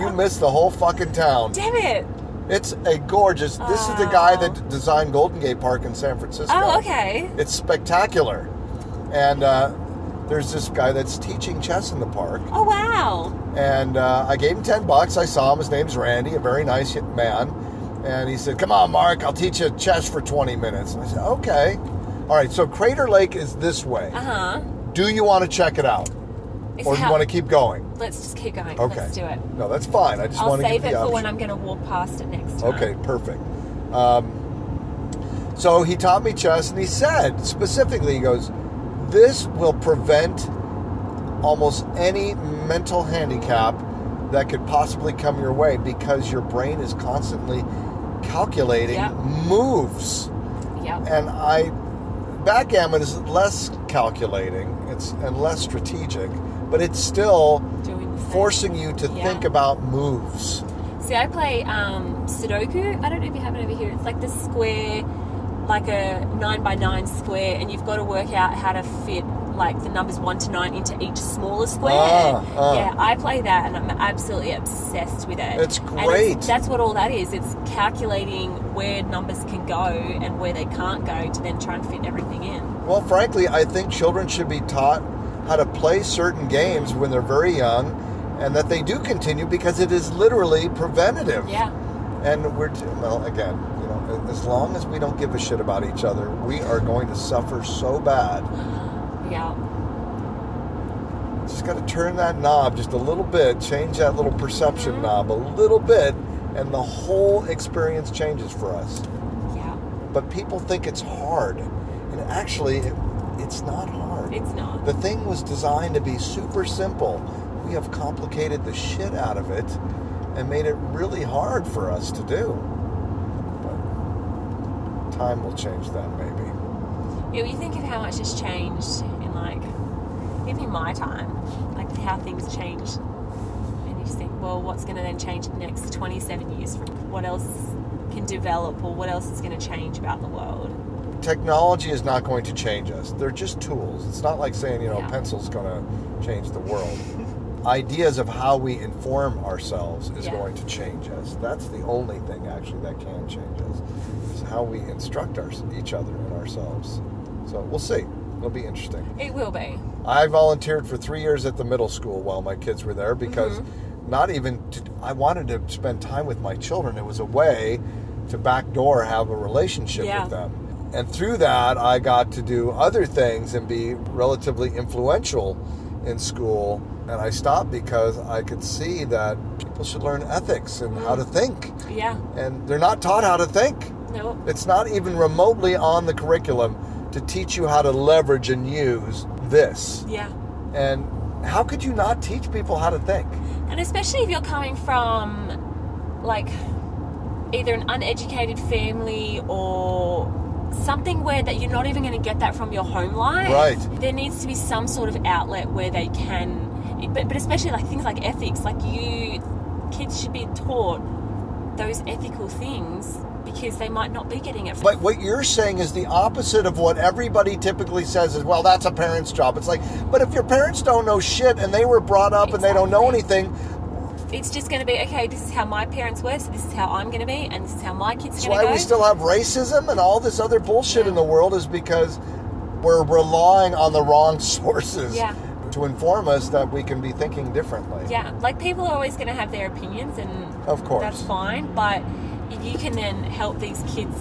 you missed the whole fucking town.
Damn it.
It's a gorgeous. This is the guy that designed Golden Gate Park in San Francisco.
Oh, okay.
It's spectacular, and uh, there's this guy that's teaching chess in the park.
Oh wow.
And uh, I gave him ten bucks. I saw him. His name's Randy, a very nice man. And he said, "Come on, Mark, I'll teach you chess for 20 minutes." I said, "Okay." All right. So Crater Lake is this way.
Uh huh.
Do you want to check it out, or do you want to keep going?
Let's just keep going.
Okay.
Let's do it.
No, that's fine. I just
I'll
want to
save
give
it
the
for when
option.
I'm going to walk past it next time.
Okay, perfect. Um, so he taught me chess, and he said specifically, he goes, "This will prevent almost any mental handicap that could possibly come your way because your brain is constantly calculating
Yep.
moves."
Yep.
And I, backgammon is less calculating, it's and less strategic, but it's still
Doing the same.
forcing you to
Yeah.
think about moves.
See, I play um, Sudoku. I don't know if you have it over here. It's like this square, like a nine by nine square, and you've got to work out how to fit like the numbers one to nine into each smaller square.
Ah, ah.
Yeah, I play that, and I'm absolutely obsessed with it.
It's
And
great.
that's what all that is. It's calculating where numbers can go and where they can't go to then try and fit everything in.
Well, frankly, I think children should be taught how to play certain games when they're very young and that they do continue because it is literally preventative.
Yeah.
And we're, well, again, you know, as long as we don't give a shit about each other, we are going to suffer so bad.
Yeah.
Just got to turn that knob just a little bit, change that little perception knob a little bit, and the whole experience changes for us.
Yeah.
But people think it's hard. And actually, it, it's not hard.
It's not.
The thing was designed to be super simple. We have complicated the shit out of it and made it really hard for us to do. But time will change that, maybe.
Yeah, well, you think of how much has changed in like even in my time, like how things change, and you just think, well, what's going to then change in the next twenty-seven years? From what else can develop, or what else is going to change about the world?
Technology is not going to change us. They're just tools. It's not like saying, you know,
Yeah.
pencil's going to change the
[LAUGHS]
world. Ideas of how we inform ourselves is
Yeah.
going to change us. That's the only thing actually that can change us is how we instruct our, each other and ourselves. So we'll see. It'll be interesting.
It will be.
I volunteered for three years at the middle school while my kids were there because not even to, I wanted to spend time with my children. It was a way to backdoor have a relationship
Yeah.
with them. And through that, I got to do other things and be relatively influential in school. And I stopped because I could see that people should learn ethics and how to think.
Yeah.
And they're not taught how to think.
No.
It's not even remotely on the curriculum to teach you how to leverage and use this.
Yeah.
And how could you not teach people how to think?
And especially if you're coming from like either an uneducated family or something where that you're not even going to get that from your home life.
Right.
There needs to be some sort of outlet where they can but, but especially like things like ethics, like you kids should be taught those ethical things because they might not be getting it from
But what you're saying is the opposite of what everybody typically says is, well, that's a parent's job. It's like, but if your parents don't know shit and they were brought up and they don't know
Exactly.
anything,
it's just going to be okay this is how my parents were so this is how I'm going to be and this is how my kids
that's
are going
why
to go
we still have racism and all this other bullshit in the world is because we're relying on the wrong [LAUGHS] sources
Yeah.
to inform us that we can be thinking differently.
Yeah, like people are always going to have their opinions, and
Of course.
that's fine. But if you can then help these kids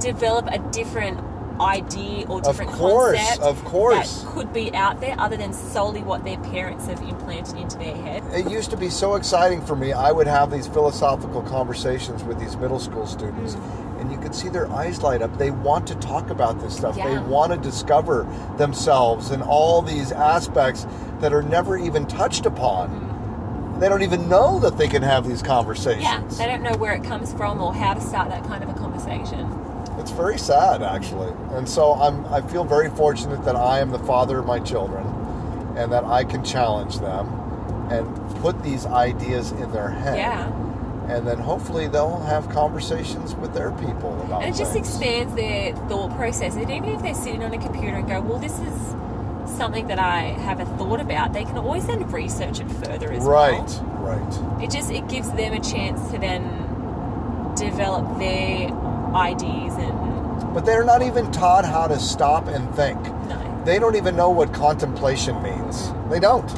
develop a different idea or different
course,
concept,
of course.
that could be out there other than solely what their parents have implanted into their head.
it used to be so exciting for me. I would have these philosophical conversations with these middle school students,
Mm.
and you could see their eyes light up. They want to talk about this stuff, they
Yeah.
want to discover themselves and all these aspects that are never even touched upon. They don't even know that they can have these
Mm. Yeah,
conversations.
they don't know where it comes from or how to start that kind of a conversation.
It's very sad, actually. And so I'm, I feel very fortunate that I am the father of my children and that I can challenge them and put these ideas in their head.
Yeah.
And then hopefully they'll have conversations with their people about
And it just
things.
expands their thought process. And even if they're sitting on a computer and go, well, this is something that I have a thought about, they can always then research it further as well.
Right, right.
It just it gives them a chance to then develop their ideas and
But they're not even taught how to stop and think.
no.
They don't even know what contemplation means. They don't.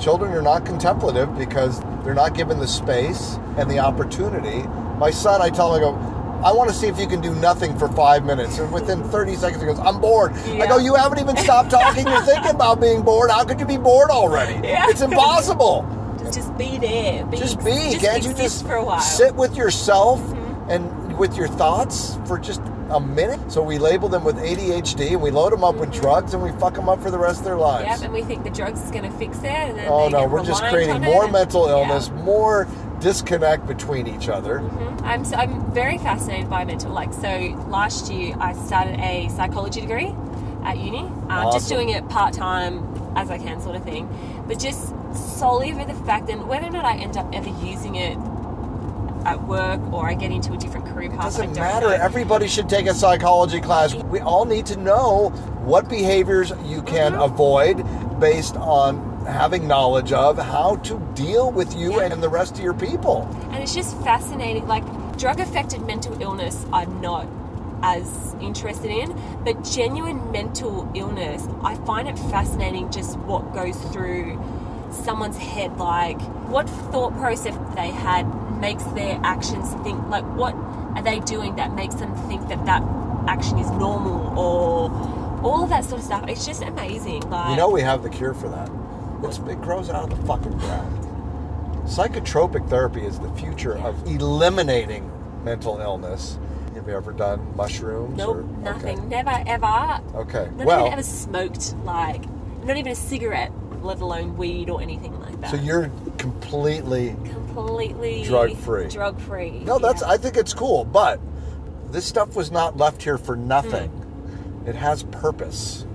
Children are not contemplative because they're not given the space and the opportunity. My son, I tell him, I go, I want to see if you can do nothing for five minutes. And within 30 seconds, he goes, I'm bored. I go,
Yeah.
You haven't even stopped talking or thinking about being bored. How could you be bored already?
[LAUGHS] Yeah.
It's impossible.
Just, just be there. Be,
just be.
Just
Can't you
exist
just
for a while? Mm-hmm.
sit with yourself and with your thoughts for just a minute? So we label them with ADHD and we load them up with drugs and we fuck them up for the rest of their
Mm-hmm. Yep,
lives.
and we think the drugs is going to fix it. And then
oh
they
no,
get
we're just
reliant
creating
on it
more
and-
mental illness,
Yeah.
more disconnect between each other.
Mm-hmm. I'm so, I'm very fascinated by mental. Like so, last year I started a psychology degree at uni. Um, Just
Awesome.
doing it part time as I can, sort of thing. But just solely for the fact, and whether or not I end up ever using it at work or I get into a different career path, I
Doesn't
don't
matter.
know.
Everybody should take a psychology class. We all need to know what behaviors you can
Mm-hmm.
avoid based on having knowledge of how to deal with you
Yeah.
and the rest of your people.
and it's just fascinating. Like drug affected mental illness, I'm not as interested in, but genuine mental illness, I find it fascinating just what goes through someone's head. Like what thought process they had makes their actions think. Like what are they doing that makes them think that that action is normal or all of that sort of stuff. It's just amazing. Like
You know we have the cure for that. It's, it grows out of the fucking ground. Psychotropic therapy is the future of eliminating mental illness. Have you ever done mushrooms?
nope,
or,
nothing, never ever.
Okay. okay.
Not
well,
even ever smoked, like, not even a cigarette, let alone weed or anything like that.
so you're completely
completely
Drug-free.
Drug free.
no. That's I think it's cool, but this stuff was not left here for nothing.
Hmm.
It has purpose,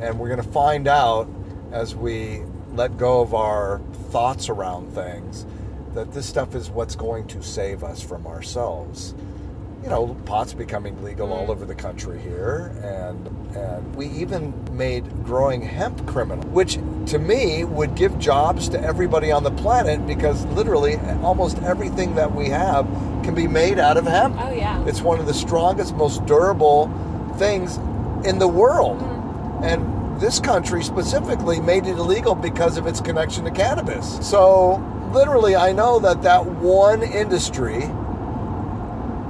and we're gonna find out as we let go of our thoughts around things that this stuff is what's going to save us from ourselves. you know, pot's becoming legal all over the country here, and and we even made growing hemp criminal, which to me would give jobs to everybody on the planet because literally almost everything that we have can be made out of hemp.
Oh, yeah.
it's one of the strongest, most durable things in the world,
Mm-hmm.
and this country specifically made it illegal because of its connection to cannabis. So literally, I know that that one industry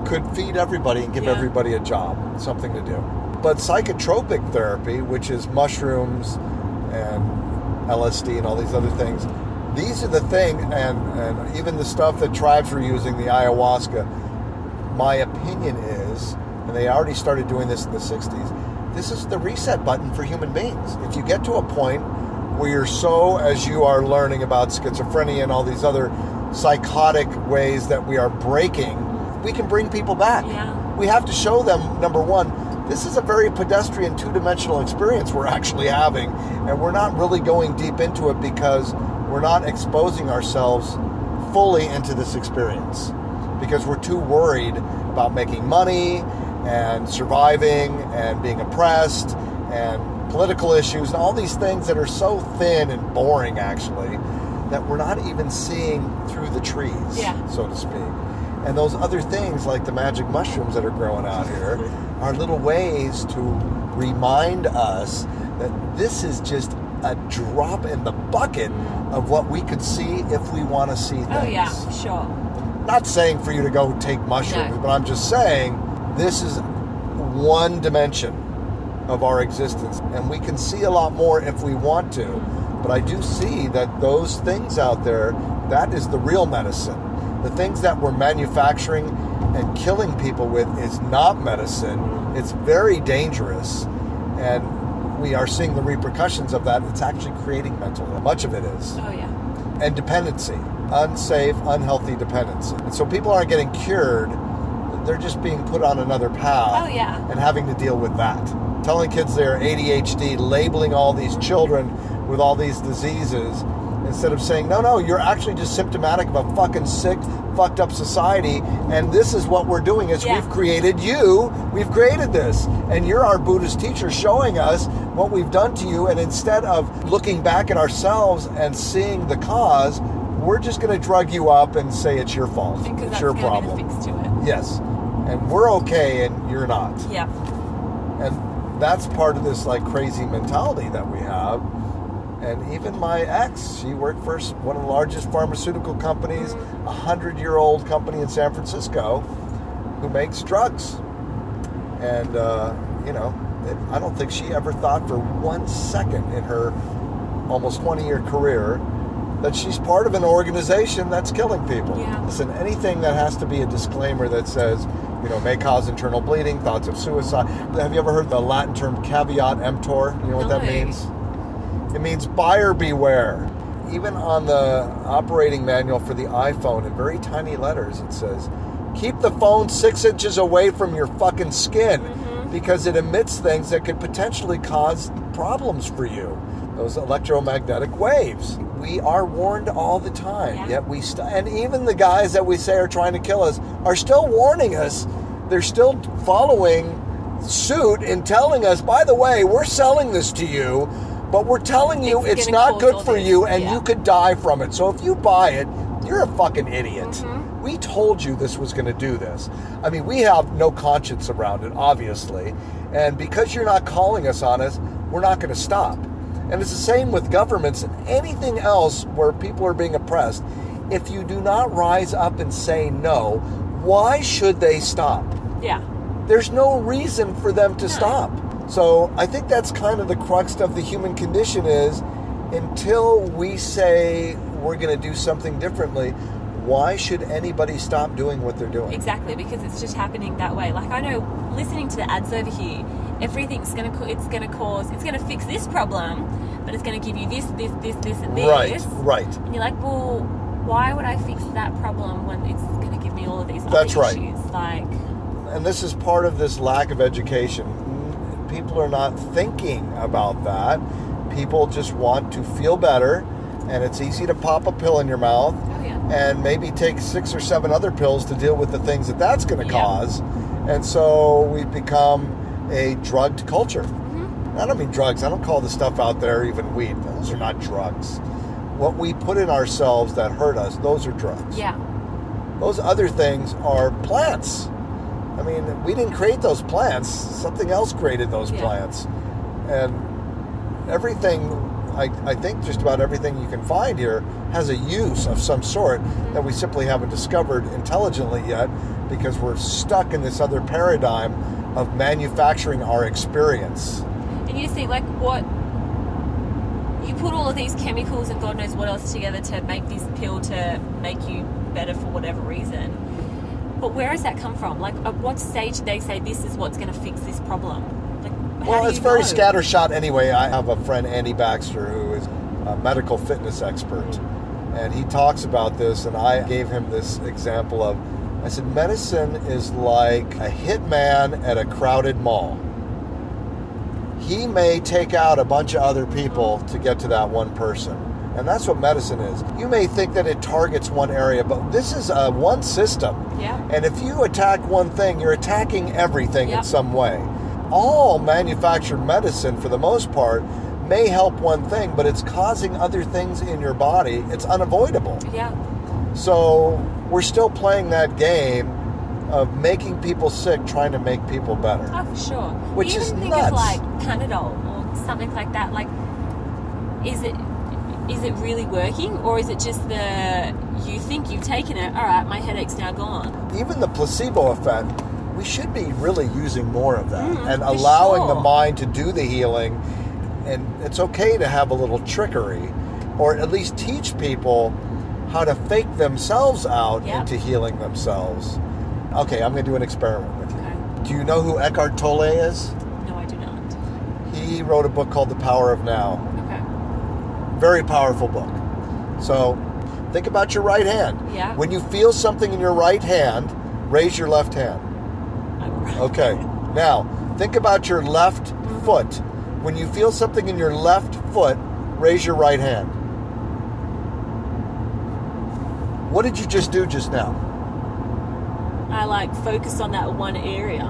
could feed everybody and give
Yeah.
everybody a job, something to do. But psychotropic therapy, which is mushrooms and LSD and all these other things, these are the thing, and, and even the stuff that tribes were using, the ayahuasca, my opinion is, and they already started doing this in the 60s, this is the reset button for human beings. If you get to a point where you're so, as you are learning about schizophrenia and all these other psychotic ways that we are breaking, we can bring people back.
Yeah.
We have to show them, number one, this is a very pedestrian two dimensional experience we're actually having, and we're not really going deep into it because we're not exposing ourselves fully into this experience because we're too worried about making money and surviving and being oppressed and political issues and all these things that are so thin and boring actually that we're not even seeing through the trees
Yeah.
so to speak and those other things like the magic mushrooms that are growing out here are little ways to remind us that this is just a drop in the bucket of what we could see if we want to see things
Oh, yeah, for sure.
not saying for you to go take mushrooms, but I'm just saying this is one dimension of our existence, and we can see a lot more if we want to. But I do see that those things out there, that is the real medicine. The things that we're manufacturing and killing people with is not medicine. It's very dangerous, and we are seeing the repercussions of that. It's actually creating mental. illness. Much of it is
Oh, yeah.
and dependency, unsafe, unhealthy dependency. And so people aren't getting cured. they're just being put on another path.
Oh, yeah.
And having to deal with that. Telling kids they're ADHD, labeling all these children with all these diseases, instead of saying, no, no, you're actually just symptomatic of a fucking sick, fucked up society, and this is what we're doing is
Yeah.
we've created you, we've created this, and you're our Buddhist teacher showing us what we've done to you, and instead of looking back at ourselves and seeing the cause, we're just going to drug you up and say it's your fault.
Because
It's
that's
your
gonna
problem.
be the fix to it.
Yes. And we're okay and you're not.
Yeah.
And that's part of this like crazy mentality that we have. And even my ex, she worked for s- one of the largest pharmaceutical companies, a hundred year old company in San Francisco, who makes drugs. And, uh, you know, it, I don't think she ever thought for one second in her almost 20 year career that she's part of an organization that's killing people.
Yeah.
Listen, anything that has to be a disclaimer that says, you know, may cause internal bleeding, thoughts of suicide. Have you ever heard the Latin term caveat emptor? You know what that
No.
means? It means buyer beware. Even on the operating manual for the iPhone, in very tiny letters, it says, keep the phone six inches away from your fucking skin because it emits things that could potentially cause problems for you. Those electromagnetic waves. We are warned all the time,
Yeah.
yet we st- and even the guys that we say are trying to kill us are still warning us. They're still following suit and telling us, by the way, we're selling this to you, but we're telling you
It's
it's,
gonna
not
cause
good
all
for
this."
you and
Yeah.
you could die from it. So if you buy it, you're a fucking idiot.
Mm-hmm.
We told you this was going to do this. I mean, we have no conscience around it, obviously. And because you're not calling us on us, we're not going to stop. And it's the same with governments and anything else where people are being oppressed. If you do not rise up and say no, why should they stop?
Yeah.
there's no reason for them to stop. So I think that's kind of the crux of the human condition is until we say we're going to do something differently, why should anybody stop doing what they're doing?
Exactly. Because it's just happening that way. Like I know, listening to the ads over here, everything's gonna co- it's gonna cause it's gonna fix this problem, but it's gonna give you this this this this and this.
Right, right.
And you're like, well, why would I fix that problem when it's gonna give me all of these other
That's right.
issues? Like.
And this is part of this lack of education. People are not thinking about that. People just want to feel better, and it's easy to pop a pill in your mouth.
Oh yeah.
and maybe take six or seven other pills to deal with the things that that's going to
Yeah.
cause. And so we've become a drugged culture.
Mm-hmm.
I don't mean drugs. I don't call the stuff out there even weed. Those are not drugs. What we put in ourselves that hurt us, those are drugs.
Yeah.
Those other things are plants. I mean, we didn't create those plants. Something else created those
Yeah.
plants. And everything, I, I think just about everything you can find here has a use of some sort that we simply haven't discovered intelligently yet because we're stuck in this other paradigm of manufacturing our experience.
And you just think like what you put all of these chemicals and God knows what else together to make this pill to make you better for whatever reason. But where does that come from? Like at what stage did they say this is what's gonna fix this problem? Like how
Well,
do
it's
you
very
know?
scattershot anyway. I have a friend, Andy Baxter, who is a medical fitness expert, and he talks about this. And I gave him this example of I said, medicine is like a hitman at a crowded mall. He may take out a bunch of other people to get to that one person. And that's what medicine is. You may think that it targets one area, but this is a one system.
Yeah.
And if you attack one thing, you're attacking everything in
Yep.
some way. All manufactured medicine, for the most part, may help one thing, but it's causing other things in your body. It's unavoidable.
Yeah.
So we're still playing that game of making people sick, trying to make people better.
Oh for sure.
Which
you
is
even think
nuts.
of like Panadol or something like that, like is it is it really working or is it just the you think you've taken it, alright, my headache's now gone.
Even the placebo effect, we should be really using more of that
Mm,
and
for
allowing the
sure.
mind to do the healing. And it's okay to have a little trickery or at least teach people how to fake themselves out
Yeah.
into healing themselves. Okay, I'm going to do an experiment with you.
Okay.
Do you know who Eckhart Tolle is?
No, I do not.
He wrote a book called The Power of Now.
Okay.
very powerful book. So think about your right hand.
Yeah.
When you feel something in your right hand, raise your left hand. Okay. Now, think about your left foot. When you feel something in your left foot, raise your right hand. What did you just do just now?
[LAUGHS] I like focused on that one area.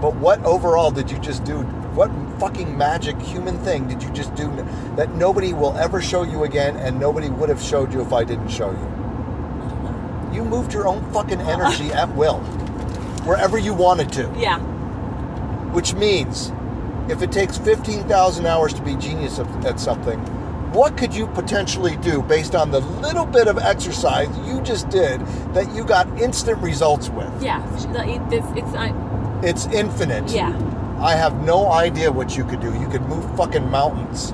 But what overall did you just do? What fucking magic human thing did you just do that nobody will ever show you again and nobody would have showed you if I didn't show you? You moved your own fucking energy at will, wherever you wanted to.
Yeah.
Which means, if it takes 15,000 hours to be genius at at something, what could you potentially do based on the little bit of exercise you just did that you got instant results with?
Yeah. Like, it- It's, it's uh,
It's infinite.
yeah.
I have no idea what you could do. You could move fucking mountains.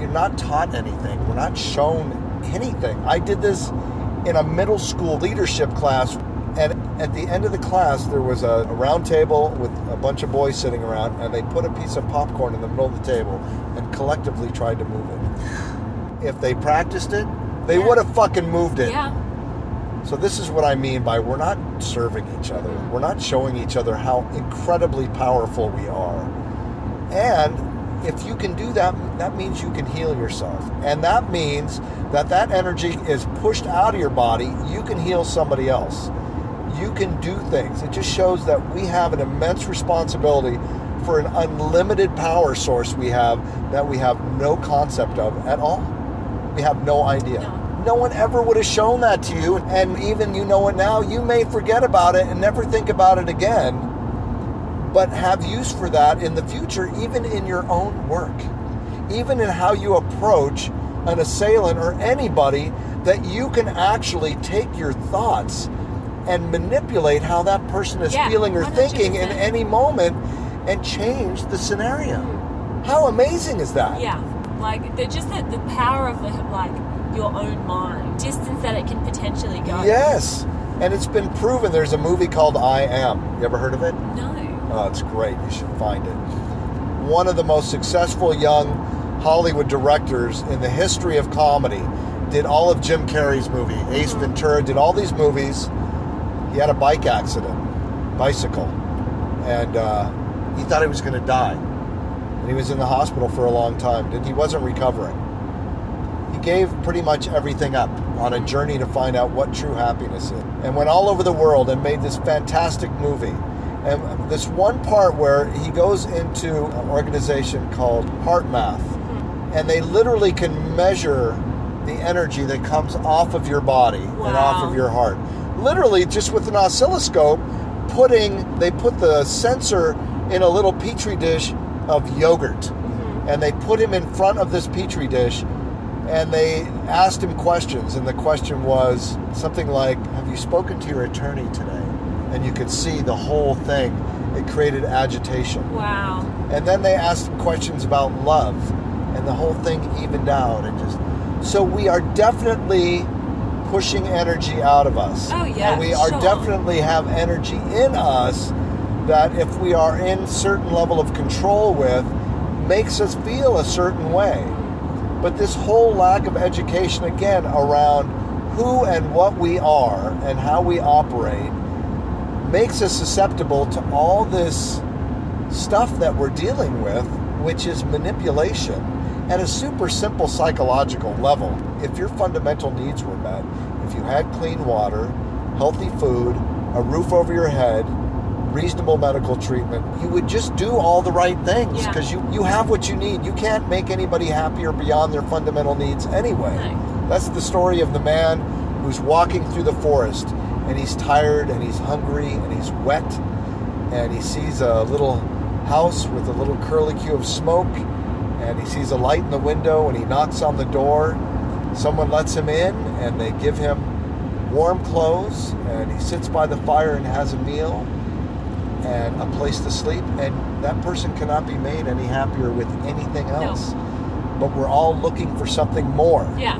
You're not taught anything. We're not shown anything. I did this in a middle school leadership class, and at the end of the class, there was a, a round table with a bunch of boys sitting around, and they put a piece of popcorn in the middle of the table and collectively tried to move it. If they practiced it, they
Yeah.
would have fucking moved it.
Yeah.
So this is what I mean by we're not serving each other. We're not showing each other how incredibly powerful we are. And if you can do that, that means you can heal yourself. And that means that that energy is pushed out of your body. You can heal somebody else. You can do things. It just shows that we have an immense responsibility for an unlimited power source we have that we have no concept of at all. We have no idea. No. one ever would have shown that to you. And even you know it now, you may forget about it and never think about it again but have use for that in the future, even in your own work, even in how you approach an assailant or anybody, that you can actually take your thoughts and manipulate how that person is
Yeah,
feeling or thinking in
100%.
any moment and change the scenario. How amazing is that?
Yeah, like the, just the, the power of the, like your own mind, distance that it can potentially go.
Yes. And it's been proven there's a movie called I Am. You ever heard of it?
No.
Oh, it's great. You should find it. One of the most successful young Hollywood directors in the history of comedy did all of Jim Carrey's movie. Ace Ventura did all these movies. He had a bike accident, bicycle, and uh, he thought he was going to die. And he was in the hospital for a long time. And he wasn't recovering. He gave pretty much everything up on a journey to find out what true happiness is and went all over the world and made this fantastic movie. And this one part where he goes into an organization called HeartMath and they literally can measure the energy that comes off of your body and off
Wow.
of your heart. Literally, just with an oscilloscope, putting they put the sensor in a little petri dish of yogurt, and they put him in front of this petri dish, and they asked him questions, and the question was something like, "Have you spoken to your attorney today?" And you could see the whole thing. It created agitation.
Wow.
And then they asked questions about love, and the whole thing evened out. And just so we are definitely pushing energy out of us.
Oh, yeah,
And we are
sure.
definitely have energy in us that, if we are in certain level of control with, makes us feel a certain way. But this whole lack of education, again, around who and what we are and how we operate, makes us susceptible to all this stuff that we're dealing with, which is manipulation at a super simple psychological level. If your fundamental needs were met, if you had clean water, healthy food, a roof over your head, reasonable medical treatment, you would just do all the right things
Yeah.
because you, you have what you need. You can't make anybody happier beyond their fundamental needs anyway. That's the story of the man who's walking through the forest and he's tired and he's hungry and he's wet and he sees a little house with a little curlicue of smoke and he sees a light in the window and he knocks on the door someone lets him in and they give him warm clothes and he sits by the fire and has a meal and a place to sleep and that person cannot be made any happier with anything else but we're all looking for something more
Yeah.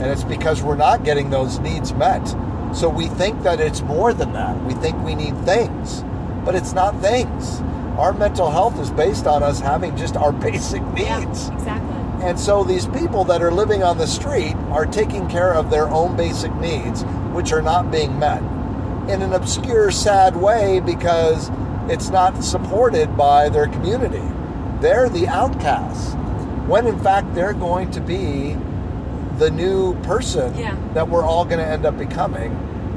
and it's because we're not getting those needs met. So we think that it's more than that. We think we need things, but it's not things. Our mental health is based on us having just our [LAUGHS] basic needs.
Yeah. Exactly.
And so these people that are living on the street are taking care of their own basic needs, which are not being met. in an obscure, sad way because it's not supported by their community. They're the outcasts, when in fact they're going to be the new person
Yeah.
that we're all going to end up becoming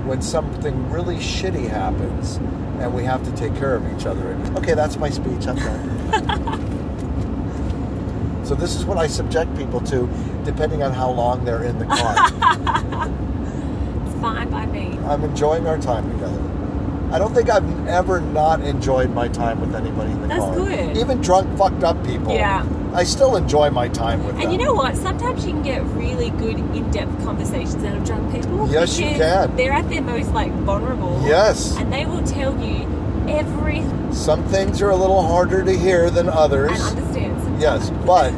when something really shitty happens and we have to take care of each other. Okay, that's my speech. I'm done. so this is what I subject people to, depending on how long they're in the car.
[LAUGHS] It's fine by me.
I'm enjoying our time together. I don't think I've ever not enjoyed my time with anybody in the
That's
car.
good.
Even drunk, fucked up people.
Yeah.
I still enjoy my time with them.
And you know what? Sometimes you can get really good in-depth conversations out of drunk people.
Yes, you
because
can.
They're at their most like vulnerable.
Yes.
And they will tell you every and
Some things are a little harder to hear than others.
understand. sometimes.
Yes, but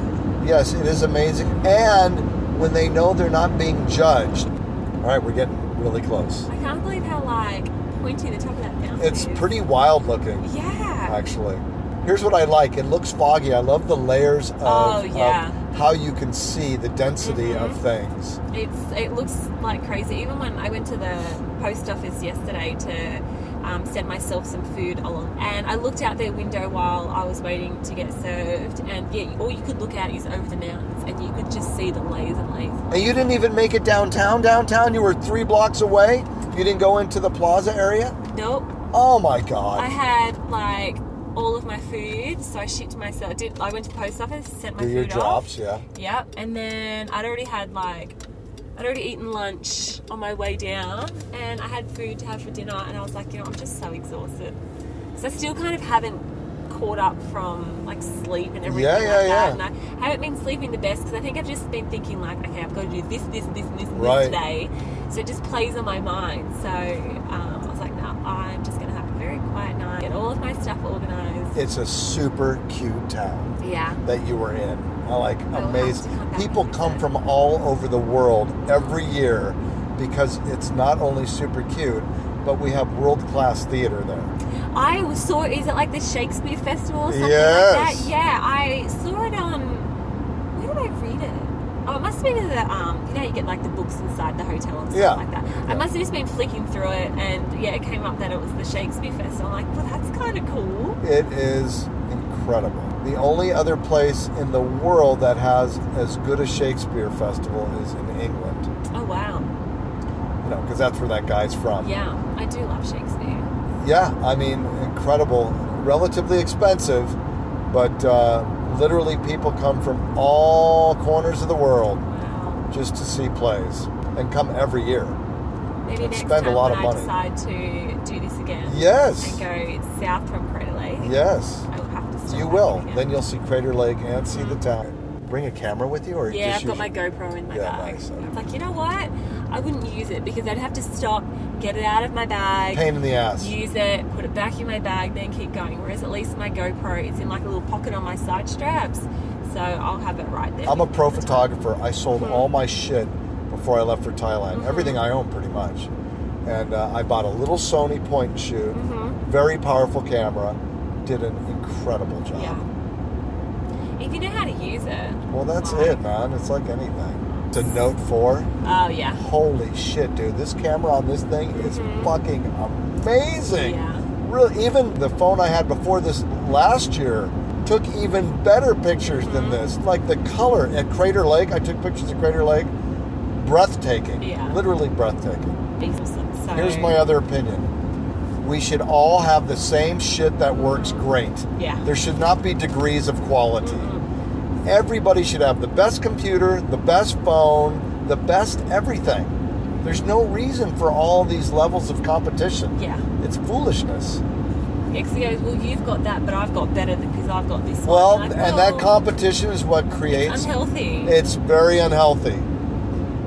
yes, it is amazing. And when they know they're not being judged, all right, we're getting really close.
I can't believe how like pointy the top of that mountain
It's
is.
pretty wild looking,
Yeah.
actually. Here's what I like. It looks foggy. I love the layers of,
Oh,
of
yeah. Mm-hmm.
how you can see the density of things.
It's it looks like crazy. Even when I went to the post office yesterday to um, send myself some food along, and I looked out their window while I was waiting to get served, and yeah, all you could look out is over the mountains, and you could just see the layers and layers.
And you didn't even make it downtown. Downtown, you were three blocks away. You didn't go into the plaza area.
Nope.
Oh my god!
I had like all of my food, so I shipped myself. Did I went to post office, sent my
Do
food
your drops,
off.
yeah.
Yep, and then I'd already had like I'd already eaten lunch on my way down, and I had food to have for dinner, and I was like, you know, I'm just so exhausted. So I still kind of haven't caught up from like sleep and everything
Yeah,
like
yeah, yeah.
that. And I haven't been sleeping the best because I think I've just been thinking like, okay, I've got to do this, this, this, and this, and
Right.
this today. So it just plays on my mind. So um, I was like, no, I'm just gonna have a very quiet night, get all of my stuff organized.
It's a super cute town
Yeah.
that you were in. I like
have
amazing.
to come back
People
and
come
visit.
from all over the world every year because it's not only super cute, but we have world class theater there.
I was- saw is it like the Shakespeare Festival or something like
Yes.
that? Yeah, I saw it on where did I read it? Oh, it must have been in the um you know how you get like the books inside the hotel and stuff
Yeah.
like that. I must have just been flicking through it and yeah, it came up that it was the Shakespeare Festival. I'm like, well that's kinda cool.
It is incredible. The only other place in the world that has as good a Shakespeare festival is in England.
Oh wow.
you know, because that's where that guy's from.
Yeah, I do love Shakespeare.
Yeah, I mean, incredible. Relatively expensive, but uh, literally people come from all corners of the world
Wow.
just to see plays and come every year.
Maybe
And
next
spend a
time
lot
when
of money.
I decide to do this again.
Yes.
And go south from Crater Lake.
Yes,
I will have to stop
you
back
will.
again.
Then you'll see Crater Lake and see the town. Bring a camera with you, or
Mm-hmm. Yeah,
just
I've got
use-
my GoPro in my
Yeah,
bag.
nice.
I was like, you know what? I wouldn't use it because I'd have to stop, get it out of my bag,
pain in the ass.
use it, put it back in my bag, then keep going. Whereas at least my GoPro, it's in like a little pocket on my side straps, so I'll have it right there.
I'm a pro photographer. I sold all my shit before I left for Thailand. Everything I own, pretty much. And uh, I bought a little Sony point and shoot, very powerful camera. Did an incredible job.
Yeah. If you know how to use it.
Well, that's
like-
it, man. It's like anything. To Note 4.
Oh yeah.
Holy shit, dude. This camera on this thing is fucking amazing.
Mm-hmm. Yeah.
Really, even the phone I had before this last year took even better pictures
Mm-hmm.
than this. Like the color at Crater Lake, I took pictures of Crater Lake. Breathtaking.
Yeah.
Literally breathtaking.
It's awesome. So
Here's my uh, other opinion. We should all have the same shit that works great.
Yeah.
There should not be degrees of quality. Everybody should have the best computer, the best phone, the best everything. There's no reason for all these levels of competition.
Yeah.
It's foolishness.
Yeah, 'cause he goes, well, you've got that, but I've got better because I've got this.
Well,
one.
and
I'm like,
that
"Oh,
competition is what creates
unhealthy.
It's very unhealthy.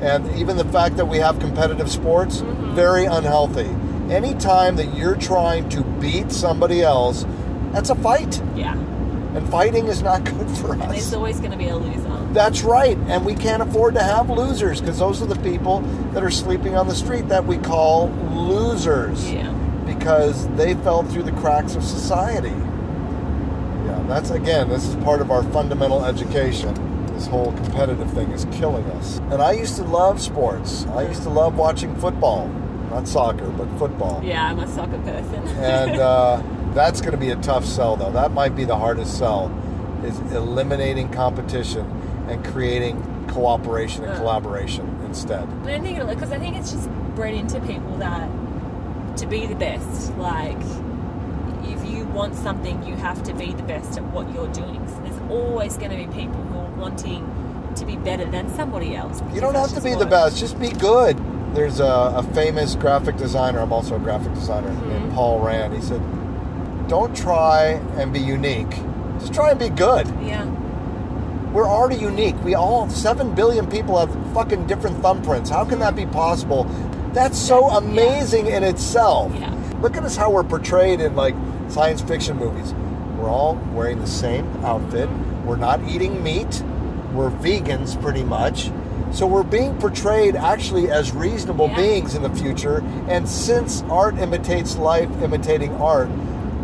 And even the fact that we have competitive sports, very unhealthy. Anytime that you're trying to beat somebody else, that's a fight.
yeah.
And fighting is not [LAUGHS] good for
And
us.
there's always going to be a loser.
That's right. And we can't afford to have losers because those are the people that are sleeping on the street that we call losers
Yeah.
because they fell through the cracks of society. Yeah, that's again, this is part of our fundamental education. This whole competitive thing is killing us. And I used to love sports. I used to love watching football. not soccer, but football.
Yeah, I'm a soccer person.
And uh, that's going to be a tough sell, though. That might be the hardest sell, is eliminating competition and creating cooperation and
Yeah.
collaboration instead.
But [LAUGHS] I think because I think it's just bred into people that to be the best, like if you want something, you have to be the best at what you're doing. So there's always going to be people who are wanting to be better than somebody else.
You don't have to be the best, just be good. There's a, a famous graphic designer, I'm also a graphic designer, named Paul Rand. He said, Don't try and be unique, just try and be good.
Yeah,
We're already unique. We all, 7 billion people have fucking different thumbprints. How can that be possible? That's so amazing in itself.
Yeah.
Look at us how we're portrayed in like science fiction movies. We're all wearing the same outfit. We're not eating meat. We're vegans pretty much. So we're being portrayed actually as reasonable
Yeah.
beings in the future. And since art imitates life, imitating art,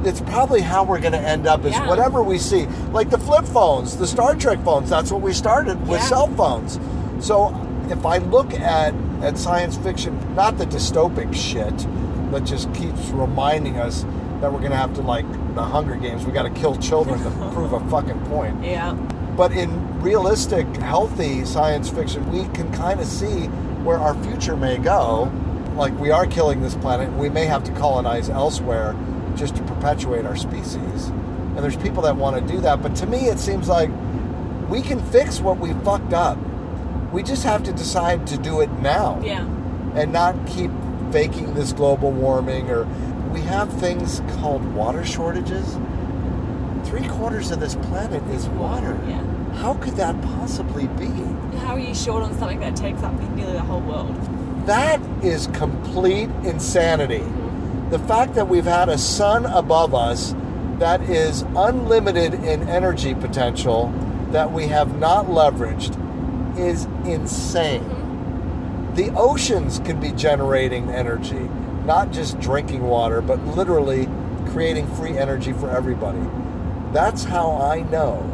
it's probably how we're going to end up is
Yeah.
whatever we see. Like the flip phones, the Star Trek phones, that's what we started with
Yeah.
cell phones. So if I look at, at science fiction, not the dystopic shit that just keeps reminding us that we're going to have to, like the Hunger Games, we got to kill children to prove a fucking point.
yeah,
But in realistic, healthy science fiction, we can kind of see where our future may go. Like, we are killing this planet, we may have to colonize elsewhere just to perpetuate our species. And there's people that want to do that. But to me, it seems like we can fix what we fucked up. We just have to decide to do it now
yeah,
and not keep faking this global warming or we have things called water shortages. Three quarters of this planet is water.
yeah.
How could that possibly be?
How are you short on something that takes up nearly the whole world?
That is complete insanity. The fact that we've had a sun above us that is unlimited in energy potential that we have not leveraged is insane. The oceans could be generating energy, not just drinking water, but literally creating free energy for everybody. That's how I know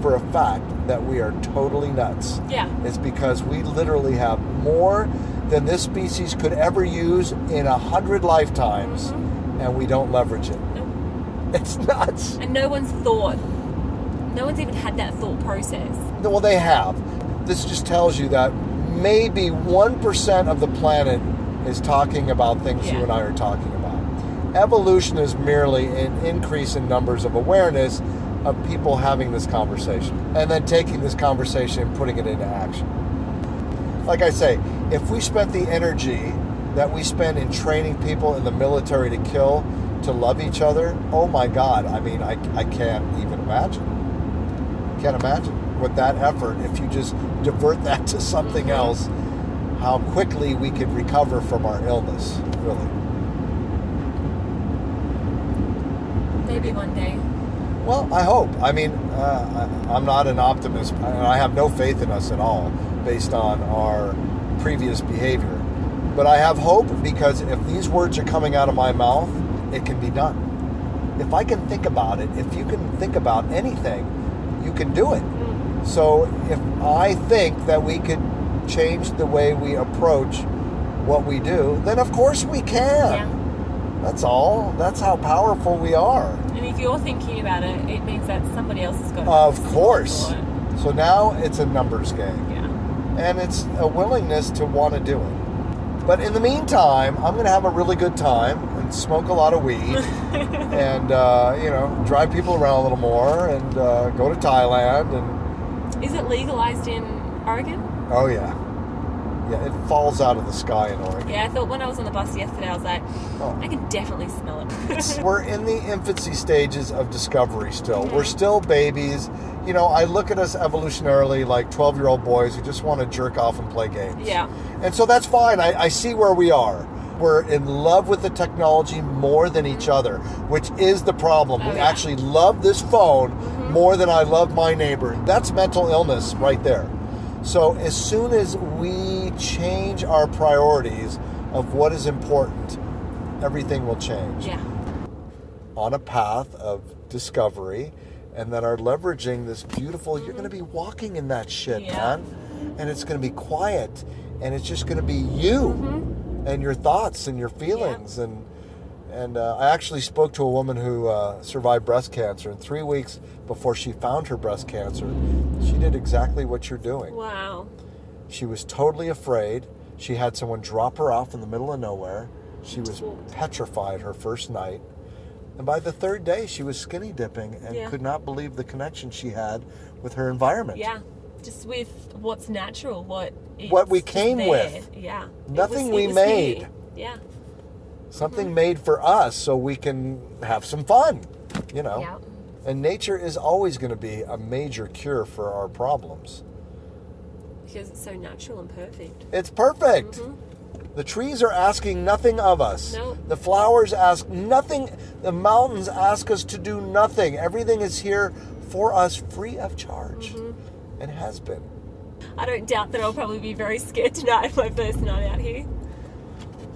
for a fact that we are totally nuts.
Yeah.
It's because we literally have more than this species could ever use in a hundred lifetimes, and we don't leverage it.
Nope.
[LAUGHS] It's nuts.
And no one's thought, no one's even had that thought process.
Well, they have. This just tells you that maybe 1% of the planet is talking about things you
Yeah.
and I are talking about. Evolution is merely an increase in numbers of awareness of people having this conversation and then taking this conversation and putting it into action. Like I say, if we spent the energy that we spend in training people in the military to kill to love each other, oh my God, I mean, I, I can't even imagine can't imagine with that effort if you just divert that [LAUGHS] to something else how quickly we could recover from our illness really
Maybe one day.
well i hope i mean uh, I, i'm not an optimist and i have no faith in us at all based on our previous behavior but i have hope because if these words are coming out of my mouth it can be done if i can think about it if you can think about anything you can do it So if I think that we could change the way we approach what we do, then of course we
Yeah.
can. That's all. That's how powerful we are.
And if you're thinking about it, it means that somebody else has got. to
Of
think
course.
about it.
So now it's a numbers game.
Yeah.
And it's a willingness to want to do it. But in the meantime, I'm going to have a really good time and smoke a lot of weed and, uh, you know, drive people around a little more and uh, go to Thailand and
Is it legalized in Oregon?
Oh yeah, yeah. It falls out of the sky in Oregon. Oh.
Yeah, I thought when I was on the bus yesterday, I was like, I can definitely smell
[LAUGHS]
it.
We're in the infancy stages of discovery still. We're still babies. You know, I look at us evolutionarily like 12 year old boys who just want to jerk off and play games.
Yeah.
And so that's fine. I, I see where we are. We're in love with the technology more than each other, which is the problem.
Mm-hmm. Oh,
we
yeah. Mm-hmm.
actually love this phone more than I love my neighbor. That's mental illness right there. So as soon as we change our priorities of what is important, everything will change
yeah.
on a path of discovery and that are leveraging this beautiful you're going to be walking in that shit
Yeah.
man and it's going to be quiet and it's just going to be you and your thoughts and your feelings and and uh, I actually spoke to a woman who uh, survived breast cancer, and three weeks before she found her breast cancer, she did exactly what you're doing.
Wow.
She was totally afraid. She had someone drop her off in the middle of nowhere. She was petrified her first night. And by the third day, she was skinny dipping and
Yeah.
could not believe the connection she had with her environment.
Yeah. Just with what's natural, what is
What we
just
came
there.
with.
Yeah. It
Nothing
was-
we
it was
made.
here. Yeah.
Something
Mm-hmm.
made for us so we can have some fun, you know?
Yeah.
And nature is always going to be a major cure for our problems.
Because it's so natural and perfect.
It's perfect. The trees are asking nothing of us.
No.
The flowers ask nothing. The mountains ask us to do nothing. Everything is here for us free of charge and has been.
I don't doubt that I'll probably be very [LAUGHS] scared tonight, my first night out here.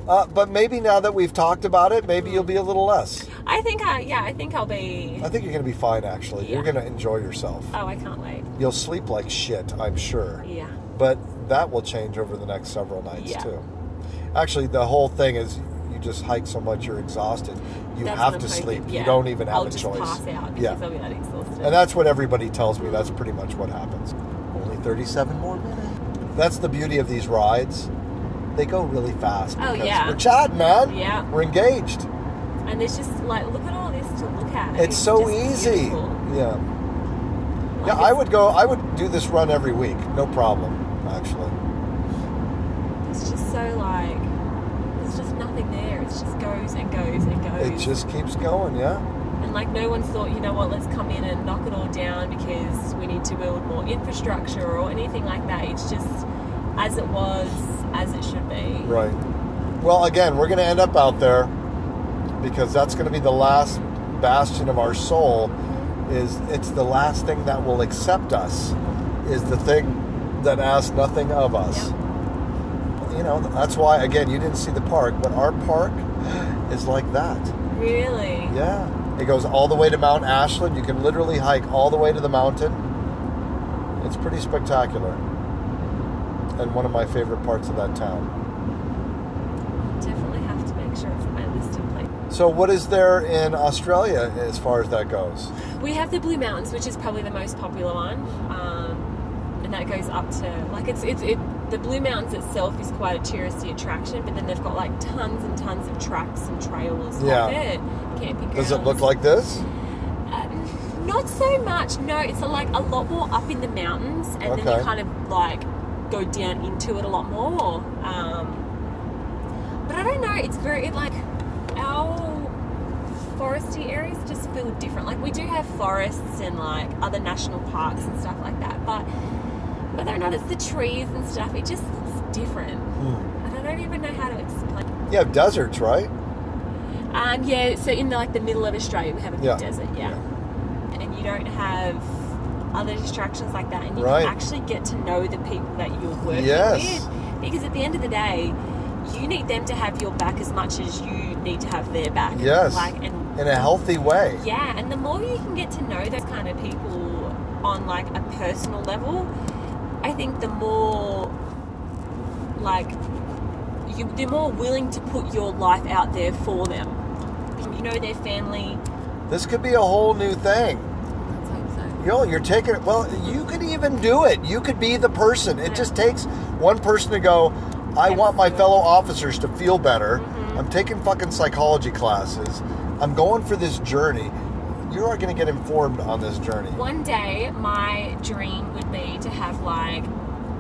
Uh, but maybe now that we've talked about it, maybe you'll be a little less.
I think I, yeah, I think I'll be.
I think you're going to be fine, actually. You're
Yeah.
going to enjoy yourself.
Oh, I can't wait.
You'll sleep like shit, I'm sure.
Yeah.
But that will change over the next several nights,
Yeah.
too. Actually, the whole thing is you just hike so much you're exhausted. You
That's
have
what
to
I'm
sleep.
hoping,
You
yeah.
don't even have
I'll
a
just
choice.
pass out because
yeah.
I'll be that exhausted.
And that's what everybody tells me. That's pretty much what happens. Only 37 more minutes. That's the beauty of these rides. They go really fast.
Oh,
because
yeah.
We're chatting, man.
Yeah.
We're engaged.
And there's just like, look at all this to look at.
It's so
just
easy.
beautiful.
Yeah.
Like,
Yeah, I would go, I would do this run every week. No problem, actually.
It's just so like, there's just nothing there. It just goes and goes and goes.
It just keeps going, yeah?
and like, no one thought, you know what, let's come in and knock it all down because we need to build more infrastructure or anything like that. It's just as it was, as it should be.
Right. Well, again, we're going to end up out there because that's going to be the last bastion of our soul is it's the last thing that will accept us is the thing that asks nothing of us. You know, that's why again, you didn't see the park, but our park is like that.
Really?
Yeah. It goes all the way to Mount Ashland. You can literally hike all the way to the mountain. It's pretty spectacular. And one of my favorite parts of that town.
Definitely have to make sure it's on my list of places.
So, what is there in Australia as far as that goes?
We have the Blue Mountains, which is probably the most popular one, um, and that goes up to like it's it's it. The Blue Mountains itself is quite a touristy attraction, but then they've got like tons and tons of tracks and trails
Yeah.
up it, camping grounds.
Does it look like this?
Not so much. No, it's like a lot more up in the mountains, and then
Okay.
you kind of like go down into it a lot more. Um, but I don't know. It's very it, like our foresty areas just feel different. Like we do have forests and like other national parks and stuff like that, but whether or not it's the trees and stuff, it just looks different. And I don't even know how to explain.
You have deserts, right?
Um, yeah, so in like the middle of Australia, we have a big
Yeah.
desert, yeah. And you don't have other distractions like that, and you
Right.
can actually get to know the people that you're working
Yes.
with. Because at the end of the day, you need them to have your back as much as you need to have their back.
Yes.
Like, and
In a healthy way.
yeah, and the more you can get to know those kind of people on like a personal level, I think the more like you they're more willing to put your life out there for them. You know their family.
This could be a whole new thing.
Let's hope
Yo,
so.
you're taking it. Well, you could even do it. You could be the person. It just takes one person to go, I want my fellow officers to feel better.
Mm-hmm.
I'm taking fucking psychology classes. I'm going for this journey. You are going to get informed on this journey.
One day my dream would be to have like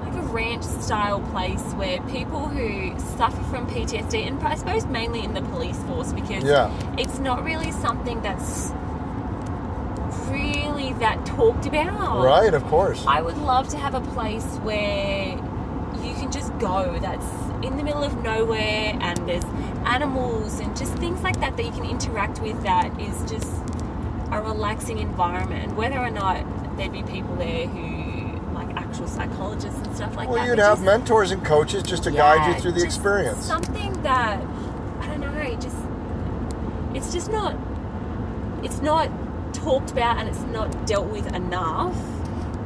like a ranch style place where people who suffer from PTSD and I suppose mainly in the police force because
Yeah.
it's not really something that's really that talked about.
Right, of course.
I would love to have a place where you can just go that's in the middle of nowhere and there's animals and just things like that that you can interact with that is just a relaxing environment. Whether or not there'd be people there who like actual psychologists and stuff like
Well,
that.
you'd
but
have
just-
mentors and coaches just to guide
yeah,
you through the
just
experience.
Something that I don't know, just it's just not it's not talked about and it's not dealt with enough.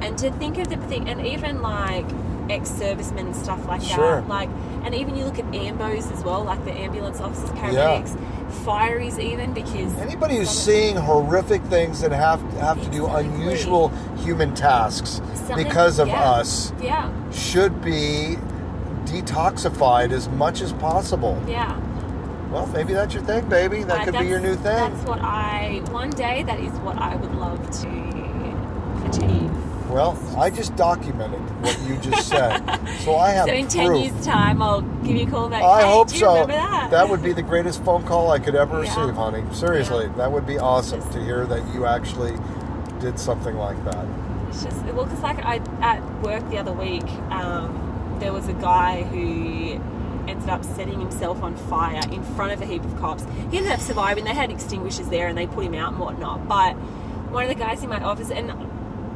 And to think of the thing, and even like ex-servicemen and stuff like
Sure.
that. Like, and even you look at ambos as well, like the ambulance officers, paramedics, fireys, even because
Anybody who's
some of-
seeing horrific things and have have to do
Exactly.
unusual human tasks
something-
because of
yeah,
us
Yeah,
should be detoxified as much as possible.
yeah.
Well, maybe that's your thing, baby. That
Uh,
could be your new
that's-
thing.
That's what I. One day, that is what I would love to achieve.
Well, I just documented what you just
[LAUGHS]
said, so I have
so in ten
proof.
years' time, I'll give you a call back.
I
"Hey,
hope
do you
so.
Remember that?
would be the greatest phone call I could ever
Yeah.
receive, honey. Seriously, that would be awesome to hear that you actually did something like that.
It's just well, because like I at work the other week, um, there was a guy who ended up setting himself on fire in front of a heap of cops. He ended up surviving. They had extinguishers there, and they put him out and whatnot. But one of the guys in my office, and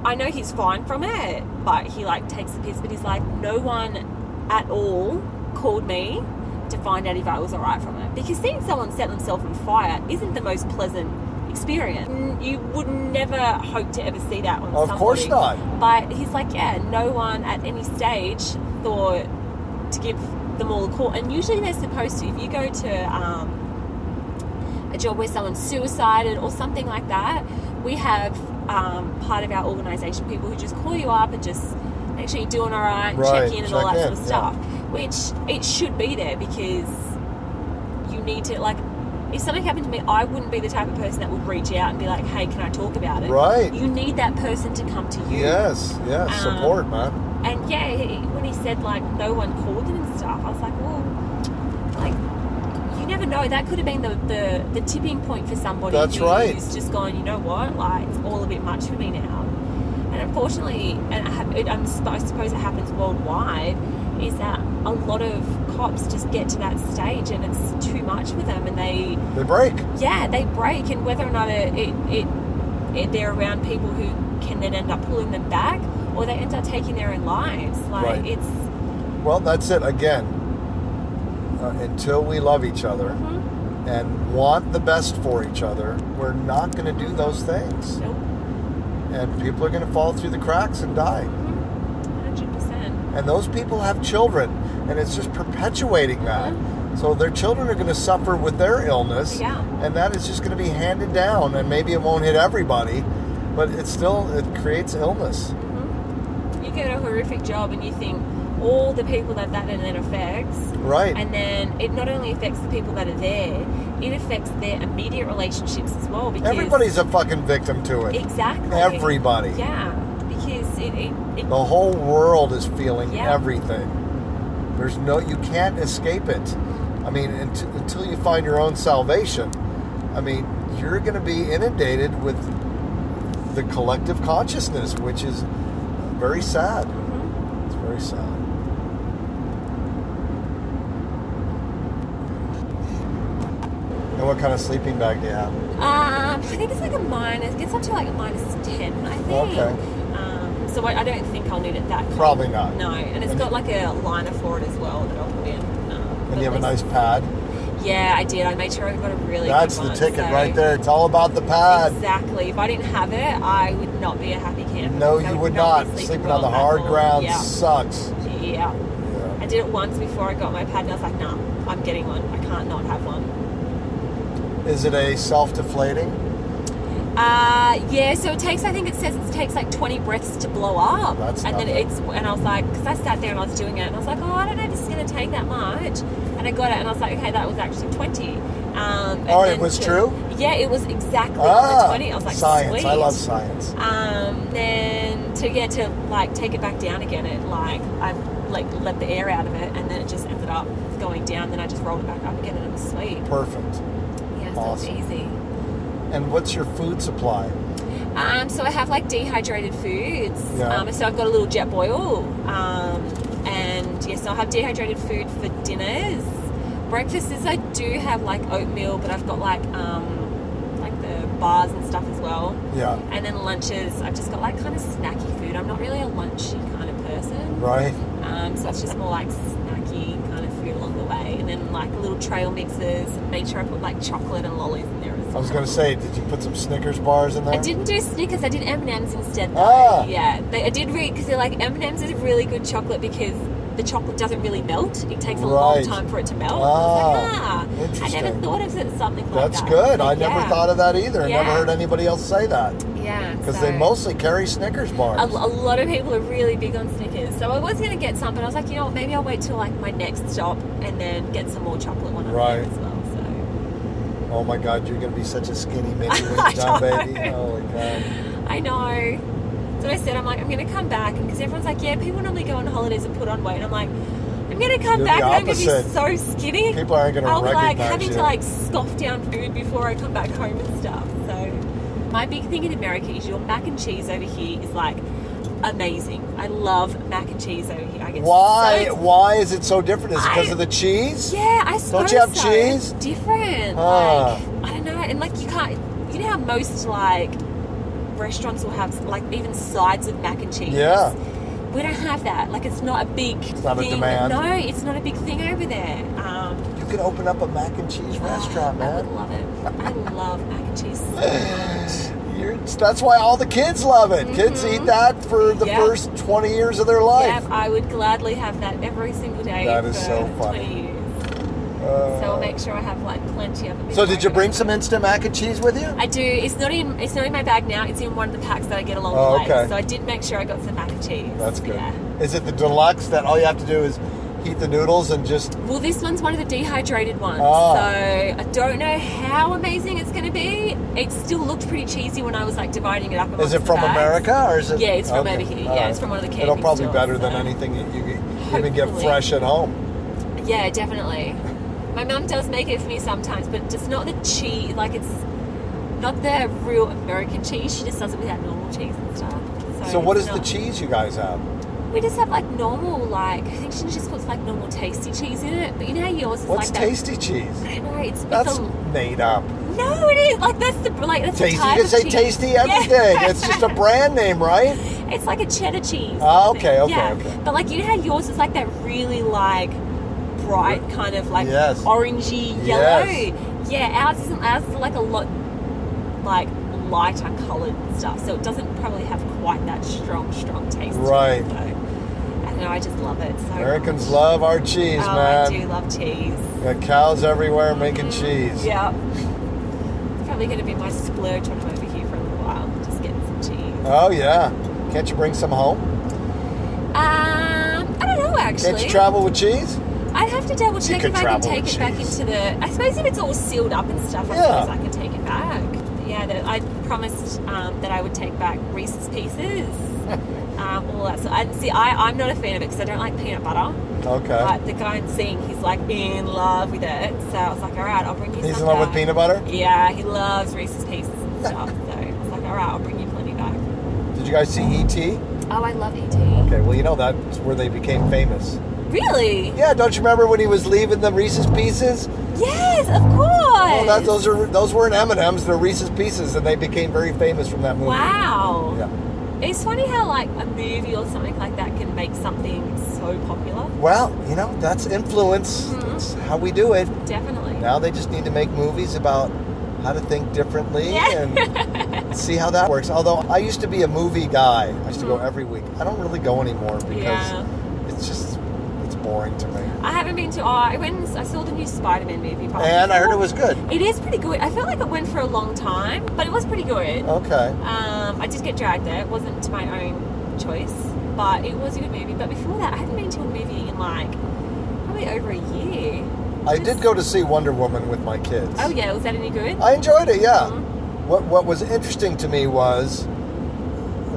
I know he's fine from it, but he like takes the piss. But he's like, no one at all called me to find out if I was alright from it. Because seeing someone set themselves on fire isn't the most pleasant experience. N- You would never hope to ever see that on
Of
somebody.
course not.
But he's like, yeah, no one at any stage thought to give them all a call. And usually they're supposed to. If you go to um, a job where someone's suicided or something like that, we have um, part of our organisation people who just call you up and just make sure you're doing all right,
Right,
check in and all
check
that sort of
in,
stuff. Which it should be there because you need to like if something happened to me i wouldn't be the type of person that would reach out and be like hey can i talk about it
Right.
you need that person to come to you
Yes, yes,
Um,
support, man.
and yeah he, when he said like no one called him and stuff i was like well like you never know that could have been the the, the tipping point for somebody
That's
who's
right.
just gone you know what like it's all a bit much for me now and unfortunately and I, have, it, I'm, sp- I suppose it happens worldwide is that a lot of cops just get to that stage and it's too much for them and they
They break.
yeah, they break, and whether or not it, it, it, it they're around people who can then end up pulling them back, or they end up taking their own lives. Like
Right.
it's
Well, that's it again. Uh, until we love each other
Mm-hmm.
and want the best for each other, we're not going to do those things.
nope,
And people are going to fall through the cracks and die.
Mm-hmm. hundred percent.
and those people have children and it's just perpetuating that so their children are going to suffer with their illness
Mm-hmm. Yeah.
and that is just going to be handed down and maybe it won't hit everybody but it still it creates illness
You get a horrific job, and you think all the people that that then affects.
right
And then it not only affects the people that are there, it affects their immediate relationships as well. Because
everybody's a fucking victim to it
exactly
everybody
Yeah, because it, it, it
the whole world is feeling
Yeah.
everything there's no you can't escape it i mean unt- until you find your own salvation i mean you're going to be inundated with the collective consciousness which is very sad it's very sad and what kind of sleeping bag do you have
Um, I think it's like a minus. It gets up to like a minus ten, I think.
Okay.
Um, so I, I don't think I'll need it that. cold.
Probably not.
No, and it's got like a liner for it as well that I'll put in. Um,
and you have a
but
nice pad
Yeah, I did. I made sure I got a really.
that's
good
the
one,
ticket
so-
right there it's all about the pad
Exactly. If I didn't have it, I would not be a happy camper.
No,
I
you would
be
not. Sleeping on
well
the
at
hard
all.
ground
Yeah.
sucks.
yeah.
Yeah.
I did it once before I got my pad, and I was like, nah, I'm getting one. I can't not have one.
Is it a self-deflating?
Uh, yeah, so it takes, I think it says it takes like 20 breaths to blow up.
That's
and then
nothing.
it's, and I was like, because I sat there and I was doing it, and I was like, oh, I don't know if this is going to take that much. And I got it, and I was like, okay, that was actually 20. Um, and
Oh, it
then
was
to-
true?
Yeah, it was exactly the 20. I was like,
Ah! science.
sweet.
I love science.
Um, then to, yeah, to like take it back down again, it like, I like let the air out of it, and then it just ended up going down. Then I just rolled it back up again, and it was sweet.
Perfect.
Yeah, so
Awesome.
it was easy.
And what's your food supply?
Um, so I have like dehydrated foods.
Yeah.
Um, so I've got a little jet boil. Um, and yes, I'll have dehydrated food for dinners. Breakfasts I do have like oatmeal, but I've got like um, like the bars and stuff as well.
Yeah.
And then lunches, I've just got like kind of snacky food. I'm not really a lunchy kind of person.
Right.
Um, so it's just more like snacky kind of food along the way. And then like little trail mixes. Made sure I put like chocolate and lollies in there as well.
I was going to say, did you put some Snickers bars in there?
I didn't do Snickers. I did M and M's instead. Though.
Ah.
Yeah, they, I did read because they're like M and M's is a really good chocolate because the chocolate doesn't really melt. It takes a long
Right.
time for it to melt.
Ah,
I was like, ah. I never
interesting.
thought of it something like
That's
that.
good. I
But
never
yeah.
thought of that either. Never
Yeah.
heard anybody else say that
Yeah,
because
so-
they mostly carry Snickers bars.
A, a lot of people are really big on Snickers, so I was gonna get some, but I was like, you know what? Maybe I'll wait till like my next stop and then get some more chocolate one on
Right.
there as well. So
oh my God, you're going to be such a
[LAUGHS]
skinny Mickey when
I
you're done,
know.
baby. Holy God.
I know. So I said, I'm like, I'm gonna come back, and because everyone's like, yeah, people normally go on holidays and put on weight. I'm like, I'm gonna
You're
come
the
back and I'm gonna be
opposite.
so skinny.
People aren't going to
I'll be
recognize
like having
you.
to like scoff down food before I come back home and stuff. So my big thing in America is your mac and cheese over here is like amazing. I love mac and cheese over here. I get
why?
so-
why is it so different? Is it because
I-
of the cheese?
yeah, I suppose
you have
so.
cheese?
It's different.
Ah.
Like I don't know, and like you can't. You know how most like restaurants will have like even sides of mac and cheese.
Yeah.
We don't have that. Like it's not a big. It's
not a
thing.
demand.
No, it's not a big thing over there. Um,
You could open up a mac and cheese restaurant,
I would
man.
love it. I love mac and cheese. so
[LAUGHS]
much.
You're, that's why all the kids love it. Kids eat that for the
Mm-hmm. Yeah.
first 20 years of their life.
Yeah, I would gladly have that every single day.
That is
for
so funny.
20 years.
Uh,
So I'll make sure I have like plenty of it.
so did you
before I go.
bring some instant mac and cheese with you?
I do. It's not in. It's not in my bag now. It's in one of the packs that I get along
Oh,
the way.
okay.
So I did make sure I got some mac and cheese.
That's good.
Yeah.
Is it the deluxe that all you have to do is heat the noodles and just
Well, this one's one of the dehydrated ones,
Ah.
so I don't know how amazing it's going to be. It still looked pretty cheesy when I was like dividing it up.
is
amongst
it
the
from
bags.
America or is it?
Yeah, it's from
okay,
over here.
all
Yeah,
right.
it's from one of the camping
It'll probably
stores,
better than
so-
anything that you can even get
Hopefully.
fresh at home.
Yeah, definitely. My mum does make it for me sometimes, but just not the cheese. Like it's not the real American cheese. She just does it without normal cheese and stuff. So,
So what
it's
is the
not-
cheese you guys have?
We just have like normal, like I think she just puts like normal tasty cheese in it. But you know how yours is
What's
like that.
tasty cheese?
I know it's,
That's
it's a,
made up.
no, it is like that's the like that's
Tasty.
The type
You can
of
say
cheese.
tasty
Yeah.
everything. it's
[LAUGHS]
just a brand name, right?
It's like a cheddar cheese.
Ah,
I think.
okay, okay,
yeah.
okay.
But like you know how yours is like that really like bright kind of like
Yes.
orangey yellow.
Yes.
Yeah, ours isn't. Ours is like a lot like lighter coloured stuff, so it doesn't probably have quite that strong, strong taste. to it.
Right.
So, I don't know. I just love it. So
Americans love our cheese,
Oh, I do
man.
love cheese.
Got cows everywhere making cheese.
Yeah. It's probably going to be my splurge when I'm over here for a little while. Just getting some cheese.
Oh yeah. Can't you bring some home?
Um, I don't know
Can't
actually.
you travel with cheese?
I'd have to double check
could
if I can
travel
take
with
it back
cheese.
into the. I suppose if it's all sealed up and stuff, I
Yeah.
suppose I can take it back. Yeah, that I promised um, that I would take back
[LAUGHS]
Reese's Pieces, um, all that. So, and see, I, I'm not a fan of it because I don't like peanut butter.
Uh-huh. Okay.
But the guy I'm seeing, he's like in love with it. So I was like, all right, I'll bring you.
He's
some
in love with
back."
peanut butter.
Yeah, he loves Reese's Pieces and stuff. So I was like, all right, I'll bring you plenty back.
Did you guys see E.T.?
Oh, I love ET.
Okay, well, you know that's where they became famous.
Really?
Yeah, don't you remember when he was leaving the Reese's Pieces?
Yes, of course.
Well, that, those are those weren't M and M's; they're Reese's Pieces, and they became very famous from that movie.
Wow.
Yeah.
It's funny how like a movie or something like that can make something so popular.
Well, you know that's influence.
Mm-hmm.
That's how we do it.
Definitely.
Now they just need to make movies about how to think differently
Yeah.
and
[LAUGHS]
see how that works. Although I used to be a movie guy, I used to go every week. I don't really go anymore because
Mm. Yeah.
it's just it's boring to me.
I haven't been to. Oh, I went. and s- I saw the new Spider-Man movie. but-
And I heard it was good.
It is pretty good. I felt like it went for a long time, but it was pretty good.
Okay.
Um, I did get dragged there. It wasn't my own choice, but it was a good movie. But before that, I hadn't been to a movie in like probably over a year.
I did go Uh, to see Wonder Woman with my kids.
Oh yeah, Uh-huh. was that any good?
I enjoyed it. Yeah. What What was interesting to me was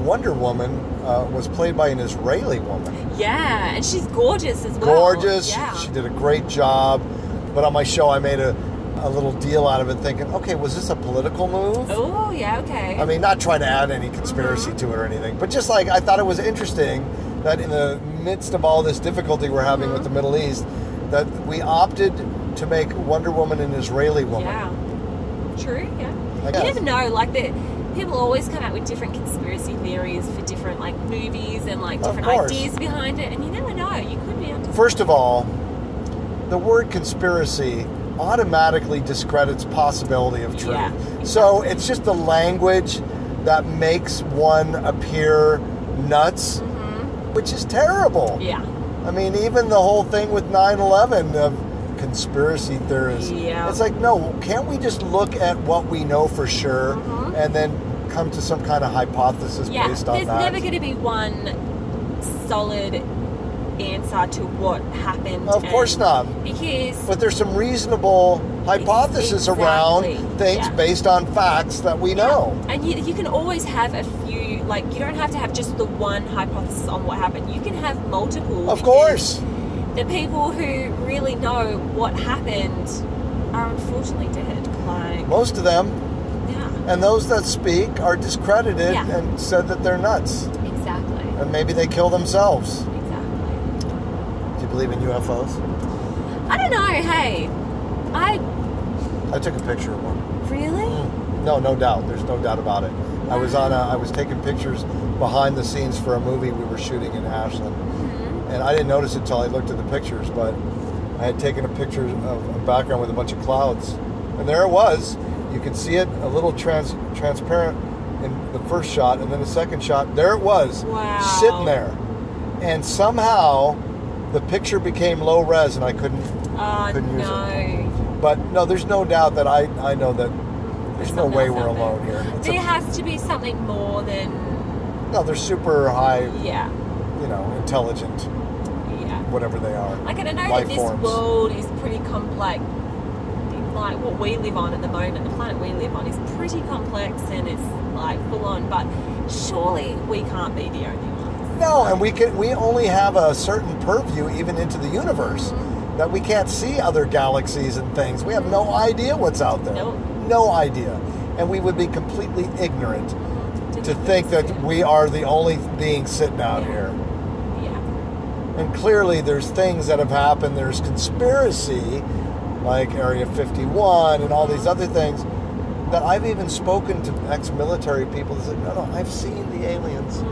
Wonder Woman uh, was played by an Israeli woman.
yeah, and she's gorgeous as well.
Gorgeous.
Yeah.
She did a great job. But on my show, I made a, a little deal out of it, thinking, okay, was this a political move?
Oh yeah, okay.
I mean, not trying to add any conspiracy to it or anything, but just like I thought it was interesting that in the midst of all this difficulty we're having
Uh-huh.
with the Middle East, that we opted to make Wonder Woman an Israeli woman.
Yeah. True, yeah.
I
You
guess.
never know, like that people always come out with different conspiracy theories for different like movies and like
Of
different
course.
ideas behind it and you never know. You could be under
First of all, the word conspiracy automatically discredits possibility of truth.
Yeah.
So it's just the language that makes one appear nuts, which is terrible.
Mm-hmm. Yeah.
I mean, even the whole thing with 9 11 of conspiracy theorists.
Yeah.
It's like, no, can't we just look at what we know for sure and then come to some kind of hypothesis
Mm-hmm. Yeah.
based on
There's
that?
never going to be one solid answer to what happened.
Of
and-
course not.
Because
But there's some reasonable hypotheses around
Exactly.
things
Yeah.
based on facts that we know.
And you, you can always have a few, like, you don't have to have just the one hypothesis on what happened. You can have multiple.
Of course.
because The people who really know what happened are unfortunately dead. Like,
Most of them,
yeah,
and those that speak, are discredited
Yeah.
and said that they're nuts.
exactly.
And maybe they kill themselves.
Exactly.
Do you believe in UFOs?
I don't know, hey. I
I took a picture of one.
really?
No, no doubt. There's no doubt about it. I was on a, I was taking pictures behind the scenes for a movie we were shooting in Ashland, and I didn't notice it until I looked at the pictures. But I had taken a picture of a background with a bunch of clouds, and there it was. You could see it a little trans transparent in the first shot, and then the second shot. There it was,
Wow.
sitting there, and somehow the picture became low res, and I couldn't
Oh,
couldn't use it.
no.
But no, there's no doubt that I, I know that there's no
Something
way
else
we're
happened.
alone here. It's
There
a,
has to be something more than,
no, they're super high,
yeah,
you know, intelligent,
yeah.
whatever they are.
Like, and I know
life
that this
forms.
world is pretty complex. Like what we live on at the moment, the planet we live on is pretty complex and it's like full on. But surely we can't be the only ones.
No, and we can we only have a certain purview even into the universe
Mm-hmm.
that we can't see other galaxies and things. We have no idea what's out there.
Nope.
No idea. And we would be completely ignorant to
Didn't
think that
yeah.
we are the only being sitting out here.
Yeah.
And clearly, there's things that have happened. There's conspiracy, like Area 51 and all these other things, that I've even spoken to ex military people that said, no, no, I've seen the aliens.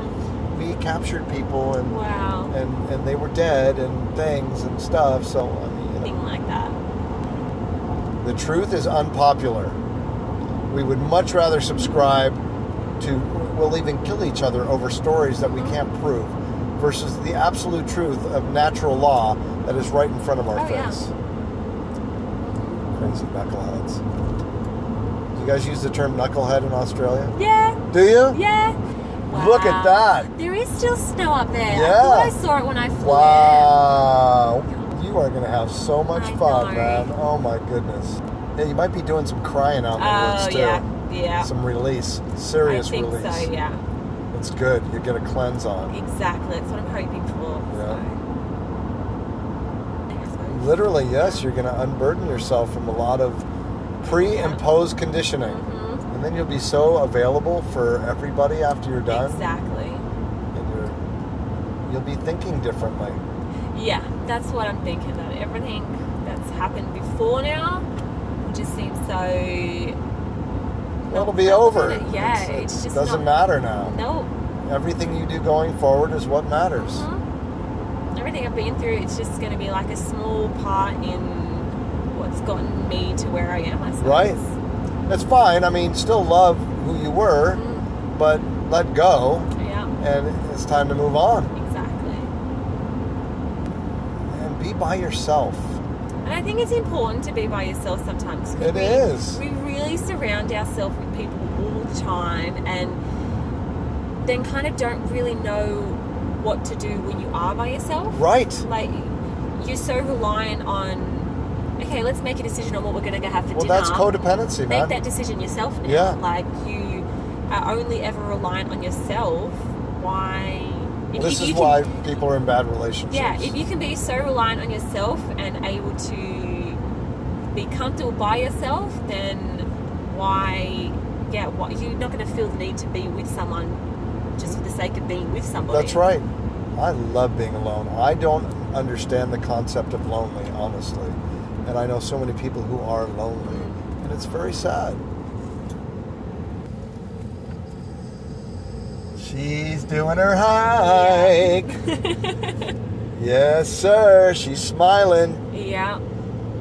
We captured people and,
Wow.
and, and they were dead and things and stuff. So, I mean, you
Thing
know,
like that.
the truth is unpopular. We would much rather subscribe to, we'll even kill each other over stories that we can't prove versus the absolute truth of natural law that is right in front of our
Oh, yeah.
face. Crazy knuckleheads. Do you guys use the term knucklehead in Australia?
Yeah.
Do you?
Yeah.
Look
Wow.
at that.
There is still snow up there.
Yeah.
I thought I saw it when I flew.
Wow. You are going to have so much
I
fun,
know.
man. Oh my goodness. Yeah, you might be doing some crying out
in.
in the
Oh
woods too.
yeah. Yeah.
some release,
I
serious
think
release.
so. Yeah.
It's good. You get a cleanse on.
Exactly. That's what I'm hoping for. So. Yeah.
Literally, yes, you're going to unburden yourself from a lot of pre and post conditioning.
Mm-hmm.
And then you'll be so available for everybody after you're done.
Exactly.
And you're, you'll be thinking differently.
Yeah, that's what I'm thinking of. Everything that's happened before now just seems so.
Well, it'll be
Not
over.
that- yeah,
It's-
it's
it
just
doesn't
not-
matter now.
No.
Everything you do going forward is what matters.
Mm-hmm. mhm. Everything I've been through, it's just going to be like a small part in what's gotten me to where I am, I suppose.
Right. That's fine. I mean, still love who you were,
Mm,
but let go,
yeah,
and it's time to move on.
exactly.
and be by yourself.
And I think it's important to be by yourself sometimes. 'cause
It
we,
is.
We really surround ourselves with people all the time and then kind of don't really know what to do when you are by yourself.
Right.
Like, you're so reliant on, okay, let's make a decision on what we're going to have for
Well,
dinner.
that's codependency,
Make
man.
that decision yourself now.
Yeah.
Like, you are only ever reliant on yourself. Why? if-
this
if
is
you can-
why people are in bad relationships.
yeah, if you can be so reliant on yourself and able to be comfortable by yourself, then why, yeah, why, you're not going to feel the need to be with someone just for the sake of being with somebody.
That's right. I love being alone. I don't understand the concept of lonely, honestly. And I know so many people who are lonely, and it's very sad.
[LAUGHS]
She's doing her hike. Yeah, Yes, sir. She's smiling.
Yeah.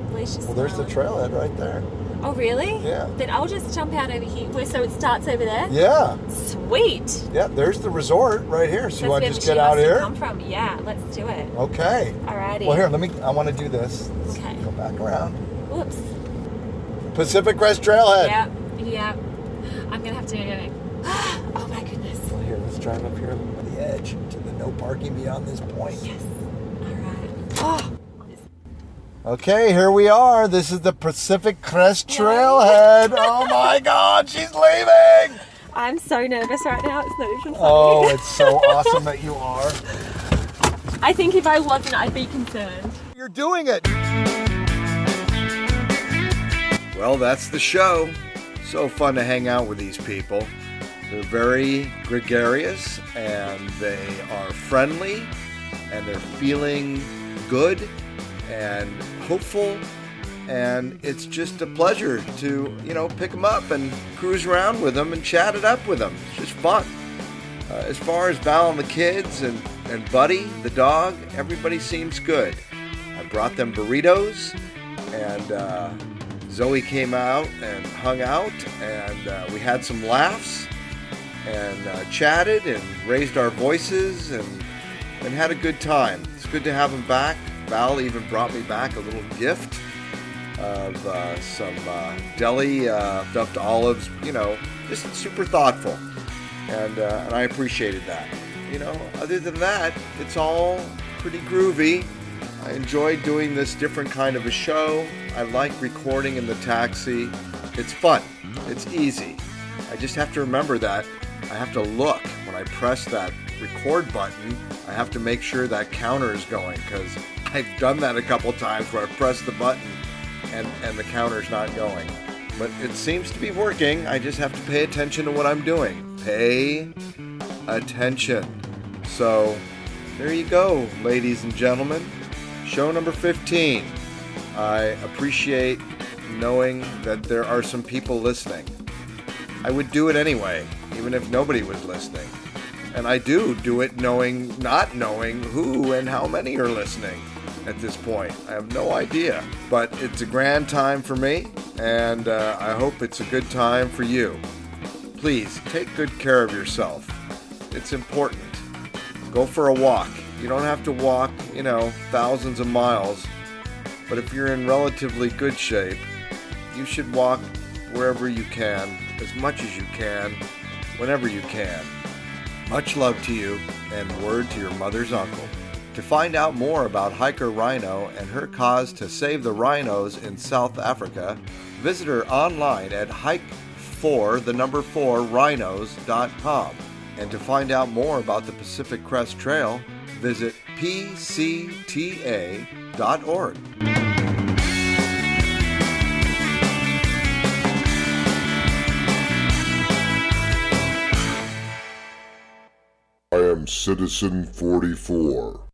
At least she's
Well, there's the
smiling.
trailhead right there.
Oh, really?
Yeah.
Then I'll just jump out over here. Where, so it starts over there?
Yeah.
Sweet.
Yeah, there's the resort right here. So you want to
where
just
she
get
must
out
have
here?
Come from. Yeah, let's do it.
Okay.
Alrighty.
Well, here, let me. I want to do this. Let's
Okay.
Go back around.
Whoops.
Pacific Crest Trailhead.
Yep. Yep. I'm gonna have to. [GASPS] oh my goodness.
Here, let's drive up here to the edge to the no parking beyond this point.
Yes. All right. Oh.
Okay, here we are. This is the Pacific Crest Trailhead. oh my God, she's
[LAUGHS]
leaving!
I'm so nervous right now. It's not even funny.
Oh, it's so awesome that you are.
[LAUGHS] I think if I wasn't, I'd be concerned.
You're doing it. Well, that's the show. So fun to hang out with these people. They're very gregarious and they are friendly and they're feeling good and hopeful. And it's just a pleasure to, you know, pick them up and cruise around with them and chat it up with them. It's just fun. Uh, as far as Val and the kids and, and Buddy, the dog, everybody seems good. I brought them burritos, and uh, Zoe came out and hung out, and uh, we had some laughs, and uh, chatted, and raised our voices, and, and had a good time. It's good to have them back. Val even brought me back a little gift of uh, some uh, deli uh, stuffed olives, you know, just super thoughtful and uh, and I appreciated that. You know, other than that, it's all pretty groovy. I enjoy doing this different kind of a show. I like recording in the taxi. It's fun. It's easy. I just have to remember that. I have to look when I press that record button. I have to make sure that counter is going because I've done that a couple times where I press the button and, and the counter's not going. But it seems to be working. I just have to pay attention to what I'm doing. Pay attention. So there you go, ladies and gentlemen. Show number 15. I appreciate knowing that there are some people listening. I would do it anyway, even if nobody was listening. And I do do it knowing, not knowing who and how many are listening at this point. I have no idea. But it's a grand time for me, and uh, I hope it's a good time for you. Please take good care of yourself. It's important. Go for a walk. You don't have to walk, you know, thousands of miles, but if you're in relatively good shape, you should walk wherever you can, as much as you can, whenever you can. Much love to you and word to your mother's uncle. To find out more about Hiker Rhino and her cause to save the rhinos in South Africa, visit her online at hike4 the number 4 rhinos.com. And to find out more about the Pacific Crest Trail, visit pcta.org.
I am Citizen 44.